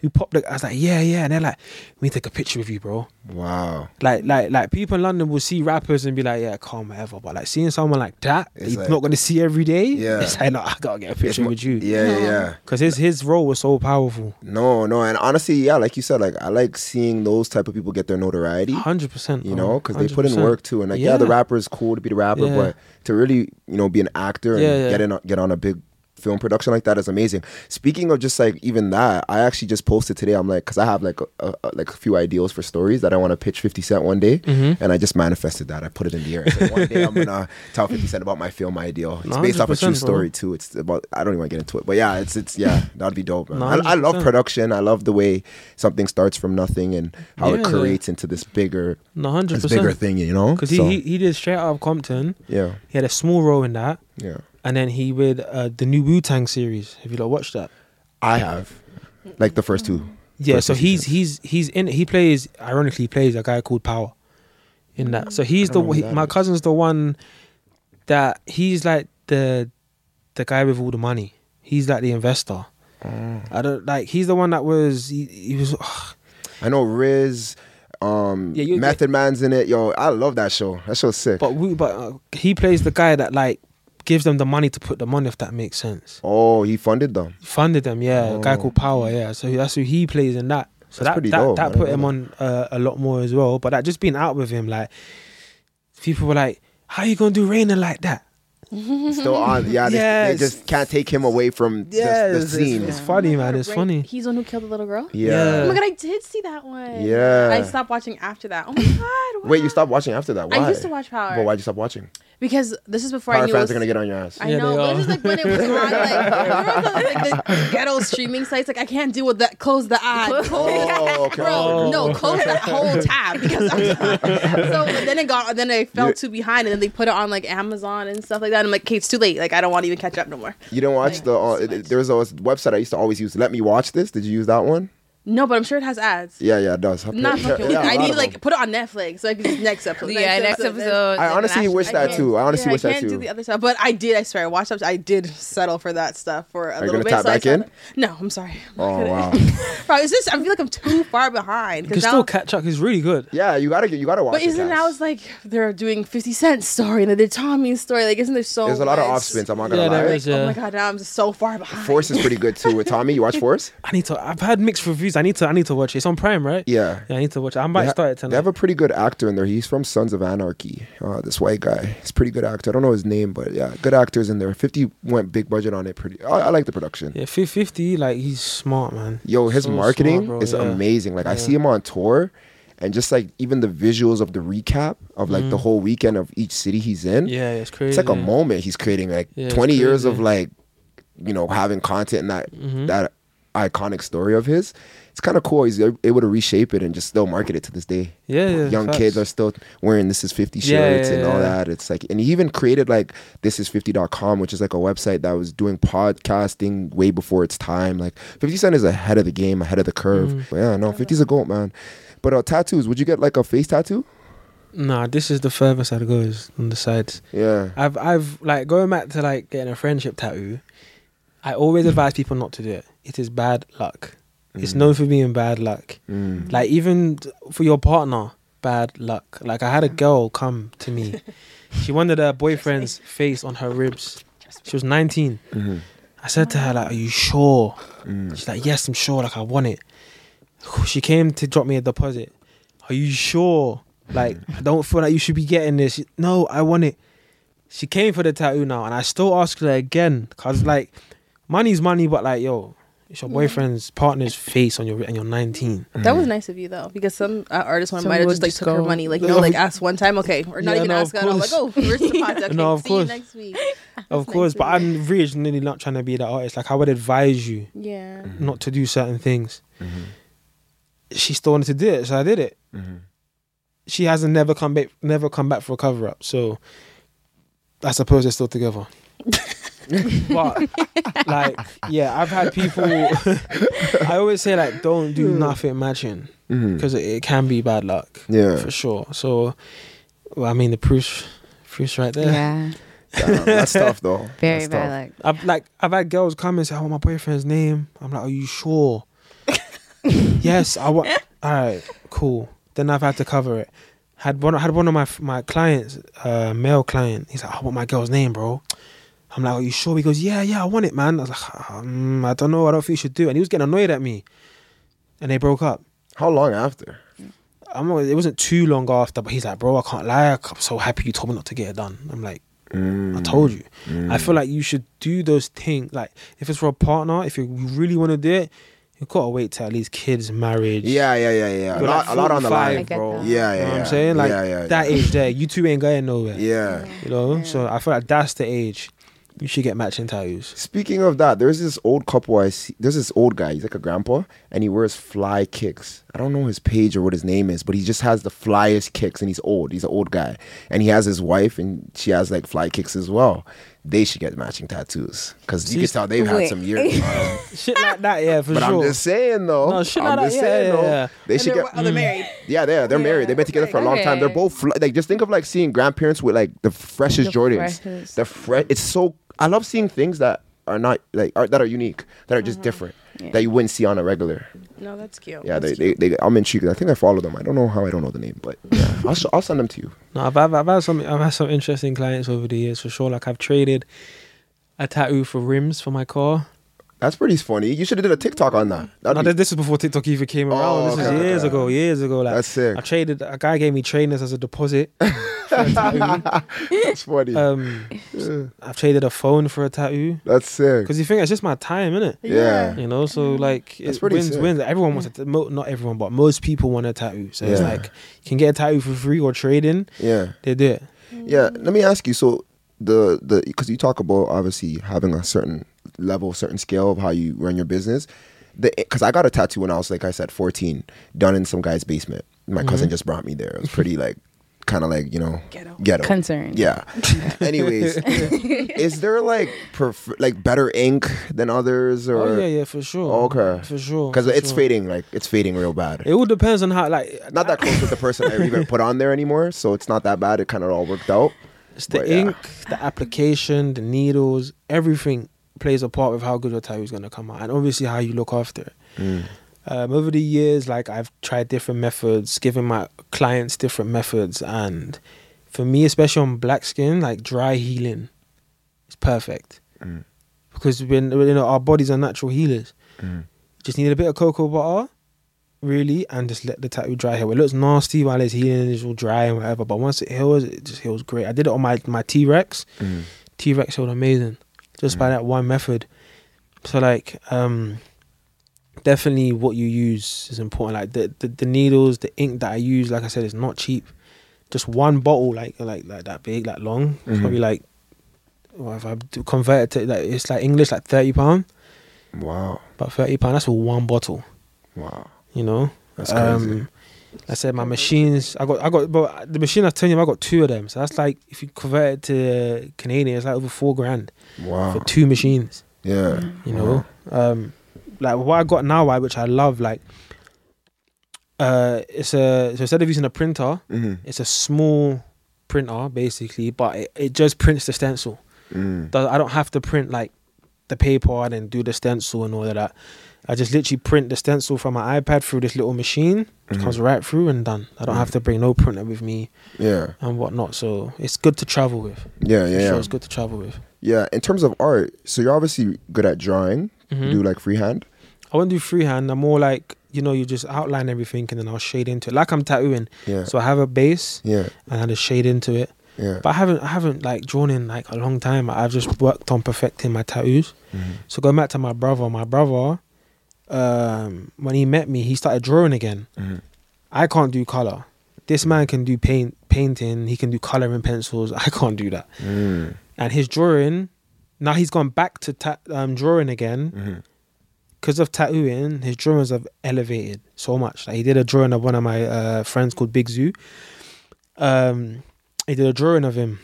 S4: who popped. The, I was like, yeah, yeah. And they're like, we need to take a picture with you, bro.
S1: Wow.
S4: Like, like, like people in London will see rappers and be like, yeah, calm, whatever. But like seeing someone like that,
S1: It's
S4: you're
S1: like-
S4: not gonna see every day.
S1: Yeah.
S4: it's like, no, I gotta get a
S1: It's
S4: picture
S1: mo-
S4: with you.
S1: Yeah, yeah, yeah.
S4: because his his role was so powerful.
S1: No, no, and honestly, yeah, like you said, like I like seeing those type of people get their notoriety.
S4: Hundred percent.
S1: You know, because they put in work too, and like yeah, the rapper is cool to be the rapper,
S4: Yeah.
S1: but to really you know be an actor and
S4: Yeah, yeah.
S1: get in get on a big film production like that is amazing. Speaking of just like even that, I actually just posted today. I'm like, because I have like a, a, a- like a few ideals for stories that I want to pitch 50 Cent one day,
S4: Mm-hmm.
S1: and I just manifested that. I put it in the air. I said, one day I'm gonna tell 50 Cent about my film ideal. It's based off a true
S4: 100%, bro.
S1: story too. It's about I don't even want to get into it, but yeah, it's it's yeah, that'd be dope. Man. I, I love
S4: 100%.
S1: production. I love the way something starts from nothing and how it
S4: Yeah.
S1: creates into this bigger
S4: hundred
S1: this bigger
S4: percent.
S1: thing, you know?
S4: Because he,
S1: So,
S4: he he did straight out of Compton.
S1: yeah,
S4: He had a small role in that,
S1: yeah.
S4: and then he with uh, the new Wu Tang series. Have you not watched that?
S1: I have like the first two.
S4: Yeah,
S1: First
S4: so
S1: two
S4: he's
S1: seasons.
S4: he's he's in. He plays ironically he plays a guy called Power in that. So he's
S1: I
S4: the
S1: don't know who
S4: he,
S1: that
S4: my
S1: is.
S4: cousin's the one that he's like the the guy with all the money. He's like the investor.
S1: Hmm.
S4: I don't like. He's the one that was he, he was.
S1: I know Riz, um,
S4: Yeah, you-
S1: Method Man's in it. Yo, I love that show. That show's sick.
S4: But we, but uh, he plays the guy that like gives them the money to put them on, if that makes sense.
S1: oh, he funded them.
S4: Funded them, yeah. A guy
S1: Oh.
S4: called Power, yeah. So that's who he plays in that. So
S1: That's
S4: that
S1: pretty
S4: that,
S1: dope. I
S4: that
S1: didn't
S4: put
S1: know
S4: him
S1: that.
S4: on uh, a lot more as well. But that just being out with him, like people were like, "How you gonna do Rainer like that?"
S1: Still on. Yeah, they, they
S4: Yes.
S1: just can't take him away from the- the,
S4: Yes, it's-
S1: scene.
S4: it's funny, man. It's funny.
S2: He's the one who killed the little girl.
S1: Yeah.
S2: Oh my god, I did see that one.
S1: Yeah.
S2: I stopped watching after that. Oh my god.
S1: Wait, you
S2: wow.
S1: stopped watching after that? Why?
S2: I used to watch Power.
S1: But why'd you stop watching?
S2: Because this is before I
S1: Power
S2: knew. it
S1: fans are
S2: was-
S1: gonna get on your ass.
S2: I
S4: Yeah,
S2: know,
S4: they
S2: but
S4: are.
S2: it's just like when it was on like, remember those, like the ghetto streaming sites. Like I can't deal with that. Close the eye.
S1: Oh, okay.
S2: Bro,
S4: Oh.
S2: no, close that whole tab because I'm so then it got then I fell
S1: You-
S2: too behind and then they put it on like Amazon and stuff like that. I'm like, okay, it's too late. Like I don't want to even catch up no more.
S1: You didn't watch
S2: Like,
S1: the. Uh,
S2: so
S1: it-
S2: much.
S1: there was a website I used to always use. Let me watch this. Did you use that one?
S2: No, but I'm sure it has ads.
S1: Yeah, yeah, it does.
S2: Not
S1: Yeah,
S2: fucking.
S1: yeah, a
S2: I
S1: lot
S2: need
S1: of
S2: to like
S1: them.
S2: put it on Netflix so I can just next episode.
S3: yeah, next episode.
S1: I honestly wish
S2: I
S1: that
S2: can't-
S1: too. I honestly
S2: yeah,
S1: wish
S2: I
S1: that
S2: can't do
S1: too.
S2: the other stuff, but I did. I swear, I watched up. I did settle for that stuff for a
S1: you
S2: little
S1: gonna
S2: bit.
S1: tap
S2: I
S1: back
S2: saw
S1: in?
S2: that- No, I'm sorry.
S1: Oh,
S2: I
S1: wow.
S2: couldn't. Bro, it's just I feel like I'm too far behind.
S4: You can still catch up. He's really good.
S1: Yeah, you gotta get. You gotta watch.
S2: But
S1: it,
S2: isn't
S1: guys.
S2: now it's like they're doing Fifty Cent's story and then they did Tommy's story. Like, isn't there so?
S1: There's a lot of
S2: much-
S1: off spins. I'm not gonna
S4: Yeah,
S1: lie.
S4: there is, uh,
S2: Oh
S4: yeah.
S2: my god, now I'm so far behind.
S1: Force is pretty good too. With Tommy, you watch Force?
S4: I need to. I've had mixed reviews. I need to. I need to watch it. It's on Prime, right?
S1: Yeah.
S4: Yeah, I need to watch it. I
S1: They,
S4: might
S1: ha-
S4: start it
S1: they
S4: tonight.
S1: have a pretty good actor in there. He's from Sons of Anarchy. Uh, this white guy. He's a pretty good actor. I don't know his name, but yeah, good actors in there. Fifty went big budget on it. Pretty. I, I like the production.
S4: yeah, fif- fifty. Like he's smart, man.
S1: Yo, his
S4: So smart,
S1: marketing
S4: bro,
S1: is
S4: yeah.
S1: amazing. Like I see him on tour, and just like even the visuals of the recap of like
S4: Mm-hmm.
S1: the whole weekend of each city he's in.
S4: Yeah, it's crazy.
S1: it's like a moment he's creating like
S4: Yeah, it's
S1: 20 years
S4: crazy. Mm-hmm.
S1: of like you know having content and that that iconic story of his it's kind of cool. He's able to reshape it and just still market it to this day.
S4: Yeah, yeah,
S1: Young
S4: facts.
S1: kids are still wearing this is 50
S4: Yeah, yeah,
S1: shirts and all
S4: yeah.
S1: that. It's like, and he even created like this is 50.com, which is like a website that was doing podcasting way before its time. Like 50 Cent is ahead of the game, ahead of the curve.
S4: Mm-hmm.
S1: But yeah, no, 50's a goat, man. But uh, tattoos, would you get like a face tattoo?
S4: Nah, this is the furthest I'd go is on the sides.
S1: Yeah.
S4: I've I've like going back to like getting a friendship tattoo. I always advise people not to do it. It is bad luck. It's known for being bad luck.
S1: Mm.
S4: Like even t- for your partner, bad luck. Like I had a girl come to me. she wanted her boyfriend's face on her ribs. She was 19.
S1: Mm-hmm.
S4: I said to her like, "Are you sure?" She's like, "Yes, I'm sure. Like I want it." She came to drop me a deposit. Are you sure? Like I don't feel like you should be getting this. She- no, I want it. She came for the tattoo now, and I still ask her again because like money's money, but like yo, it's your boyfriend's partner's face on your ri- and you're 19.
S2: That was nice of you though, because some uh, artists one
S3: Some
S2: might have
S3: would
S2: just like
S3: just
S2: took her
S3: go-
S2: money, like you know, like ask one time, okay, or not
S4: Yeah,
S2: even
S4: no,
S2: ask
S4: of
S2: at all, like
S4: course.
S2: oh, where's the contact? Okay,
S4: No, of
S2: see
S4: course.
S2: you next week.
S4: Of
S2: That's
S4: course,
S2: nice
S4: but
S2: of
S4: I'm really really not trying to be that artist. Like I would advise you
S2: you. yeah,
S4: not to do certain things.
S1: Mm-hmm.
S4: She still wanted to do it, so I did it. She hasn't never come back, never come back for a cover up. So I suppose they're still together. but like, yeah, I've had people. Mm-hmm. I always say like, don't do nothing matching
S1: Mhm.
S4: because it, it can be bad luck
S1: Yeah.
S4: for sure. So, well, I mean, the proof, proof's right there.
S3: Yeah,
S1: Damn, that's tough though.
S3: very
S1: That's
S3: bad
S1: tough.
S3: luck.
S4: I've like I've had girls come and say, "I want my boyfriend's name." I'm like, "Are you sure?" yes, I want. All right, cool. Then I've had to cover it. Had one had one of my my clients, uh, male client. He's like, "I want my girl's name, bro." I'm like, "Are you sure?" He goes, "Yeah, yeah, I want it, man." I was like, um, "I don't know. I don't think you should do." it. And he was getting annoyed at me, and they broke up.
S1: How long after?
S4: I'm not, it wasn't too long after, but he's like, "Bro, I can't lie. I'm so happy you told me not to get it done." I'm like. I told you.
S1: Mm.
S4: I feel like you should do those things. Like if it's for a partner, if you really want to do it, you gotta wait till at least kids, marriage.
S1: Yeah, yeah, yeah, yeah. A
S4: You're
S1: lot,
S4: like
S1: a lot on the
S4: 45,
S1: line.
S3: I get
S4: bro.
S3: that.
S1: Yeah, yeah,
S4: You know
S1: yeah.
S4: what I'm saying? Like
S1: yeah, yeah,
S4: that
S1: yeah.
S4: age there, you two ain't going nowhere.
S1: Yeah.
S4: You know? So I feel like that's the age. You should get matching tattoos.
S1: Speaking of that, there's this old couple I see. There's this old guy. He's like a grandpa, and he wears fly kicks. I don't know his page or what his name is, but he just has the flyest kicks, and he's old. He's an old guy, and he has his wife, and she has like fly kicks as well. They should get matching tattoos because you can
S4: She's-
S1: tell they've had
S3: Wait.
S1: some years. man.
S4: Shit like that, yeah, for
S1: but
S4: sure.
S1: I'm just saying though.
S4: No, shit
S1: I'm
S4: like
S1: just
S4: that, yeah,
S1: saying
S4: yeah,
S1: though.
S4: yeah.
S1: They should
S2: they're,
S1: get. Mm.
S2: oh, they're married.
S1: Yeah, they are. They're married. They've been together for a long time. They're
S3: okay.
S1: both fl- like just think of like seeing grandparents with like the freshest
S3: The
S1: Jordans.
S3: freshest.
S1: The fresh. It's so I love seeing things that are not like are, that are unique that are just
S3: Mm-hmm.
S1: different that you wouldn't see on a regular.
S2: No, that's cute.
S1: Yeah, they,
S2: That's
S1: they, they I'm intrigued. I think I follow them. I don't know how I don't know the name, but yeah, I'll sh- I'll send them to you.
S4: No, I've, I've, I've had some I've had some interesting clients over the years for sure. Like I've traded a tattoo for rims for my car.
S1: That's pretty funny. You should have did a TikTok on that. That'd
S4: No,
S1: be-
S4: th- this is before TikTok even came around.
S1: Oh,
S4: this
S1: okay,
S4: was years
S1: okay.
S4: ago. Years ago, like
S1: That's sick.
S4: I traded. A guy gave me trainers as a deposit.
S1: that's funny.
S4: Um, I've traded a phone for a tattoo
S1: that's sick.
S4: because you think it's just my time, innit?
S1: Yeah.
S4: You know, so like
S1: That's
S4: it
S1: pretty
S4: wins
S1: sick.
S4: wins. Everyone wants a t- mo- not everyone, but most people want a tattoo. So it's
S1: Yeah.
S4: like you can get a tattoo for free or trade in.
S1: yeah.
S4: They do it.
S1: Yeah, let me ask you. So the the because you talk about obviously having a certain level, certain scale of how you run your business. The because I got a tattoo when I was like I said fourteen, done in some guy's basement. My cousin
S4: Mm-hmm.
S1: just brought me there. It was pretty like kind of like you know
S2: Ghetto.
S1: ghetto.
S3: Concerned.
S1: Yeah. Anyways, is there like prefer- like better ink than others or?
S4: oh yeah, yeah, for sure.
S1: Okay.
S4: for sure.
S1: Because
S4: for
S1: it's
S4: sure.
S1: fading, like it's fading real bad.
S4: It all depends on how like
S1: not that close with the person I even put on there anymore, so it's not that bad. It kind of all worked out.
S4: It's the
S1: But, yeah.
S4: ink, the application, the needles, everything plays a part with how good your tattoo is going to come out, and obviously how you look after it. Um, over the years, like I've tried different methods, given my clients different methods, and for me, especially on black skin, like dry healing, is perfect
S1: Mm.
S4: because when you know our bodies are natural healers.
S1: Mm.
S4: Just need a bit of cocoa butter, really, and just let the tattoo dry heal. It looks nasty while it's healing and it's all dry and whatever, but once it heals, it just heals great. I did it on my my T Rex.
S1: Mm.
S4: T Rex healed amazing, just by that one method. So like, um, definitely what you use is important. Like the, the the needles, the ink that I use, like I said, is not cheap. Just one bottle, like like like that big, like long, it's probably
S1: Mm-hmm.
S4: like. Well, if I do convert it to like it's like English, like thirty pound,
S1: Wow.
S4: about thirty pound. That's for one bottle.
S1: Wow.
S4: you know.
S1: That's
S4: Um,
S1: crazy.
S4: I said my machines. I got, I got, but the machine I was telling you, I got two of them. So that's like if you convert it to Canadian, it's like over four grand
S1: Wow.
S4: for two machines.
S1: Yeah.
S4: You know, um, like what I got now, I which I love. Like, uh, it's a so instead of using a printer,
S1: Mhm.
S4: it's a small printer basically, but it, it just prints the stencil.
S1: Mm.
S4: Does- I don't have to print like the paper and then do the stencil and all of that. I just literally print the stencil from my iPad through this little machine. It
S1: Mm-hmm.
S4: comes right through and done. I don't have to bring no printer with me
S1: Yeah.
S4: and whatnot. So it's good to travel with.
S1: Yeah. Yeah.
S4: Yeah,
S1: Yeah.
S4: it's good to travel with.
S1: Yeah. In terms of art, so you're obviously good at drawing.
S4: Mm-hmm.
S1: You do like freehand.
S4: I won't do freehand. I'm more like you know, you just outline everything and then I'll shade into it. Like I'm tattooing.
S1: Yeah.
S4: So I have a base
S1: yeah.
S4: and I just shade into it.
S1: Yeah.
S4: But I haven't, I haven't like drawn in like a long time. I've just worked on perfecting my tattoos.
S1: Mm-hmm.
S4: So going back to my brother, my brother, um, when he met me, he started drawing again.
S1: Mm-hmm.
S4: I can't do color. This man can do paint, painting. He can do color and pencils. I can't do that.
S1: Mm.
S4: And his drawing, now he's gone back to ta- um, drawing again
S1: Mhm.
S4: because of tattooing, his drawings have elevated so much. Like he did a drawing of one of my uh, friends called Big Zoo. Um, he did a drawing of him,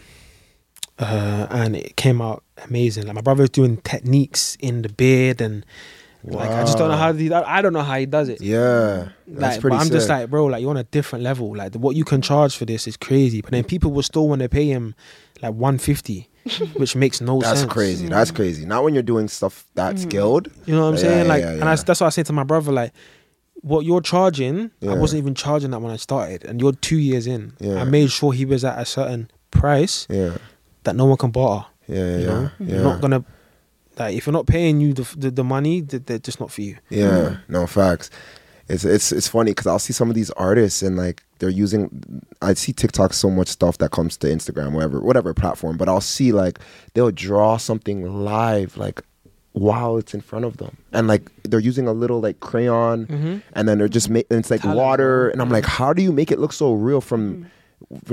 S4: uh, and it came out amazing. Like my brother's doing techniques in the beard, and like I just don't know
S1: Wow.
S4: how he. I don't know how he does it.
S1: Yeah. That's
S4: Like, but
S1: pretty.
S4: I'm just
S1: sick.
S4: like, bro, like you're on a different level. Like the, what you can charge for this is crazy. But then people will still want to pay him like 150, which makes no
S1: That's
S4: sense.
S1: crazy. That's crazy. Not when you're doing stuff that skilled.
S4: Mm. You know what I'm
S1: Yeah,
S4: saying?
S1: yeah,
S4: Like,
S1: yeah,
S4: and I,
S1: yeah.
S4: that's what I say to my brother. Like, what you're charging,
S1: Yeah.
S4: I wasn't even charging that when I started, and you're two years in.
S1: Yeah.
S4: I made sure he was at a certain price
S1: Yeah.
S4: that no one can barter.
S1: Yeah.
S4: You know,
S1: Yeah.
S4: you're
S1: Yeah.
S4: not gonna like if you're not paying you the the, the money, th- they're just not for you.
S1: Yeah,
S4: Hmm.
S1: no facts. It's it's it's funny because I'll see some of these artists and like they're using. I see TikTok so much stuff that comes to Instagram, whatever whatever platform. But I'll see like they'll draw something live, like while it's in front of them, and like they're using a little like crayon, and then they're just making it's like
S4: Mm-hmm. Talent.
S1: water, and I'm like, how do you make it look so real from?
S4: Hmm.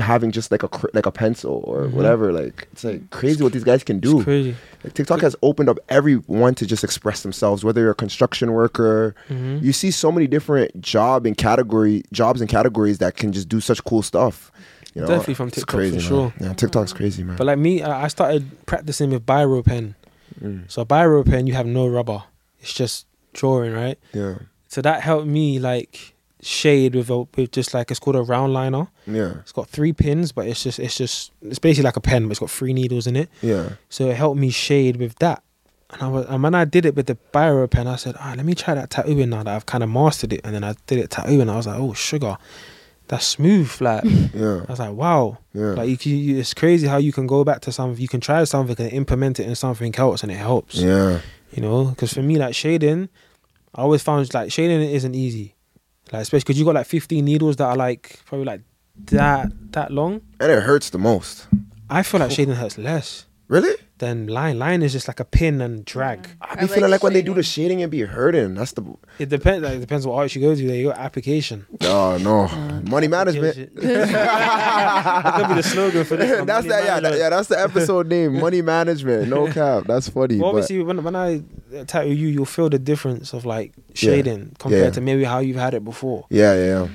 S1: having just like a cr- like a pencil or whatever like it's like crazy what these guys can do
S4: Mm-hmm. crazy.
S1: like TikTok has opened up everyone to just express themselves, whether you're a construction worker.
S4: Mm-hmm.
S1: You see so many different job and category jobs and categories that can just do such cool stuff. You know,
S4: Definitely from TikTok, for
S1: man.
S4: sure.
S1: Yeah, TikTok's crazy, man.
S4: But like me, I I started practicing with biro pen.
S1: Mm.
S4: So biro pen, you have no rubber. It's just drawing, right?
S1: yeah,
S4: So that helped me like shade with a with just like it's called a round liner.
S1: yeah,
S4: It's got three pins, but it's just it's just it's basically like a pen, but it's got three needles in it.
S1: yeah,
S4: So it helped me shade with that. And I was and when I did it with the biro pen, I said, ah, let me try that tattooing now that I've kind of mastered it. And then I did it tattooing. I was like, oh sugar, that's smooth. Like
S1: yeah,
S4: I was like, wow.
S1: Yeah.
S4: Like you, can- you, it's crazy how you can go back to something, you can try something and implement it in something else, and it helps.
S1: yeah,
S4: You know, because for me, like shading, I always found like shading it isn't easy. Like especially because you got like 15 needles that are like probably like that that long.
S1: and it hurts the most.
S4: I feel like shading hurts less
S1: Really?
S4: than line. Line is just like a pin and drag.
S1: I
S2: I
S1: be
S2: like
S1: feeling like when they do
S2: shading.
S1: the shading, it be hurting. That's the
S4: It depends. Like, it depends what art you go to. There, your application.
S1: oh no,
S4: Uh,
S1: money
S4: Gives
S1: management.
S4: it- that could be the slogan for this. one,
S1: that's
S4: money
S1: that, yeah, that,
S4: management.
S1: yeah. That's the episode name, money management. No cap, that's funny.
S4: Well,
S1: but,
S4: obviously, when when I tattoo you, you'll feel the difference of like shading compared
S1: Yeah.
S4: to maybe how you've had it before.
S1: yeah, yeah,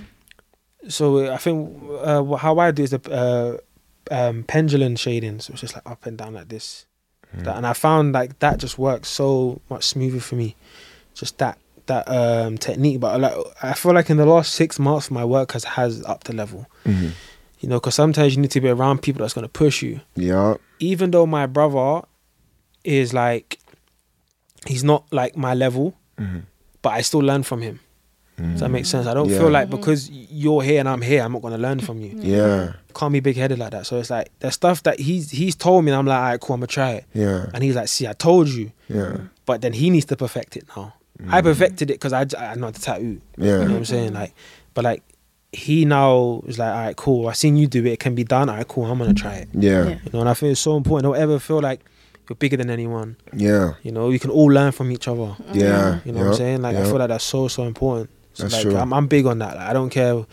S4: So uh, I think uh, wh- how I do is the uh, um, pendulum shading, so it's just like up and down like this.
S1: Mm.
S4: That, and I found like that just works so much smoother for me, just that that um, technique. But like I feel like in the last six months, my work has has up the level.
S1: yeah, hmm
S4: You know, because sometimes you need to be around people that's gonna push you
S1: yeah.
S4: even though my brother is like he's not like my level but i still learn from him does that make sense i don't
S1: Mm. Yeah.
S4: feel like because you're here and i'm here i'm not going to learn from you
S1: Yeah,
S4: can't be big-headed like that so it's like the stuff that he's he's told me and i'm like all right cool i'm gonna try it
S1: yeah,
S4: and he's like see i told you
S1: yeah,
S4: but then he needs to perfect it now i perfected it because I, j- I know the tattoo you know what
S1: Mm. yeah,
S4: i'm saying like but like he now is like all right cool i seen you do it it can be done all right cool i'm gonna try it
S1: yeah,
S4: you know, and I think it's so important. Don't ever feel like you're bigger than anyone.
S1: yeah,
S4: You know, you can all learn from each other.
S1: yeah.
S4: You know what I'm saying? Like I feel like that's so so important. So
S1: That's
S4: like
S1: true.
S4: I'm, I'm big on that. Like, I don't care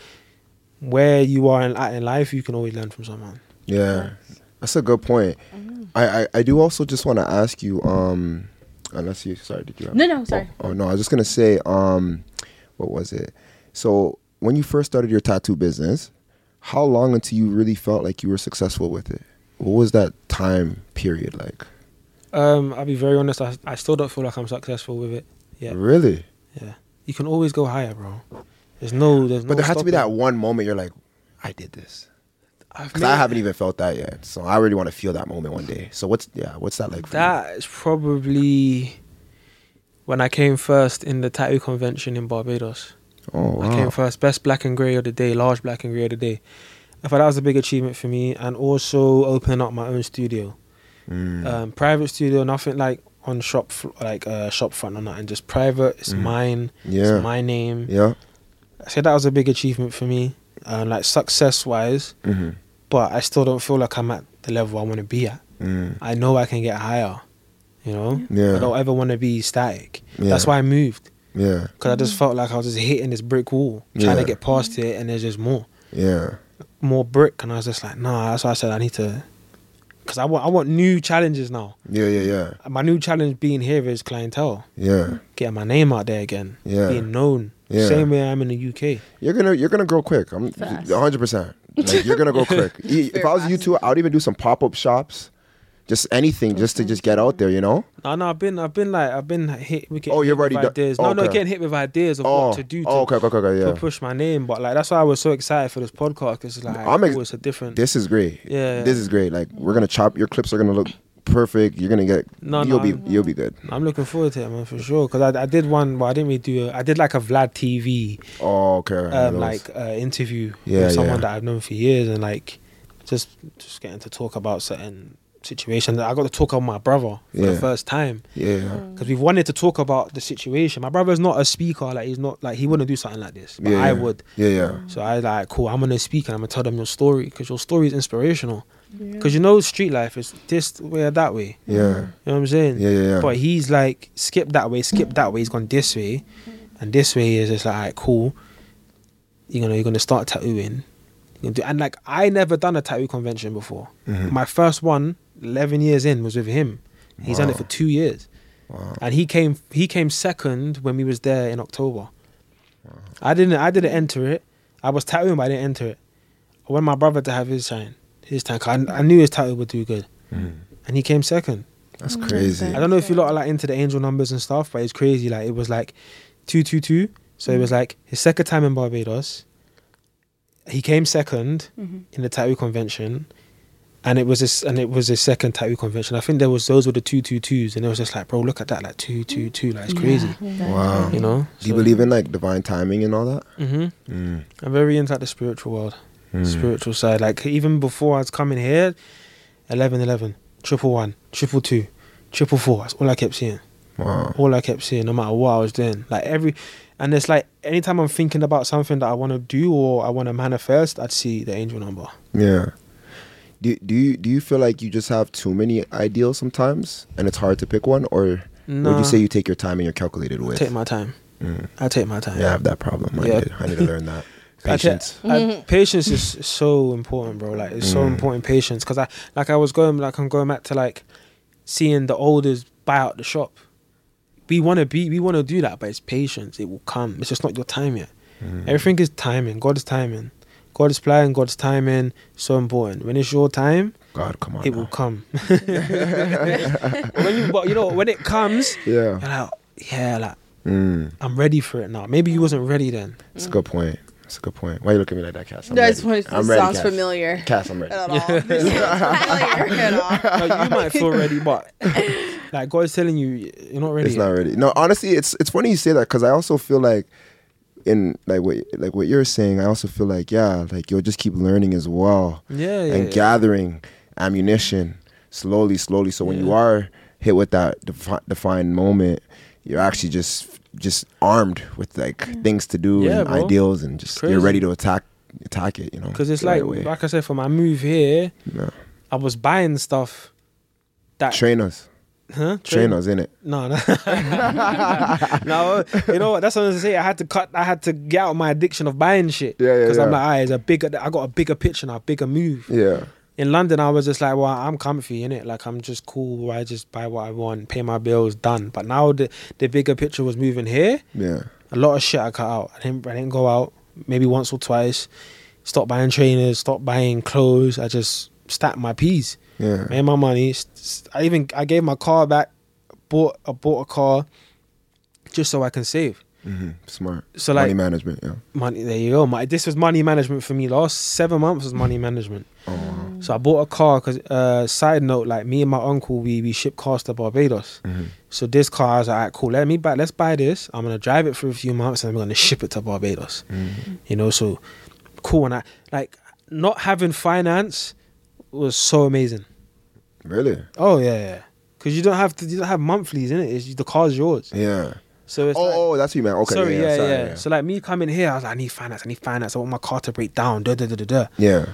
S4: where you are in, at in life, you can always learn from someone.
S1: Yeah, that's a good point.
S2: Mm-hmm.
S1: I, I I do also just want to ask you. Um, unless you sorry, did you? Have
S2: No, no, sorry.
S1: Oh, no, I was just gonna say. Um, what was it? So when you first started your tattoo business, how long until you really felt like you were successful with it? What was that time period like?
S4: Um, I'll be very honest. I, I still don't feel like I'm successful with it. Yeah.
S1: Really?
S4: Yeah. You can always go higher, bro. There's no. There's no
S1: But there has to be that
S4: stopping.
S1: one moment you're like, I did this.
S4: I've
S1: Because I
S4: made-
S1: haven't even felt that yet. So I really want to feel that moment one day. So what's yeah, what's that like for you?
S4: That is probably when I came first in the tattoo convention in Barbados.
S1: Oh
S4: I came
S1: wow.
S4: first, best black and grey of the day, large black and grey of the day. I thought that was a big achievement for me, and also opening up my own studio,
S1: Mm.
S4: um, private studio, nothing like on shop fl- like uh, shop front or nothing, just private. It's mine.
S1: Mm. Yeah.
S4: It's my name.
S1: yeah.
S4: I said that was a big achievement for me, um, like success wise.
S1: Mhm.
S4: But I still don't feel like I'm at the level I want to be at.
S1: Mm.
S4: I know I can get higher. You know,
S1: Yeah.
S4: I don't ever want to be static.
S1: Yeah.
S4: That's why I moved
S1: Yeah.
S4: because I just felt like I was just hitting this brick wall, trying
S1: Yeah.
S4: to get past it, and there's just more,
S1: Yeah.
S4: more brick. And I was just like, nah. That's why I said I need to, because I want, I want new challenges now.
S1: Yeah. Yeah. Yeah.
S4: My new challenge being here is clientele,
S1: Yeah.
S4: getting my name out there again,
S1: Yeah.
S4: being known.
S1: Yeah.
S4: Same way I'm in the UK.
S1: You're gonna you're gonna grow quick. I'm
S3: Fast.
S1: 100. percent like, You're gonna go quick. E- if I was you two, I would even do some pop up shops, just anything, just to just get out there. You know.
S4: No, no, I've been, I've been like, I've been hit. With getting
S1: Oh, you've
S4: hit with
S1: already done-
S4: ideas. no, no,
S1: okay.
S4: getting hit with ideas of
S1: Oh.
S4: what to do to,
S1: oh. Okay. Okay. Okay. okay,
S4: to
S1: Yeah.
S4: push my name. But like, that's why I was so excited for this podcast because like,
S1: I'm ex-
S4: oh, it's a different.
S1: This is great.
S4: Yeah.
S1: This is great. Like we're gonna chop. Your clips are gonna look perfect. You're gonna get.
S4: No,
S1: You'll
S4: no,
S1: be.
S4: I'm-
S1: You'll be good.
S4: I'm looking forward to it, man, for sure. Because I, I did one, but I didn't really do. A, I did like a Vlad TV,
S1: Oh. Okay.
S4: um,
S1: those.
S4: like uh, interview
S1: Yeah,
S4: with someone
S1: yeah.
S4: that I've known for years, and like just just getting to talk about certain situations. I got to talk about my brother for
S1: Yeah.
S4: the first time
S1: Yeah.
S4: because we've wanted to talk about the situation. My brother's not a speaker; like he's not like he wouldn't do something like this, but
S1: yeah.
S4: I would.
S1: Yeah. Yeah.
S4: So I like cool. I'm gonna speak and I'm gonna tell them your story because your story is inspirational. Because you know street life is this way or that way.
S1: Yeah.
S4: You know what I'm saying?
S1: Yeah, yeah, yeah.
S4: But he's like, skip that way, skip that way. He's gone this way, and this way is just like, alright, cool. You know, you're gonna start tattooing. You're gonna do, and like, I never done a tattoo convention before.
S1: Mm-hmm.
S4: My first one, 11 years in, was with him. He's done it for two years,
S1: Wow.
S4: and he came he came second when we was there in October. I didn't I didn't enter it. I was tattooing, but I didn't enter it. I wanted my brother to have his sign, his time. 'cause I, I knew his tattoo would do good, and he came second.
S1: That's crazy.
S4: I don't know if you lot are like into the angel numbers and stuff, but it's crazy. Like it was like two two two. So it was like his second time in Barbados. He came 2nd in the tattoo convention, and it was this and it was his second tattoo convention. I think there was those were the two two twos, and it was just like, bro, look at that, like two two two, like it's crazy,
S1: Mm-hmm. Wow.
S4: you know.
S1: Do you believe in like divine timing and all that?
S4: Mm-hmm.
S1: Mm.
S4: I'm very into like, the spiritual world, spiritual side. Like even before I was coming here, eleven eleven, triple one, triple two, triple four. That's all I kept seeing.
S1: Wow.
S4: all I kept seeing, no matter what I was doing. Like every, and it's like anytime I'm thinking about something that I want to do or I want to manifest, I'd see the angel number.
S1: Yeah. Do, do you do you feel like you just have too many ideals sometimes, and it's hard to pick one, or would
S4: Nah.
S1: you say you take your time and you're calculated with?
S4: Take my time.
S1: Mm.
S4: I take my time.
S1: yeah, I have that problem. I,
S4: Yeah.
S1: need, to, I need to learn that
S4: I ta-
S1: patience. Mm.
S4: I- patience is is so important, bro. Like it's so important. Patience, because I like I was going like I'm going back to like seeing the olders buy out the shop. We want to be, we want to do that, but it's patience. It will come. It's just not your time yet.
S1: Mm.
S4: Everything is timing. God's timing. God's plan. God's timing. So important. When it's your time,
S1: God, come on.
S4: it will
S1: now.
S4: come. when you, but you know, when it comes,
S1: Yeah.
S4: you're like, yeah, like
S1: Mm,
S4: I'm ready for it now. Maybe you wasn't ready then.
S1: that's a good point. That's a good point. Why you looking at me like that, Cass? I'm
S2: Mm. That's
S1: ready.
S2: what
S1: I'm
S2: sounds
S1: ready, Cass.
S2: familiar.
S1: Cass, I'm ready.
S2: At all. Sounds familiar at all.
S4: Like, you might feel ready, but like God's telling you, you're not ready.
S1: It's
S4: yet.
S1: not ready. No, honestly, it's it's funny you say that because I also feel like in like what like what you're saying. I also feel like yeah, like you'll just keep learning as well.
S4: Yeah, yeah,
S1: and
S4: yeah.
S1: gathering ammunition slowly, slowly. So when you are hit with that defi- defined moment, you're actually just just armed with like things to do
S4: Yeah,
S1: and
S4: bro.
S1: ideals, and just you're
S4: Crazy.
S1: ready to attack attack it. You know,
S4: Because it's
S1: the right
S4: like,
S1: way.
S4: like I said, for my move here,
S1: Yeah.
S4: I was buying stuff that
S1: train us,
S4: huh?
S1: train us in it.
S4: No, no, no. You know what? That's what I was gonna say. I had to cut. I had to get out my addiction of buying shit.
S1: Yeah, yeah,
S4: Because I'm
S1: yeah.
S4: like, ah, it's a bigger. I got a bigger picture now, bigger move.
S1: Yeah,
S4: in London, I was just like, well, I'm comfy in it. Like I'm just cool. I just buy what I want, pay my bills, done. But now the the bigger picture was moving here.
S1: yeah.
S4: a lot of shit I cut out. I didn't I didn't go out maybe once or twice. Stopped buying trainers, stopped buying clothes. I just stacked my peas,
S1: Yeah.
S4: made my money. S- s- I even I gave my car back, bought I bought a car, just so I can save
S1: Mm-hmm. Smart.
S4: So, like-
S1: money management. Yeah.
S4: money. There you go. My this was money management for me. Last seven months was money management.
S1: Oh wow.
S4: So I bought a car because, uh, side note, like me and my uncle, we we ship cars to Barbados. So this car, I was like, All right, cool, let me buy, let's buy this. I'm gonna drive it for a few months and I'm gonna ship it to Barbados. You know, so cool. And I like not having finance was so amazing.
S1: Really?
S4: Oh yeah, yeah. Because you don't have to, you don't have monthlies in it. It's the car's yours.
S1: Yeah.
S4: So it's
S1: oh,
S4: like,
S1: oh, that's what you meant. Okay.
S4: sorry,
S1: yeah. Yeah. sorry, yeah.
S4: So like me coming here, I was like, I need finance. I need finance. I want my car to break down. Da da da da da.
S1: yeah.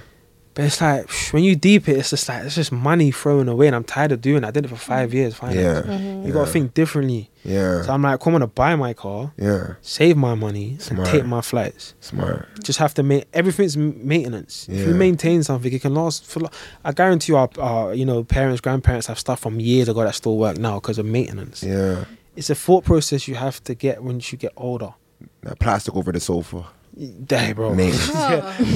S4: But it's like psh, when you deep it, it's just like it's just money thrown away, and I'm tired of doing. That. I did it for five years. Finally,
S1: Yeah.
S4: you gotta
S1: Mm. Mm-hmm. Yeah.
S4: think differently.
S1: Yeah.
S4: So I'm like, come on, to buy my car,
S1: yeah.
S4: save my money,
S1: Smart.
S4: and take my flights.
S1: Smart.
S4: Just have to make everything's m- maintenance. If you
S1: Yeah.
S4: maintain something, it can last for. Lo- I guarantee you, our, our you know parents, grandparents have stuff from years ago that still work now because of maintenance.
S1: Yeah.
S4: It's a thought process you have to get once you get older.
S1: That plastic over the sofa.
S4: Day, bro,
S1: Man.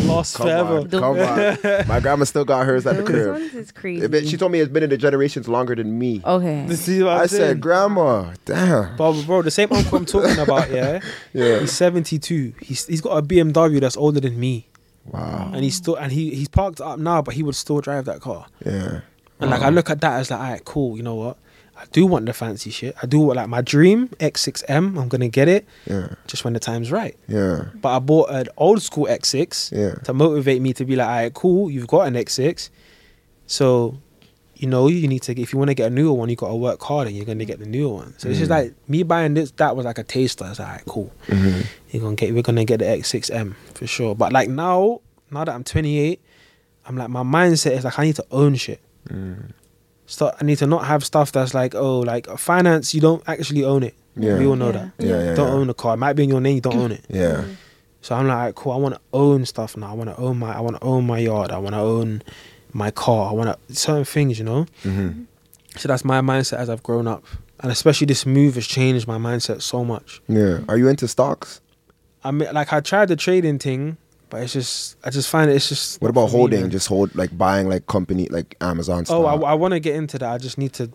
S4: lost
S1: Come
S4: forever.
S1: on. Come on. My grandma still got hers at the
S3: Those
S1: crib.
S3: ones is crazy. Oh,
S1: It been- she told me it's been in the generations longer than me.
S3: okay.
S4: This is what I'm
S1: I
S4: saying.
S1: said, Grandma, damn.
S4: But bro, the same uncle I'm talking about, yeah,
S1: Yeah.
S4: he's 72. He's he's got a BMW that's older than me,
S1: Wow.
S4: and he's still and he he's parked up now, but he would still drive that car.
S1: Yeah.
S4: And like I look at that as like, alright, cool. You know what? I do want the fancy shit. I do want like my dream X6M. I'm gonna get it
S1: Yeah.
S4: just when the time's right.
S1: Yeah.
S4: But I bought an old school X6
S1: Yeah.
S4: to motivate me to be like, alright, cool. You've got an X6, so. You know, you need to get, if you want to get a newer one, you got to work hard and you're going to get the newer one. So
S1: Mm.
S4: it's just like me buying this, that was like a taster. It's like, alright, cool.
S1: hmm
S4: You're gonna get we're gonna get the X6M for sure. But like now, now that I'm 28, I'm like my mindset is like I need to own shit. Mm. So I need to not have stuff that's like oh like finance you don't actually own it.
S1: Yeah.
S4: We all know
S3: Yeah.
S4: that.
S1: Yeah, yeah,
S4: Don't
S1: yeah.
S4: own the car. It might be in your name. You don't own it.
S1: Yeah.
S4: So I'm like cool. I want to own stuff now. I want to own my I want to own my yard. I want to own my car. I want to certain things. You know.
S1: Mm-hmm.
S4: So that's my mindset as I've grown up, and especially this move has changed my mindset so much.
S1: Yeah. Are you into stocks?
S4: I mean, like I tried the trading thing, but it's just I just find it, it's just.
S1: What
S4: not
S1: about
S4: for me,
S1: holding?
S4: man.
S1: Just hold like buying like company like Amazon stock.
S4: oh, I, want to get into that. I just need to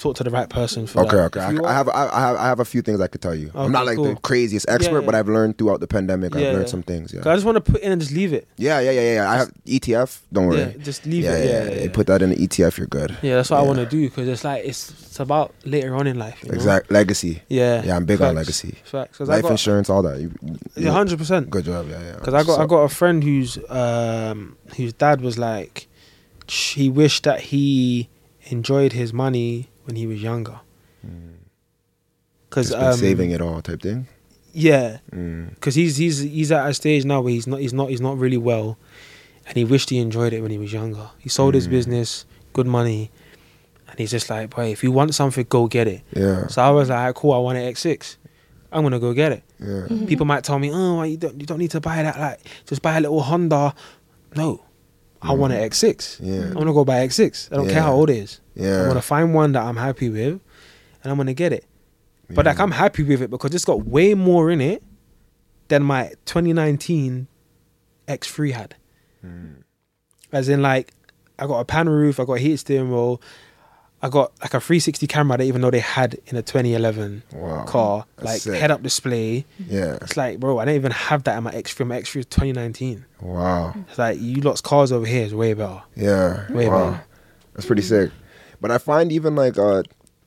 S4: talk to the right person for
S1: Okay,
S4: that.
S1: okay.
S4: If
S1: I,
S4: you
S1: I
S4: are-
S1: have, I, I have, I have a few things I could tell you.
S4: Okay,
S1: I'm not like
S4: cool.
S1: the craziest expert,
S4: yeah.
S1: but I've learned throughout the pandemic.
S4: Yeah,
S1: I've learned
S4: yeah.
S1: some things.
S4: 'Cause I
S1: Yeah.
S4: just want to put in and just leave it.
S1: yeah, yeah, yeah, yeah, yeah. I have ETF. Don't worry.
S4: Yeah, just leave
S1: yeah,
S4: it. Yeah,
S1: yeah,
S4: yeah,
S1: yeah.
S4: yeah.
S1: Put that in the ETF. You're good.
S4: Yeah, that's what I
S1: Yeah.
S4: want to do because it's like it's, it's about later on in life. You know?
S1: Exact legacy.
S4: Yeah.
S1: Yeah, I'm big on legacy.
S4: Facts. 'Cause I
S1: Life
S4: got,
S1: insurance, all that. You,
S4: Yeah, hundred percent.
S1: Good job. Yeah, yeah.
S4: Because I got
S1: So-
S4: I got a friend whose um whose dad was like, sh- he wished that he enjoyed his money when he was younger. Because
S1: Hmm. Just
S4: um,
S1: been saving it all type thing.
S4: Yeah,
S1: Mm.
S4: because he's he's he's at a stage now where he's not he's not he's not really well, and he wished he enjoyed it when he was younger. He sold his
S1: Mm.
S4: business, good money, and he's just like, boy, if you want something, go get it.
S1: Yeah.
S4: So I was like, "Alright, cool, I want an X six, I'm gonna go get it.
S1: Yeah.
S4: People might tell me, oh, why you don't you don't need to buy that, like just buy a little Honda. No, I want an X six.
S1: Yeah.
S4: I'm gonna go buy X six. I don't care how
S1: Yeah.
S4: old it is. I'm
S1: Yeah.
S4: gonna find one that I'm happy with, and I'm gonna get it. But like I'm happy with it because it's got way more in it than my 2019 X3 had.
S1: Mm.
S4: As in, like I got a panel roof, I got heated steering wheel, I got like a 360 camera that even though they had in a 2011
S1: Wow.
S4: car,
S1: That's
S4: like
S1: sick.
S4: head-up display.
S1: Yeah.
S4: It's like, bro, I didn't even have that in my X3. My X3 is 2019.
S1: Wow.
S4: It's like you lot's cars over here is way better.
S1: Yeah.
S4: Way
S1: wow.
S4: better.
S1: That's pretty sick. But I find even like uh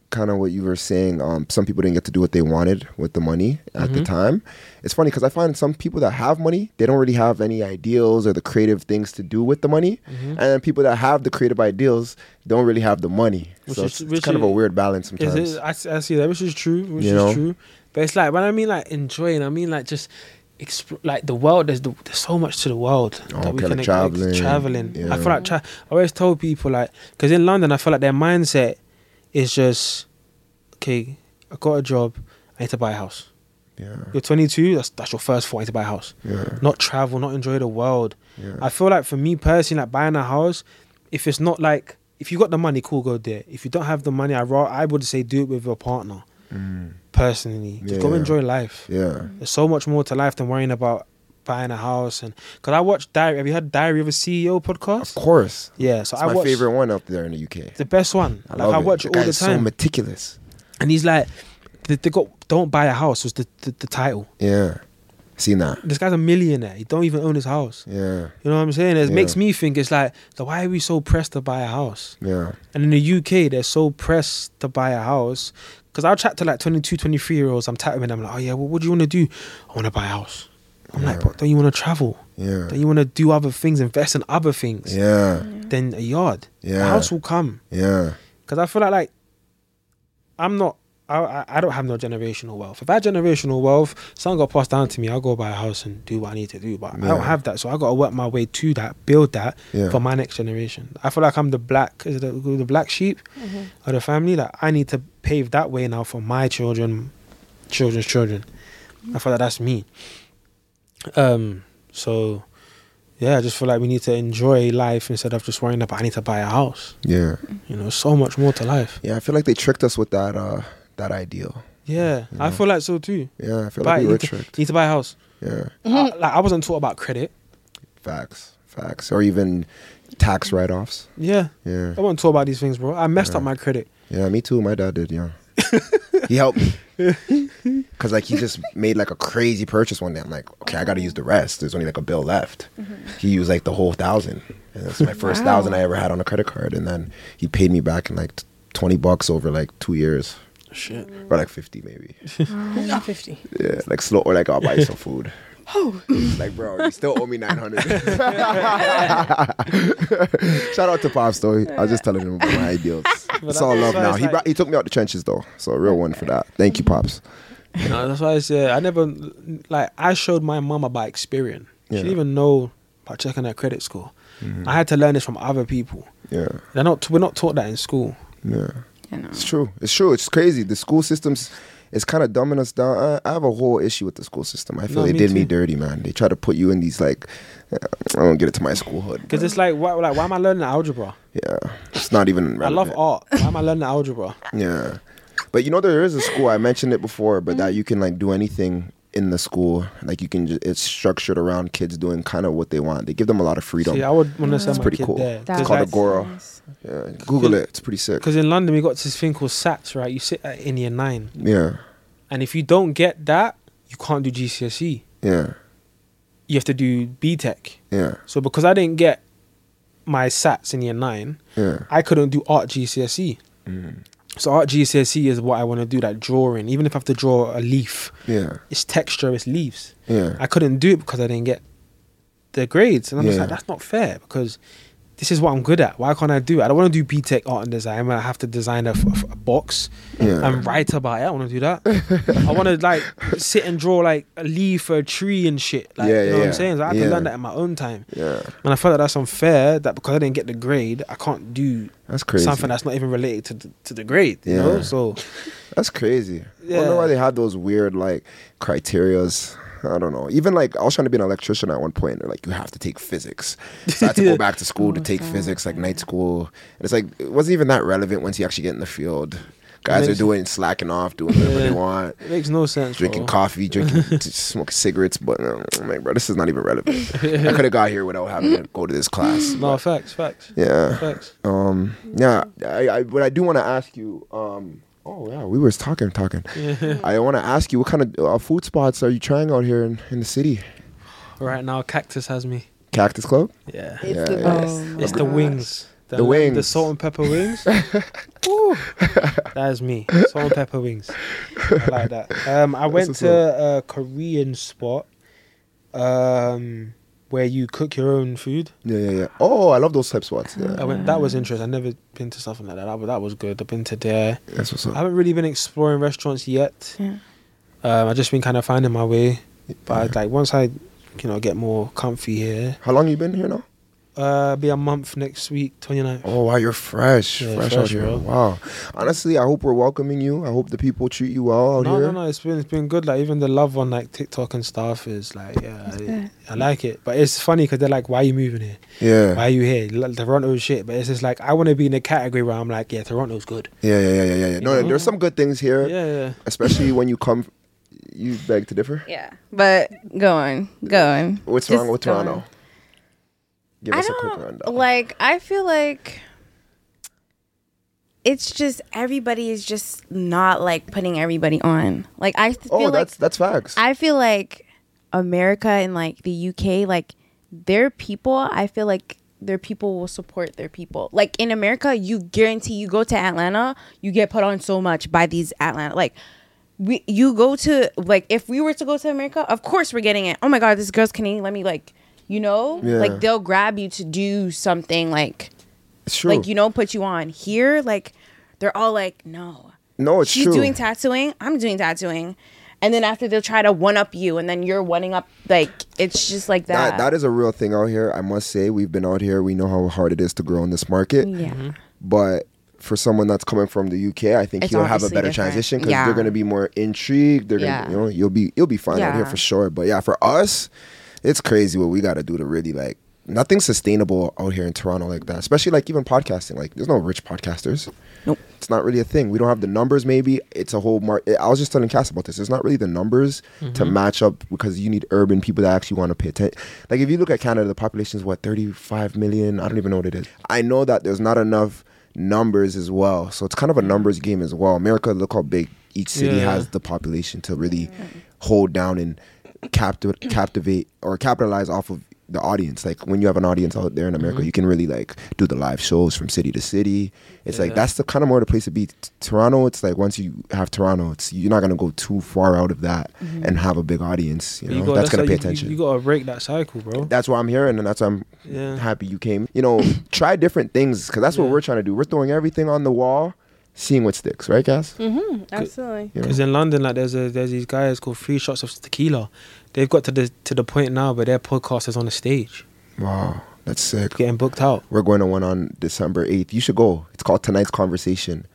S1: kind of what you were saying um some people didn't get to do what they wanted with the money at
S4: Mm-hmm.
S1: the time. It's funny cuz I find some people that have money, they don't really have any ideals or the creative things to do with the money.
S4: Mm-hmm.
S1: And then people that have the creative ideals don't really have the money.
S4: Which
S1: so
S4: is-
S1: it's, it's
S4: which
S1: kind of a
S4: is-
S1: weird balance sometimes.
S4: Is it, I, s- I see that, which is true, which
S1: You
S4: is
S1: know?
S4: true. But it's like when I mean like enjoying, I mean like just exp- like the world. There's the, there's so much to the world
S1: Oh,
S4: that we
S1: okay,
S4: can
S1: like
S4: ex-
S1: traveling,
S4: traveling. I
S1: yeah.
S4: feel like tra- I always told people like because in London I feel like their mindset is just okay. I got a job. I need to buy a house.
S1: yeah.
S4: You're 22. That's that's your first thought. I need to buy a house.
S1: Yeah.
S4: Not travel. Not enjoy the world.
S1: Yeah.
S4: I feel like for me personally, like buying a house, if it's not like if you got the money, cool, go there. If you don't have the money, I ra- I would say do it with your partner. personally. Just go
S1: Yeah.
S4: enjoy life.
S1: Mm. Yeah.
S4: There's so much more to life than worrying about buying a house and because I watched Diary. Have you heard Diary of a CEO
S1: Of
S4: podcast?
S1: course.
S4: Yeah, so
S1: It's
S4: I
S1: my
S4: watched
S1: favorite one up there in the UK.
S4: the best one.
S1: I
S4: like
S1: love
S4: I
S1: it.
S4: watch
S1: The
S4: it all the
S1: guy's so
S4: time,
S1: meticulous.
S4: and he's like, they, they got "Don't buy a house" was the, the the title.
S1: Yeah. Seen that.
S4: This guy's a millionaire. He don't even own his house.
S1: Yeah.
S4: You know what I'm saying? It
S1: Yeah.
S4: makes me think it's like, so why are we so pressed to buy a house?
S1: Yeah.
S4: And in the UK, they're so pressed to buy a house. Because I'll chat to like 22, 23 year olds. I'm chatting with them. like, oh, yeah, well, what do you want to do? I want to buy a house. I'm like,
S1: Yeah.
S4: but don't you want to travel?
S1: Yeah.
S4: Don't you want to do other things, invest in other things
S1: Yeah.
S4: than a yard?
S1: Yeah.
S4: A house will come.
S1: Yeah.
S4: Because I feel like, like I'm not, I, I, I don't have no generational wealth. If I had generational wealth, something got passed down to me, I'll go buy a house and do what I need to do. But I
S1: Yeah.
S4: don't have that. So I got to work my way to that, build that
S1: Yeah.
S4: for my next generation. I feel like I'm the black, is it the, the black sheep of the family? That I need to pave that way now for my children, children's children. I feel like that's me. Um, so yeah, I just feel like we need to enjoy life instead of just worrying about I need to buy a house.
S1: Yeah.
S4: You know, so much more to life.
S1: Yeah. I feel like they tricked us with that uh that ideal.
S4: Yeah, I feel like so too.
S1: Yeah. I feel
S4: Buy,
S1: like we were
S4: need, to,
S1: tricked.
S4: need to buy a house.
S1: Yeah.
S4: I, like I wasn't taught about credit.
S1: Facts. Facts. Or even tax write offs.
S4: Yeah,
S1: Yeah.
S4: I wasn't taught about these things, bro. I messed up
S1: Yeah.
S4: my credit.
S1: Yeah, me too. My dad did. Yeah, he helped me because like he just made like a crazy purchase one day. I'm like, okay, I got to use the rest. There's only like a bill left. He used like the whole thousand. And that's my first
S3: Wow.
S1: thousand I ever had on a credit card, and then he paid me back in like t- twenty bucks over like two years.
S4: Shit.
S1: Or like fifty maybe,
S2: Yeah, fifty.
S1: yeah. Like slow, or like I'll buy you some food.
S4: Oh.
S1: like bro, you still owe me nine hundred. Shout out to Pops though. I was just telling him about my ideals. It's all love
S4: that's why
S1: now.
S4: it's
S1: He
S4: like-
S1: brought, he took me out the trenches though, so a real one for that. Thank you, Pops.
S4: No, that's why I said I never like I showed my mama by experience. She
S1: Yeah. Mm-hmm.
S4: didn't even know about checking her credit score. I had to learn this from other people.
S1: Yeah,
S4: They're not we're not taught that in school.
S1: yeah.
S3: I know.
S1: It's true. It's true. It's crazy. The school system's it's kind of dumbing us down. I, I have a whole issue with the school system. I feel
S4: No,
S1: they
S4: me
S1: did me
S4: too.
S1: dirty, man. They try to put you in these like, I don't get it to my schoolhood.
S4: Because it's like why like why am I learning algebra?
S1: Yeah, it's not even.
S4: I love
S1: relevant.
S4: art. Why am I learning algebra?
S1: Yeah. But you know there is a school I mentioned it before, but that you can like do anything in the school. Like you can just, it's structured around kids doing kind of what they want. They give them a lot of freedom.
S4: See, I would want to send
S1: It's
S4: my
S1: pretty
S4: kid
S1: cool.
S4: there.
S1: It's
S3: That
S1: called
S3: was
S1: Agora.
S3: nice.
S1: yeah. Google it. It's pretty sick.
S4: Because in London we got this thing called SATs, right? You sit at in year nine,
S1: Yeah.
S4: and if you don't get that, you can't do GCSE.
S1: Yeah.
S4: E. you have to do B Tech.
S1: Yeah.
S4: So because I didn't get my SATs in year nine,
S1: Yeah.
S4: I couldn't do art GCSE. E. So art GCSE E is what I want to do, that drawing. Even if I have to draw a leaf,
S1: Yeah.
S4: it's texture, it's leaves.
S1: Yeah.
S4: I couldn't do it because I didn't get the grades. And I'm just
S1: Yeah.
S4: like, that's not fair because this is what I'm good at. Why can't I do it? I don't want to do B Tech art and design when I have to design a, f- f- a box
S1: Yeah.
S4: and write about it. I don't want to do that. I want to like sit and draw like a leaf or a tree and shit. Like,
S1: Yeah,
S4: you know
S1: yeah,
S4: what
S1: yeah.
S4: I'm saying? So I have
S1: Yeah.
S4: to learn that in my own time.
S1: Yeah.
S4: And I feel like that's unfair that because I didn't get the grade, I can't do
S1: That's crazy.
S4: something that's not even related to the, to the grade. You know?
S1: Yeah.
S4: So
S1: That's crazy. I
S4: Yeah.
S1: wonder why they had those weird like criterias. I don't know. Even like I was trying to be an electrician at one point. They're like, you have to take physics. So I had to go back to school to take physics, like night school. And it's like it wasn't even that relevant once you actually get in the field. Guys are
S4: makes-
S1: doing slacking off, doing whatever they
S4: Yeah.
S1: want,
S4: it makes no sense.
S1: drinking
S4: bro.
S1: coffee, drinking, t- smoking cigarettes. But um, I'm like, bro, this is not even relevant. I could have got here without having to go to this class.
S4: No, facts, facts.
S1: Yeah.
S4: Facts.
S1: Um, yeah, I, I, but I do want to ask you. Um, oh yeah, we was talking, talking. I want to ask you, what kind of uh, food spots are you trying out here in, in the city?
S4: Right now, Cactus has me.
S1: Cactus Club.
S4: Yeah.
S2: It's
S1: Yeah,
S2: the
S1: yeah.
S2: best.
S4: It's the wings.
S1: The
S4: lamb- The
S1: wings.
S4: salt and pepper wings. Woo. that is me. Salt and pepper wings. I like that. Um, I went
S1: what's
S4: to a Korean spot um, where you cook your own food.
S1: Yeah, yeah, yeah. Oh, I love those type spots.
S4: I
S1: Yeah,
S4: went. That was interesting. I've never been to something like that. That was, that was good. I've been to there.
S1: that's what's
S4: I
S1: up.
S4: haven't really been exploring restaurants yet.
S3: Yeah.
S4: Um, I've just been kind of finding my way. But like once I, you know, get more comfy here,
S1: How long you been here now?
S4: uh, be a month next week, 29th.
S1: Oh wow, you're fresh,
S4: Yeah,
S1: fresh, out
S4: fresh,
S1: here.
S4: bro.
S1: Wow. Honestly, I hope we're welcoming you. I hope the people treat you well out
S4: no,
S1: here.
S4: no, no. It's been it's been good. Like even the love on like TikTok and stuff is like, yeah, I,
S3: good.
S4: I like it. But it's funny because they're like, why are you moving here?
S1: Yeah.
S4: Why are you here? Like, Toronto is shit. But it's just like I want to be in a category where I'm like, yeah, Toronto's good.
S1: yeah, yeah, yeah, yeah, yeah, yeah. No,
S4: know?
S1: there's some good things here,
S4: Yeah, yeah.
S1: especially when you come. You beg to differ.
S3: Yeah. But go on, go on.
S1: What's
S3: Just
S1: wrong with
S3: go on.
S1: Toronto? Give
S3: I
S1: us a quick
S3: don't
S1: rundown.
S3: like. I feel like it's just everybody is just not like putting everybody on. Like I th- feel
S1: oh,
S3: like
S1: that's that's facts.
S3: I feel like America and like the UK, like their people, I feel like their people will support their people. Like in America, you guarantee you go to Atlanta, you get put on so much by these Atlanta. Like we, you go to like if we were to go to America, of course we're getting it. Oh my god, this girl's Canadian. Let me like, you know,
S1: Yeah.
S3: like they'll grab you to do something like
S1: it's true.
S3: like you know put you on here. Like they're all like no
S1: no, Oh, it's
S3: she's
S1: true.
S3: doing tattooing i'm doing tattooing and then after they'll try to one up you and then you're one up like it's just like
S1: that
S3: that,
S1: that is a real thing out here. I must say, we've been out here. We know how hard it is to grow in this market.
S3: yeah
S1: Mm-hmm. but for someone that's coming from the UK, I think
S3: It's
S1: you'll have a
S3: obviously
S1: better
S3: different.
S1: transition because
S3: Yeah.
S1: they're going to be more intrigued. They're
S3: Yeah.
S1: gonna, you know, you'll be you'll be fine out here
S3: Yeah.
S1: for sure. But yeah, for us, it's crazy what we got to do to really like nothing's sustainable out here in Toronto like that. Especially like even podcasting, like there's no rich podcasters.
S3: Nope.
S1: It's not really a thing. We don't have the numbers. Maybe it's a whole mark. I was just telling Cass about this. It's not really the numbers to match up because you need urban people that actually want to pay attention. Like if you look at Canada, the population is what 35 million. I don't even know what it is. I know that there's not enough numbers as well. So it's kind of a numbers game as well. America, look how big each city
S4: Yeah.
S1: has the population to really hold down and capti- captivate or capitalize off of the audience. Like when you have an audience out there in America,
S4: Mm-hmm.
S1: you can really like do the live shows from city to city. It's like
S4: Yeah.
S1: that's the kind of more the place to be. T- Toronto, it's like once you have Toronto, it's you're not gonna go too far out of that and have a big audience. You
S4: But
S1: know,
S4: Mm-hmm. You gotta-
S1: that's gonna
S4: like,
S1: pay
S4: you-
S1: attention.
S4: You, you gotta break that cycle, bro.
S1: that's why I'm here, and that's why I'm
S4: Yeah.
S1: happy you came. You know, try different things because that's what
S4: Yeah.
S1: we're trying to do. We're throwing everything on the wall, seeing what sticks. Right, Cass?
S2: Absolutely.
S1: You know?
S4: Because in London, like there's a there's these guys called Three Shots of Tequila. They've got to the to the point now where their podcast is on the stage,
S1: Wow, that's sick.
S4: getting booked out.
S1: We're going to one on December 8th. You should go. It's called Tonight's Conversation.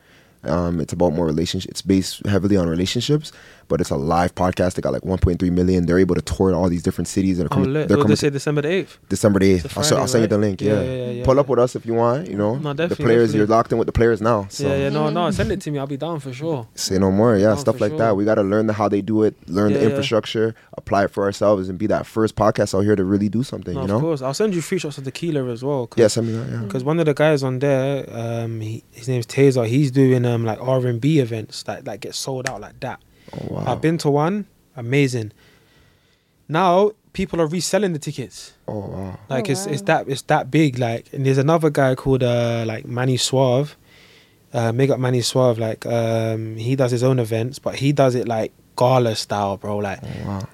S1: Um, it's about more relationship. It's based heavily on relationships, but it's a live podcast. They got like 1.3 million. They're able to tour all these different cities. And
S4: Oh,
S1: com-
S4: lit.
S1: they're
S4: What
S1: coming
S4: they
S1: to
S4: say December the eighth.
S1: December the 8th.
S4: It's a
S1: I'll, se- I'll
S4: Friday,
S1: send you the
S4: right?
S1: link. Yeah.
S4: Yeah, yeah, yeah,
S1: Pull up
S4: yeah.
S1: with us if you want. You know,
S4: No,
S1: the
S4: definitely,
S1: players, you're
S4: definitely.
S1: locked in with the players now. So
S4: Yeah, yeah, no, no, send it to me. I'll be down for sure.
S1: say no more. Yeah,
S4: No,
S1: stuff
S4: for
S1: like
S4: sure.
S1: that. We got to learn the, how they do it, learn
S4: Yeah,
S1: the
S4: yeah.
S1: infrastructure, apply it for ourselves, and be that first podcast out here to really do something,
S4: No,
S1: you
S4: of
S1: know?
S4: course. I'll send you Three Shots of Tequila as well. Cause,
S1: Yeah, send me that. Yeah.
S4: Because one of the guys on there, um, he, his name's Taser. He's doing um like R and B events that like get sold out like that.
S1: Oh, wow.
S4: I've been to one, amazing. Now people are reselling the tickets.
S1: oh, wow.
S4: Like it's it's that it's that big. Like and there's another guy called uh like Manny Suave. Uh make up Manny Suave, like um he does his own events, but he does it like gala style, bro. Like
S1: Oh, wow.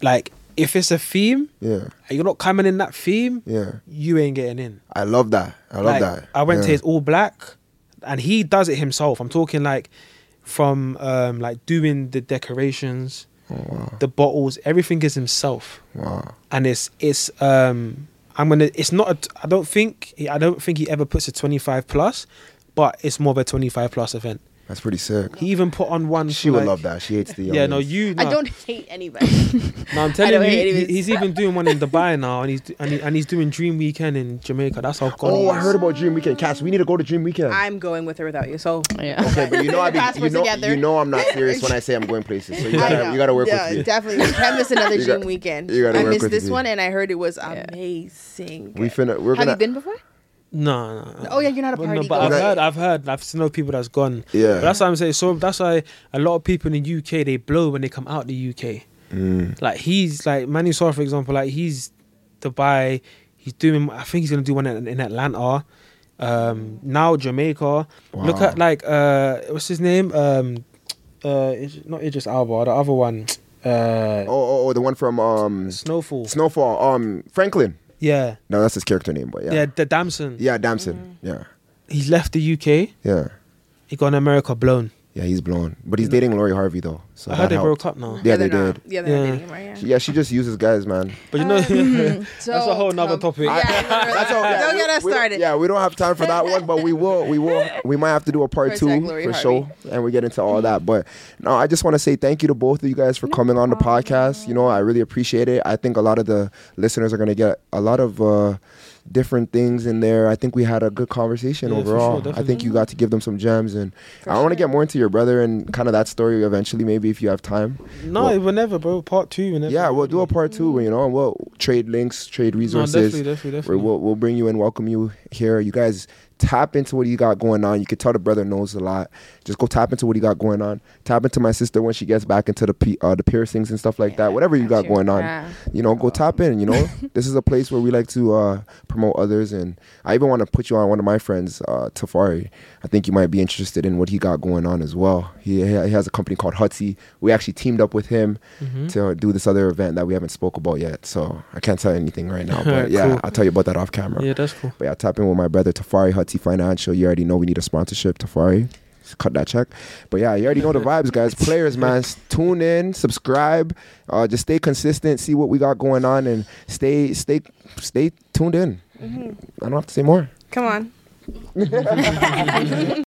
S4: like if it's a theme,
S1: Yeah.
S4: and you're not coming in that theme,
S1: Yeah.
S4: you ain't getting in.
S1: I love that. I love
S4: like,
S1: that.
S4: I went
S1: yeah.
S4: to his all black and he does it himself. I'm talking like from um like doing the decorations,
S1: Oh, wow.
S4: the bottles, everything is himself
S1: Wow.
S4: and it's it's um I'm gonna it's not a t- I don't think I don't think he ever puts a 25 plus, but it's more of a 25 plus event.
S1: That's pretty sick.
S4: He even put on one.
S1: She
S4: for,
S1: would
S4: like-
S1: love that. She hates the young
S4: Yeah, no,
S1: ones.
S4: you.
S2: I
S4: no.
S2: don't hate anybody.
S4: No, I'm
S2: I don't
S4: telling
S2: hear
S4: you, he-
S2: anyways.
S4: he's even doing one in Dubai now, and he's and, he, and he's doing Dream Weekend in Jamaica. That's how gone.
S1: Oh,
S4: he
S1: I
S4: is.
S1: heard about Dream Weekend. Cass, we need to go to Dream Weekend.
S2: I'm going with or without you. So
S3: yeah
S1: okay, but you know I be, you
S2: Passports
S1: know
S2: together.
S1: you know I'm not serious when I say I'm going places. So you
S2: I
S1: gotta
S2: know.
S1: you gotta work
S2: yeah,
S1: with me.
S2: Definitely. You can't miss another
S1: You got-
S2: gym weekend.
S1: you gotta
S2: I
S1: work
S2: missed
S1: with
S2: this
S1: me.
S2: one and I heard it was
S3: Yeah.
S2: amazing.
S1: We finna we're
S2: Have
S1: gonna
S2: you been before?
S4: No, no, no.
S2: Oh, yeah, you're not a
S4: But
S2: party
S4: but I've
S1: guy.
S4: heard, I've heard, I've know people that's gone.
S1: Yeah.
S4: But that's what I'm saying. So that's why a lot of people in the UK they blow when they come out the UK.
S1: Mm.
S4: Like he's like Manu Sarr, for example, like he's Dubai. He's doing. I think he's gonna do one in, in Atlanta. Um, now Jamaica. Look
S1: Wow.
S4: at like uh, what's his name? Um, uh, Id- not Idris Alba, the other one. Uh,
S1: oh, oh oh the one from um
S4: Snowfall.
S1: Snowfall. Um Franklin.
S4: yeah.
S1: No, that's his character name, but
S4: yeah,
S1: yeah. Yeah,
S4: The Damson.
S2: Mm-hmm.
S1: Damson. Yeah.
S4: He's left the UK.
S1: Yeah.
S4: He got in America blown.
S1: Yeah, he's blown. But he's dating Lori Harvey though. So
S4: I heard
S1: that
S4: they
S1: helped.
S4: broke up now.
S1: Yeah, they
S2: they're not.
S1: did.
S2: Yeah, they're
S4: Yeah.
S2: not dating, right? Yeah.
S1: Yeah, she just uses guys, man.
S4: But you know, that's a whole
S2: nother
S4: nother topic.
S2: Yeah,
S1: That's all.
S2: Don't
S1: we-
S2: get us
S1: we don't-
S2: started.
S1: Yeah, we don't have time for that one, but we will. We will. We might have to do a part
S2: Protect
S1: two
S2: Lori
S1: for
S2: Harvey.
S1: sure, and we get into all that. But no, I just want to say thank you to both of you guys for coming on the podcast. You know, I really appreciate it. I think a lot of the listeners are going to get a lot of. uh Different things in there. I think we had a good conversation
S4: Yeah, for sure,
S1: overall. I think
S4: definitely.
S1: you got to give them some gems, and I want to get more into your brother and kind of that story eventually, maybe if you have time.
S4: No,
S1: Well-
S4: whenever, bro. Part two, whenever.
S1: Yeah, we'll do a part two, you know, and we'll trade links, trade
S4: No,
S1: resources.
S4: definitely, definitely, definitely.
S1: We're- We'll, we'll bring you and welcome you here. You guys tap into what you got going on. You can tell the brother knows a lot. Just go tap into what he got going on. Tap into my sister when she gets back into the pe- uh, the piercings and stuff like that. Whatever you got
S3: that's your-
S1: going on,
S3: yeah.
S1: you know, go tap in. You know, this is a place where we like to uh, promote others, and I even want to put you on one of my friends, uh, Tafari. I think you might be interested in what he got going on as well. He he has a company called Hutzy. We actually teamed up with him to do this other event that we haven't spoke about yet. So I can't tell you anything right now, but
S4: Alright,
S1: yeah,
S4: cool.
S1: I'll tell you about that off camera.
S4: Yeah, that's cool.
S1: But yeah, tap in with my brother Tafari Hutty Financial. You already know we need a sponsorship, Tafari. Just Cut that check. But yeah, you already know the vibes, guys. Players, man. s- Tune in, subscribe, uh, just stay consistent, see what we got going on and stay stay
S2: Mm-hmm.
S1: stay tuned in. I don't have to say more.
S2: Come on.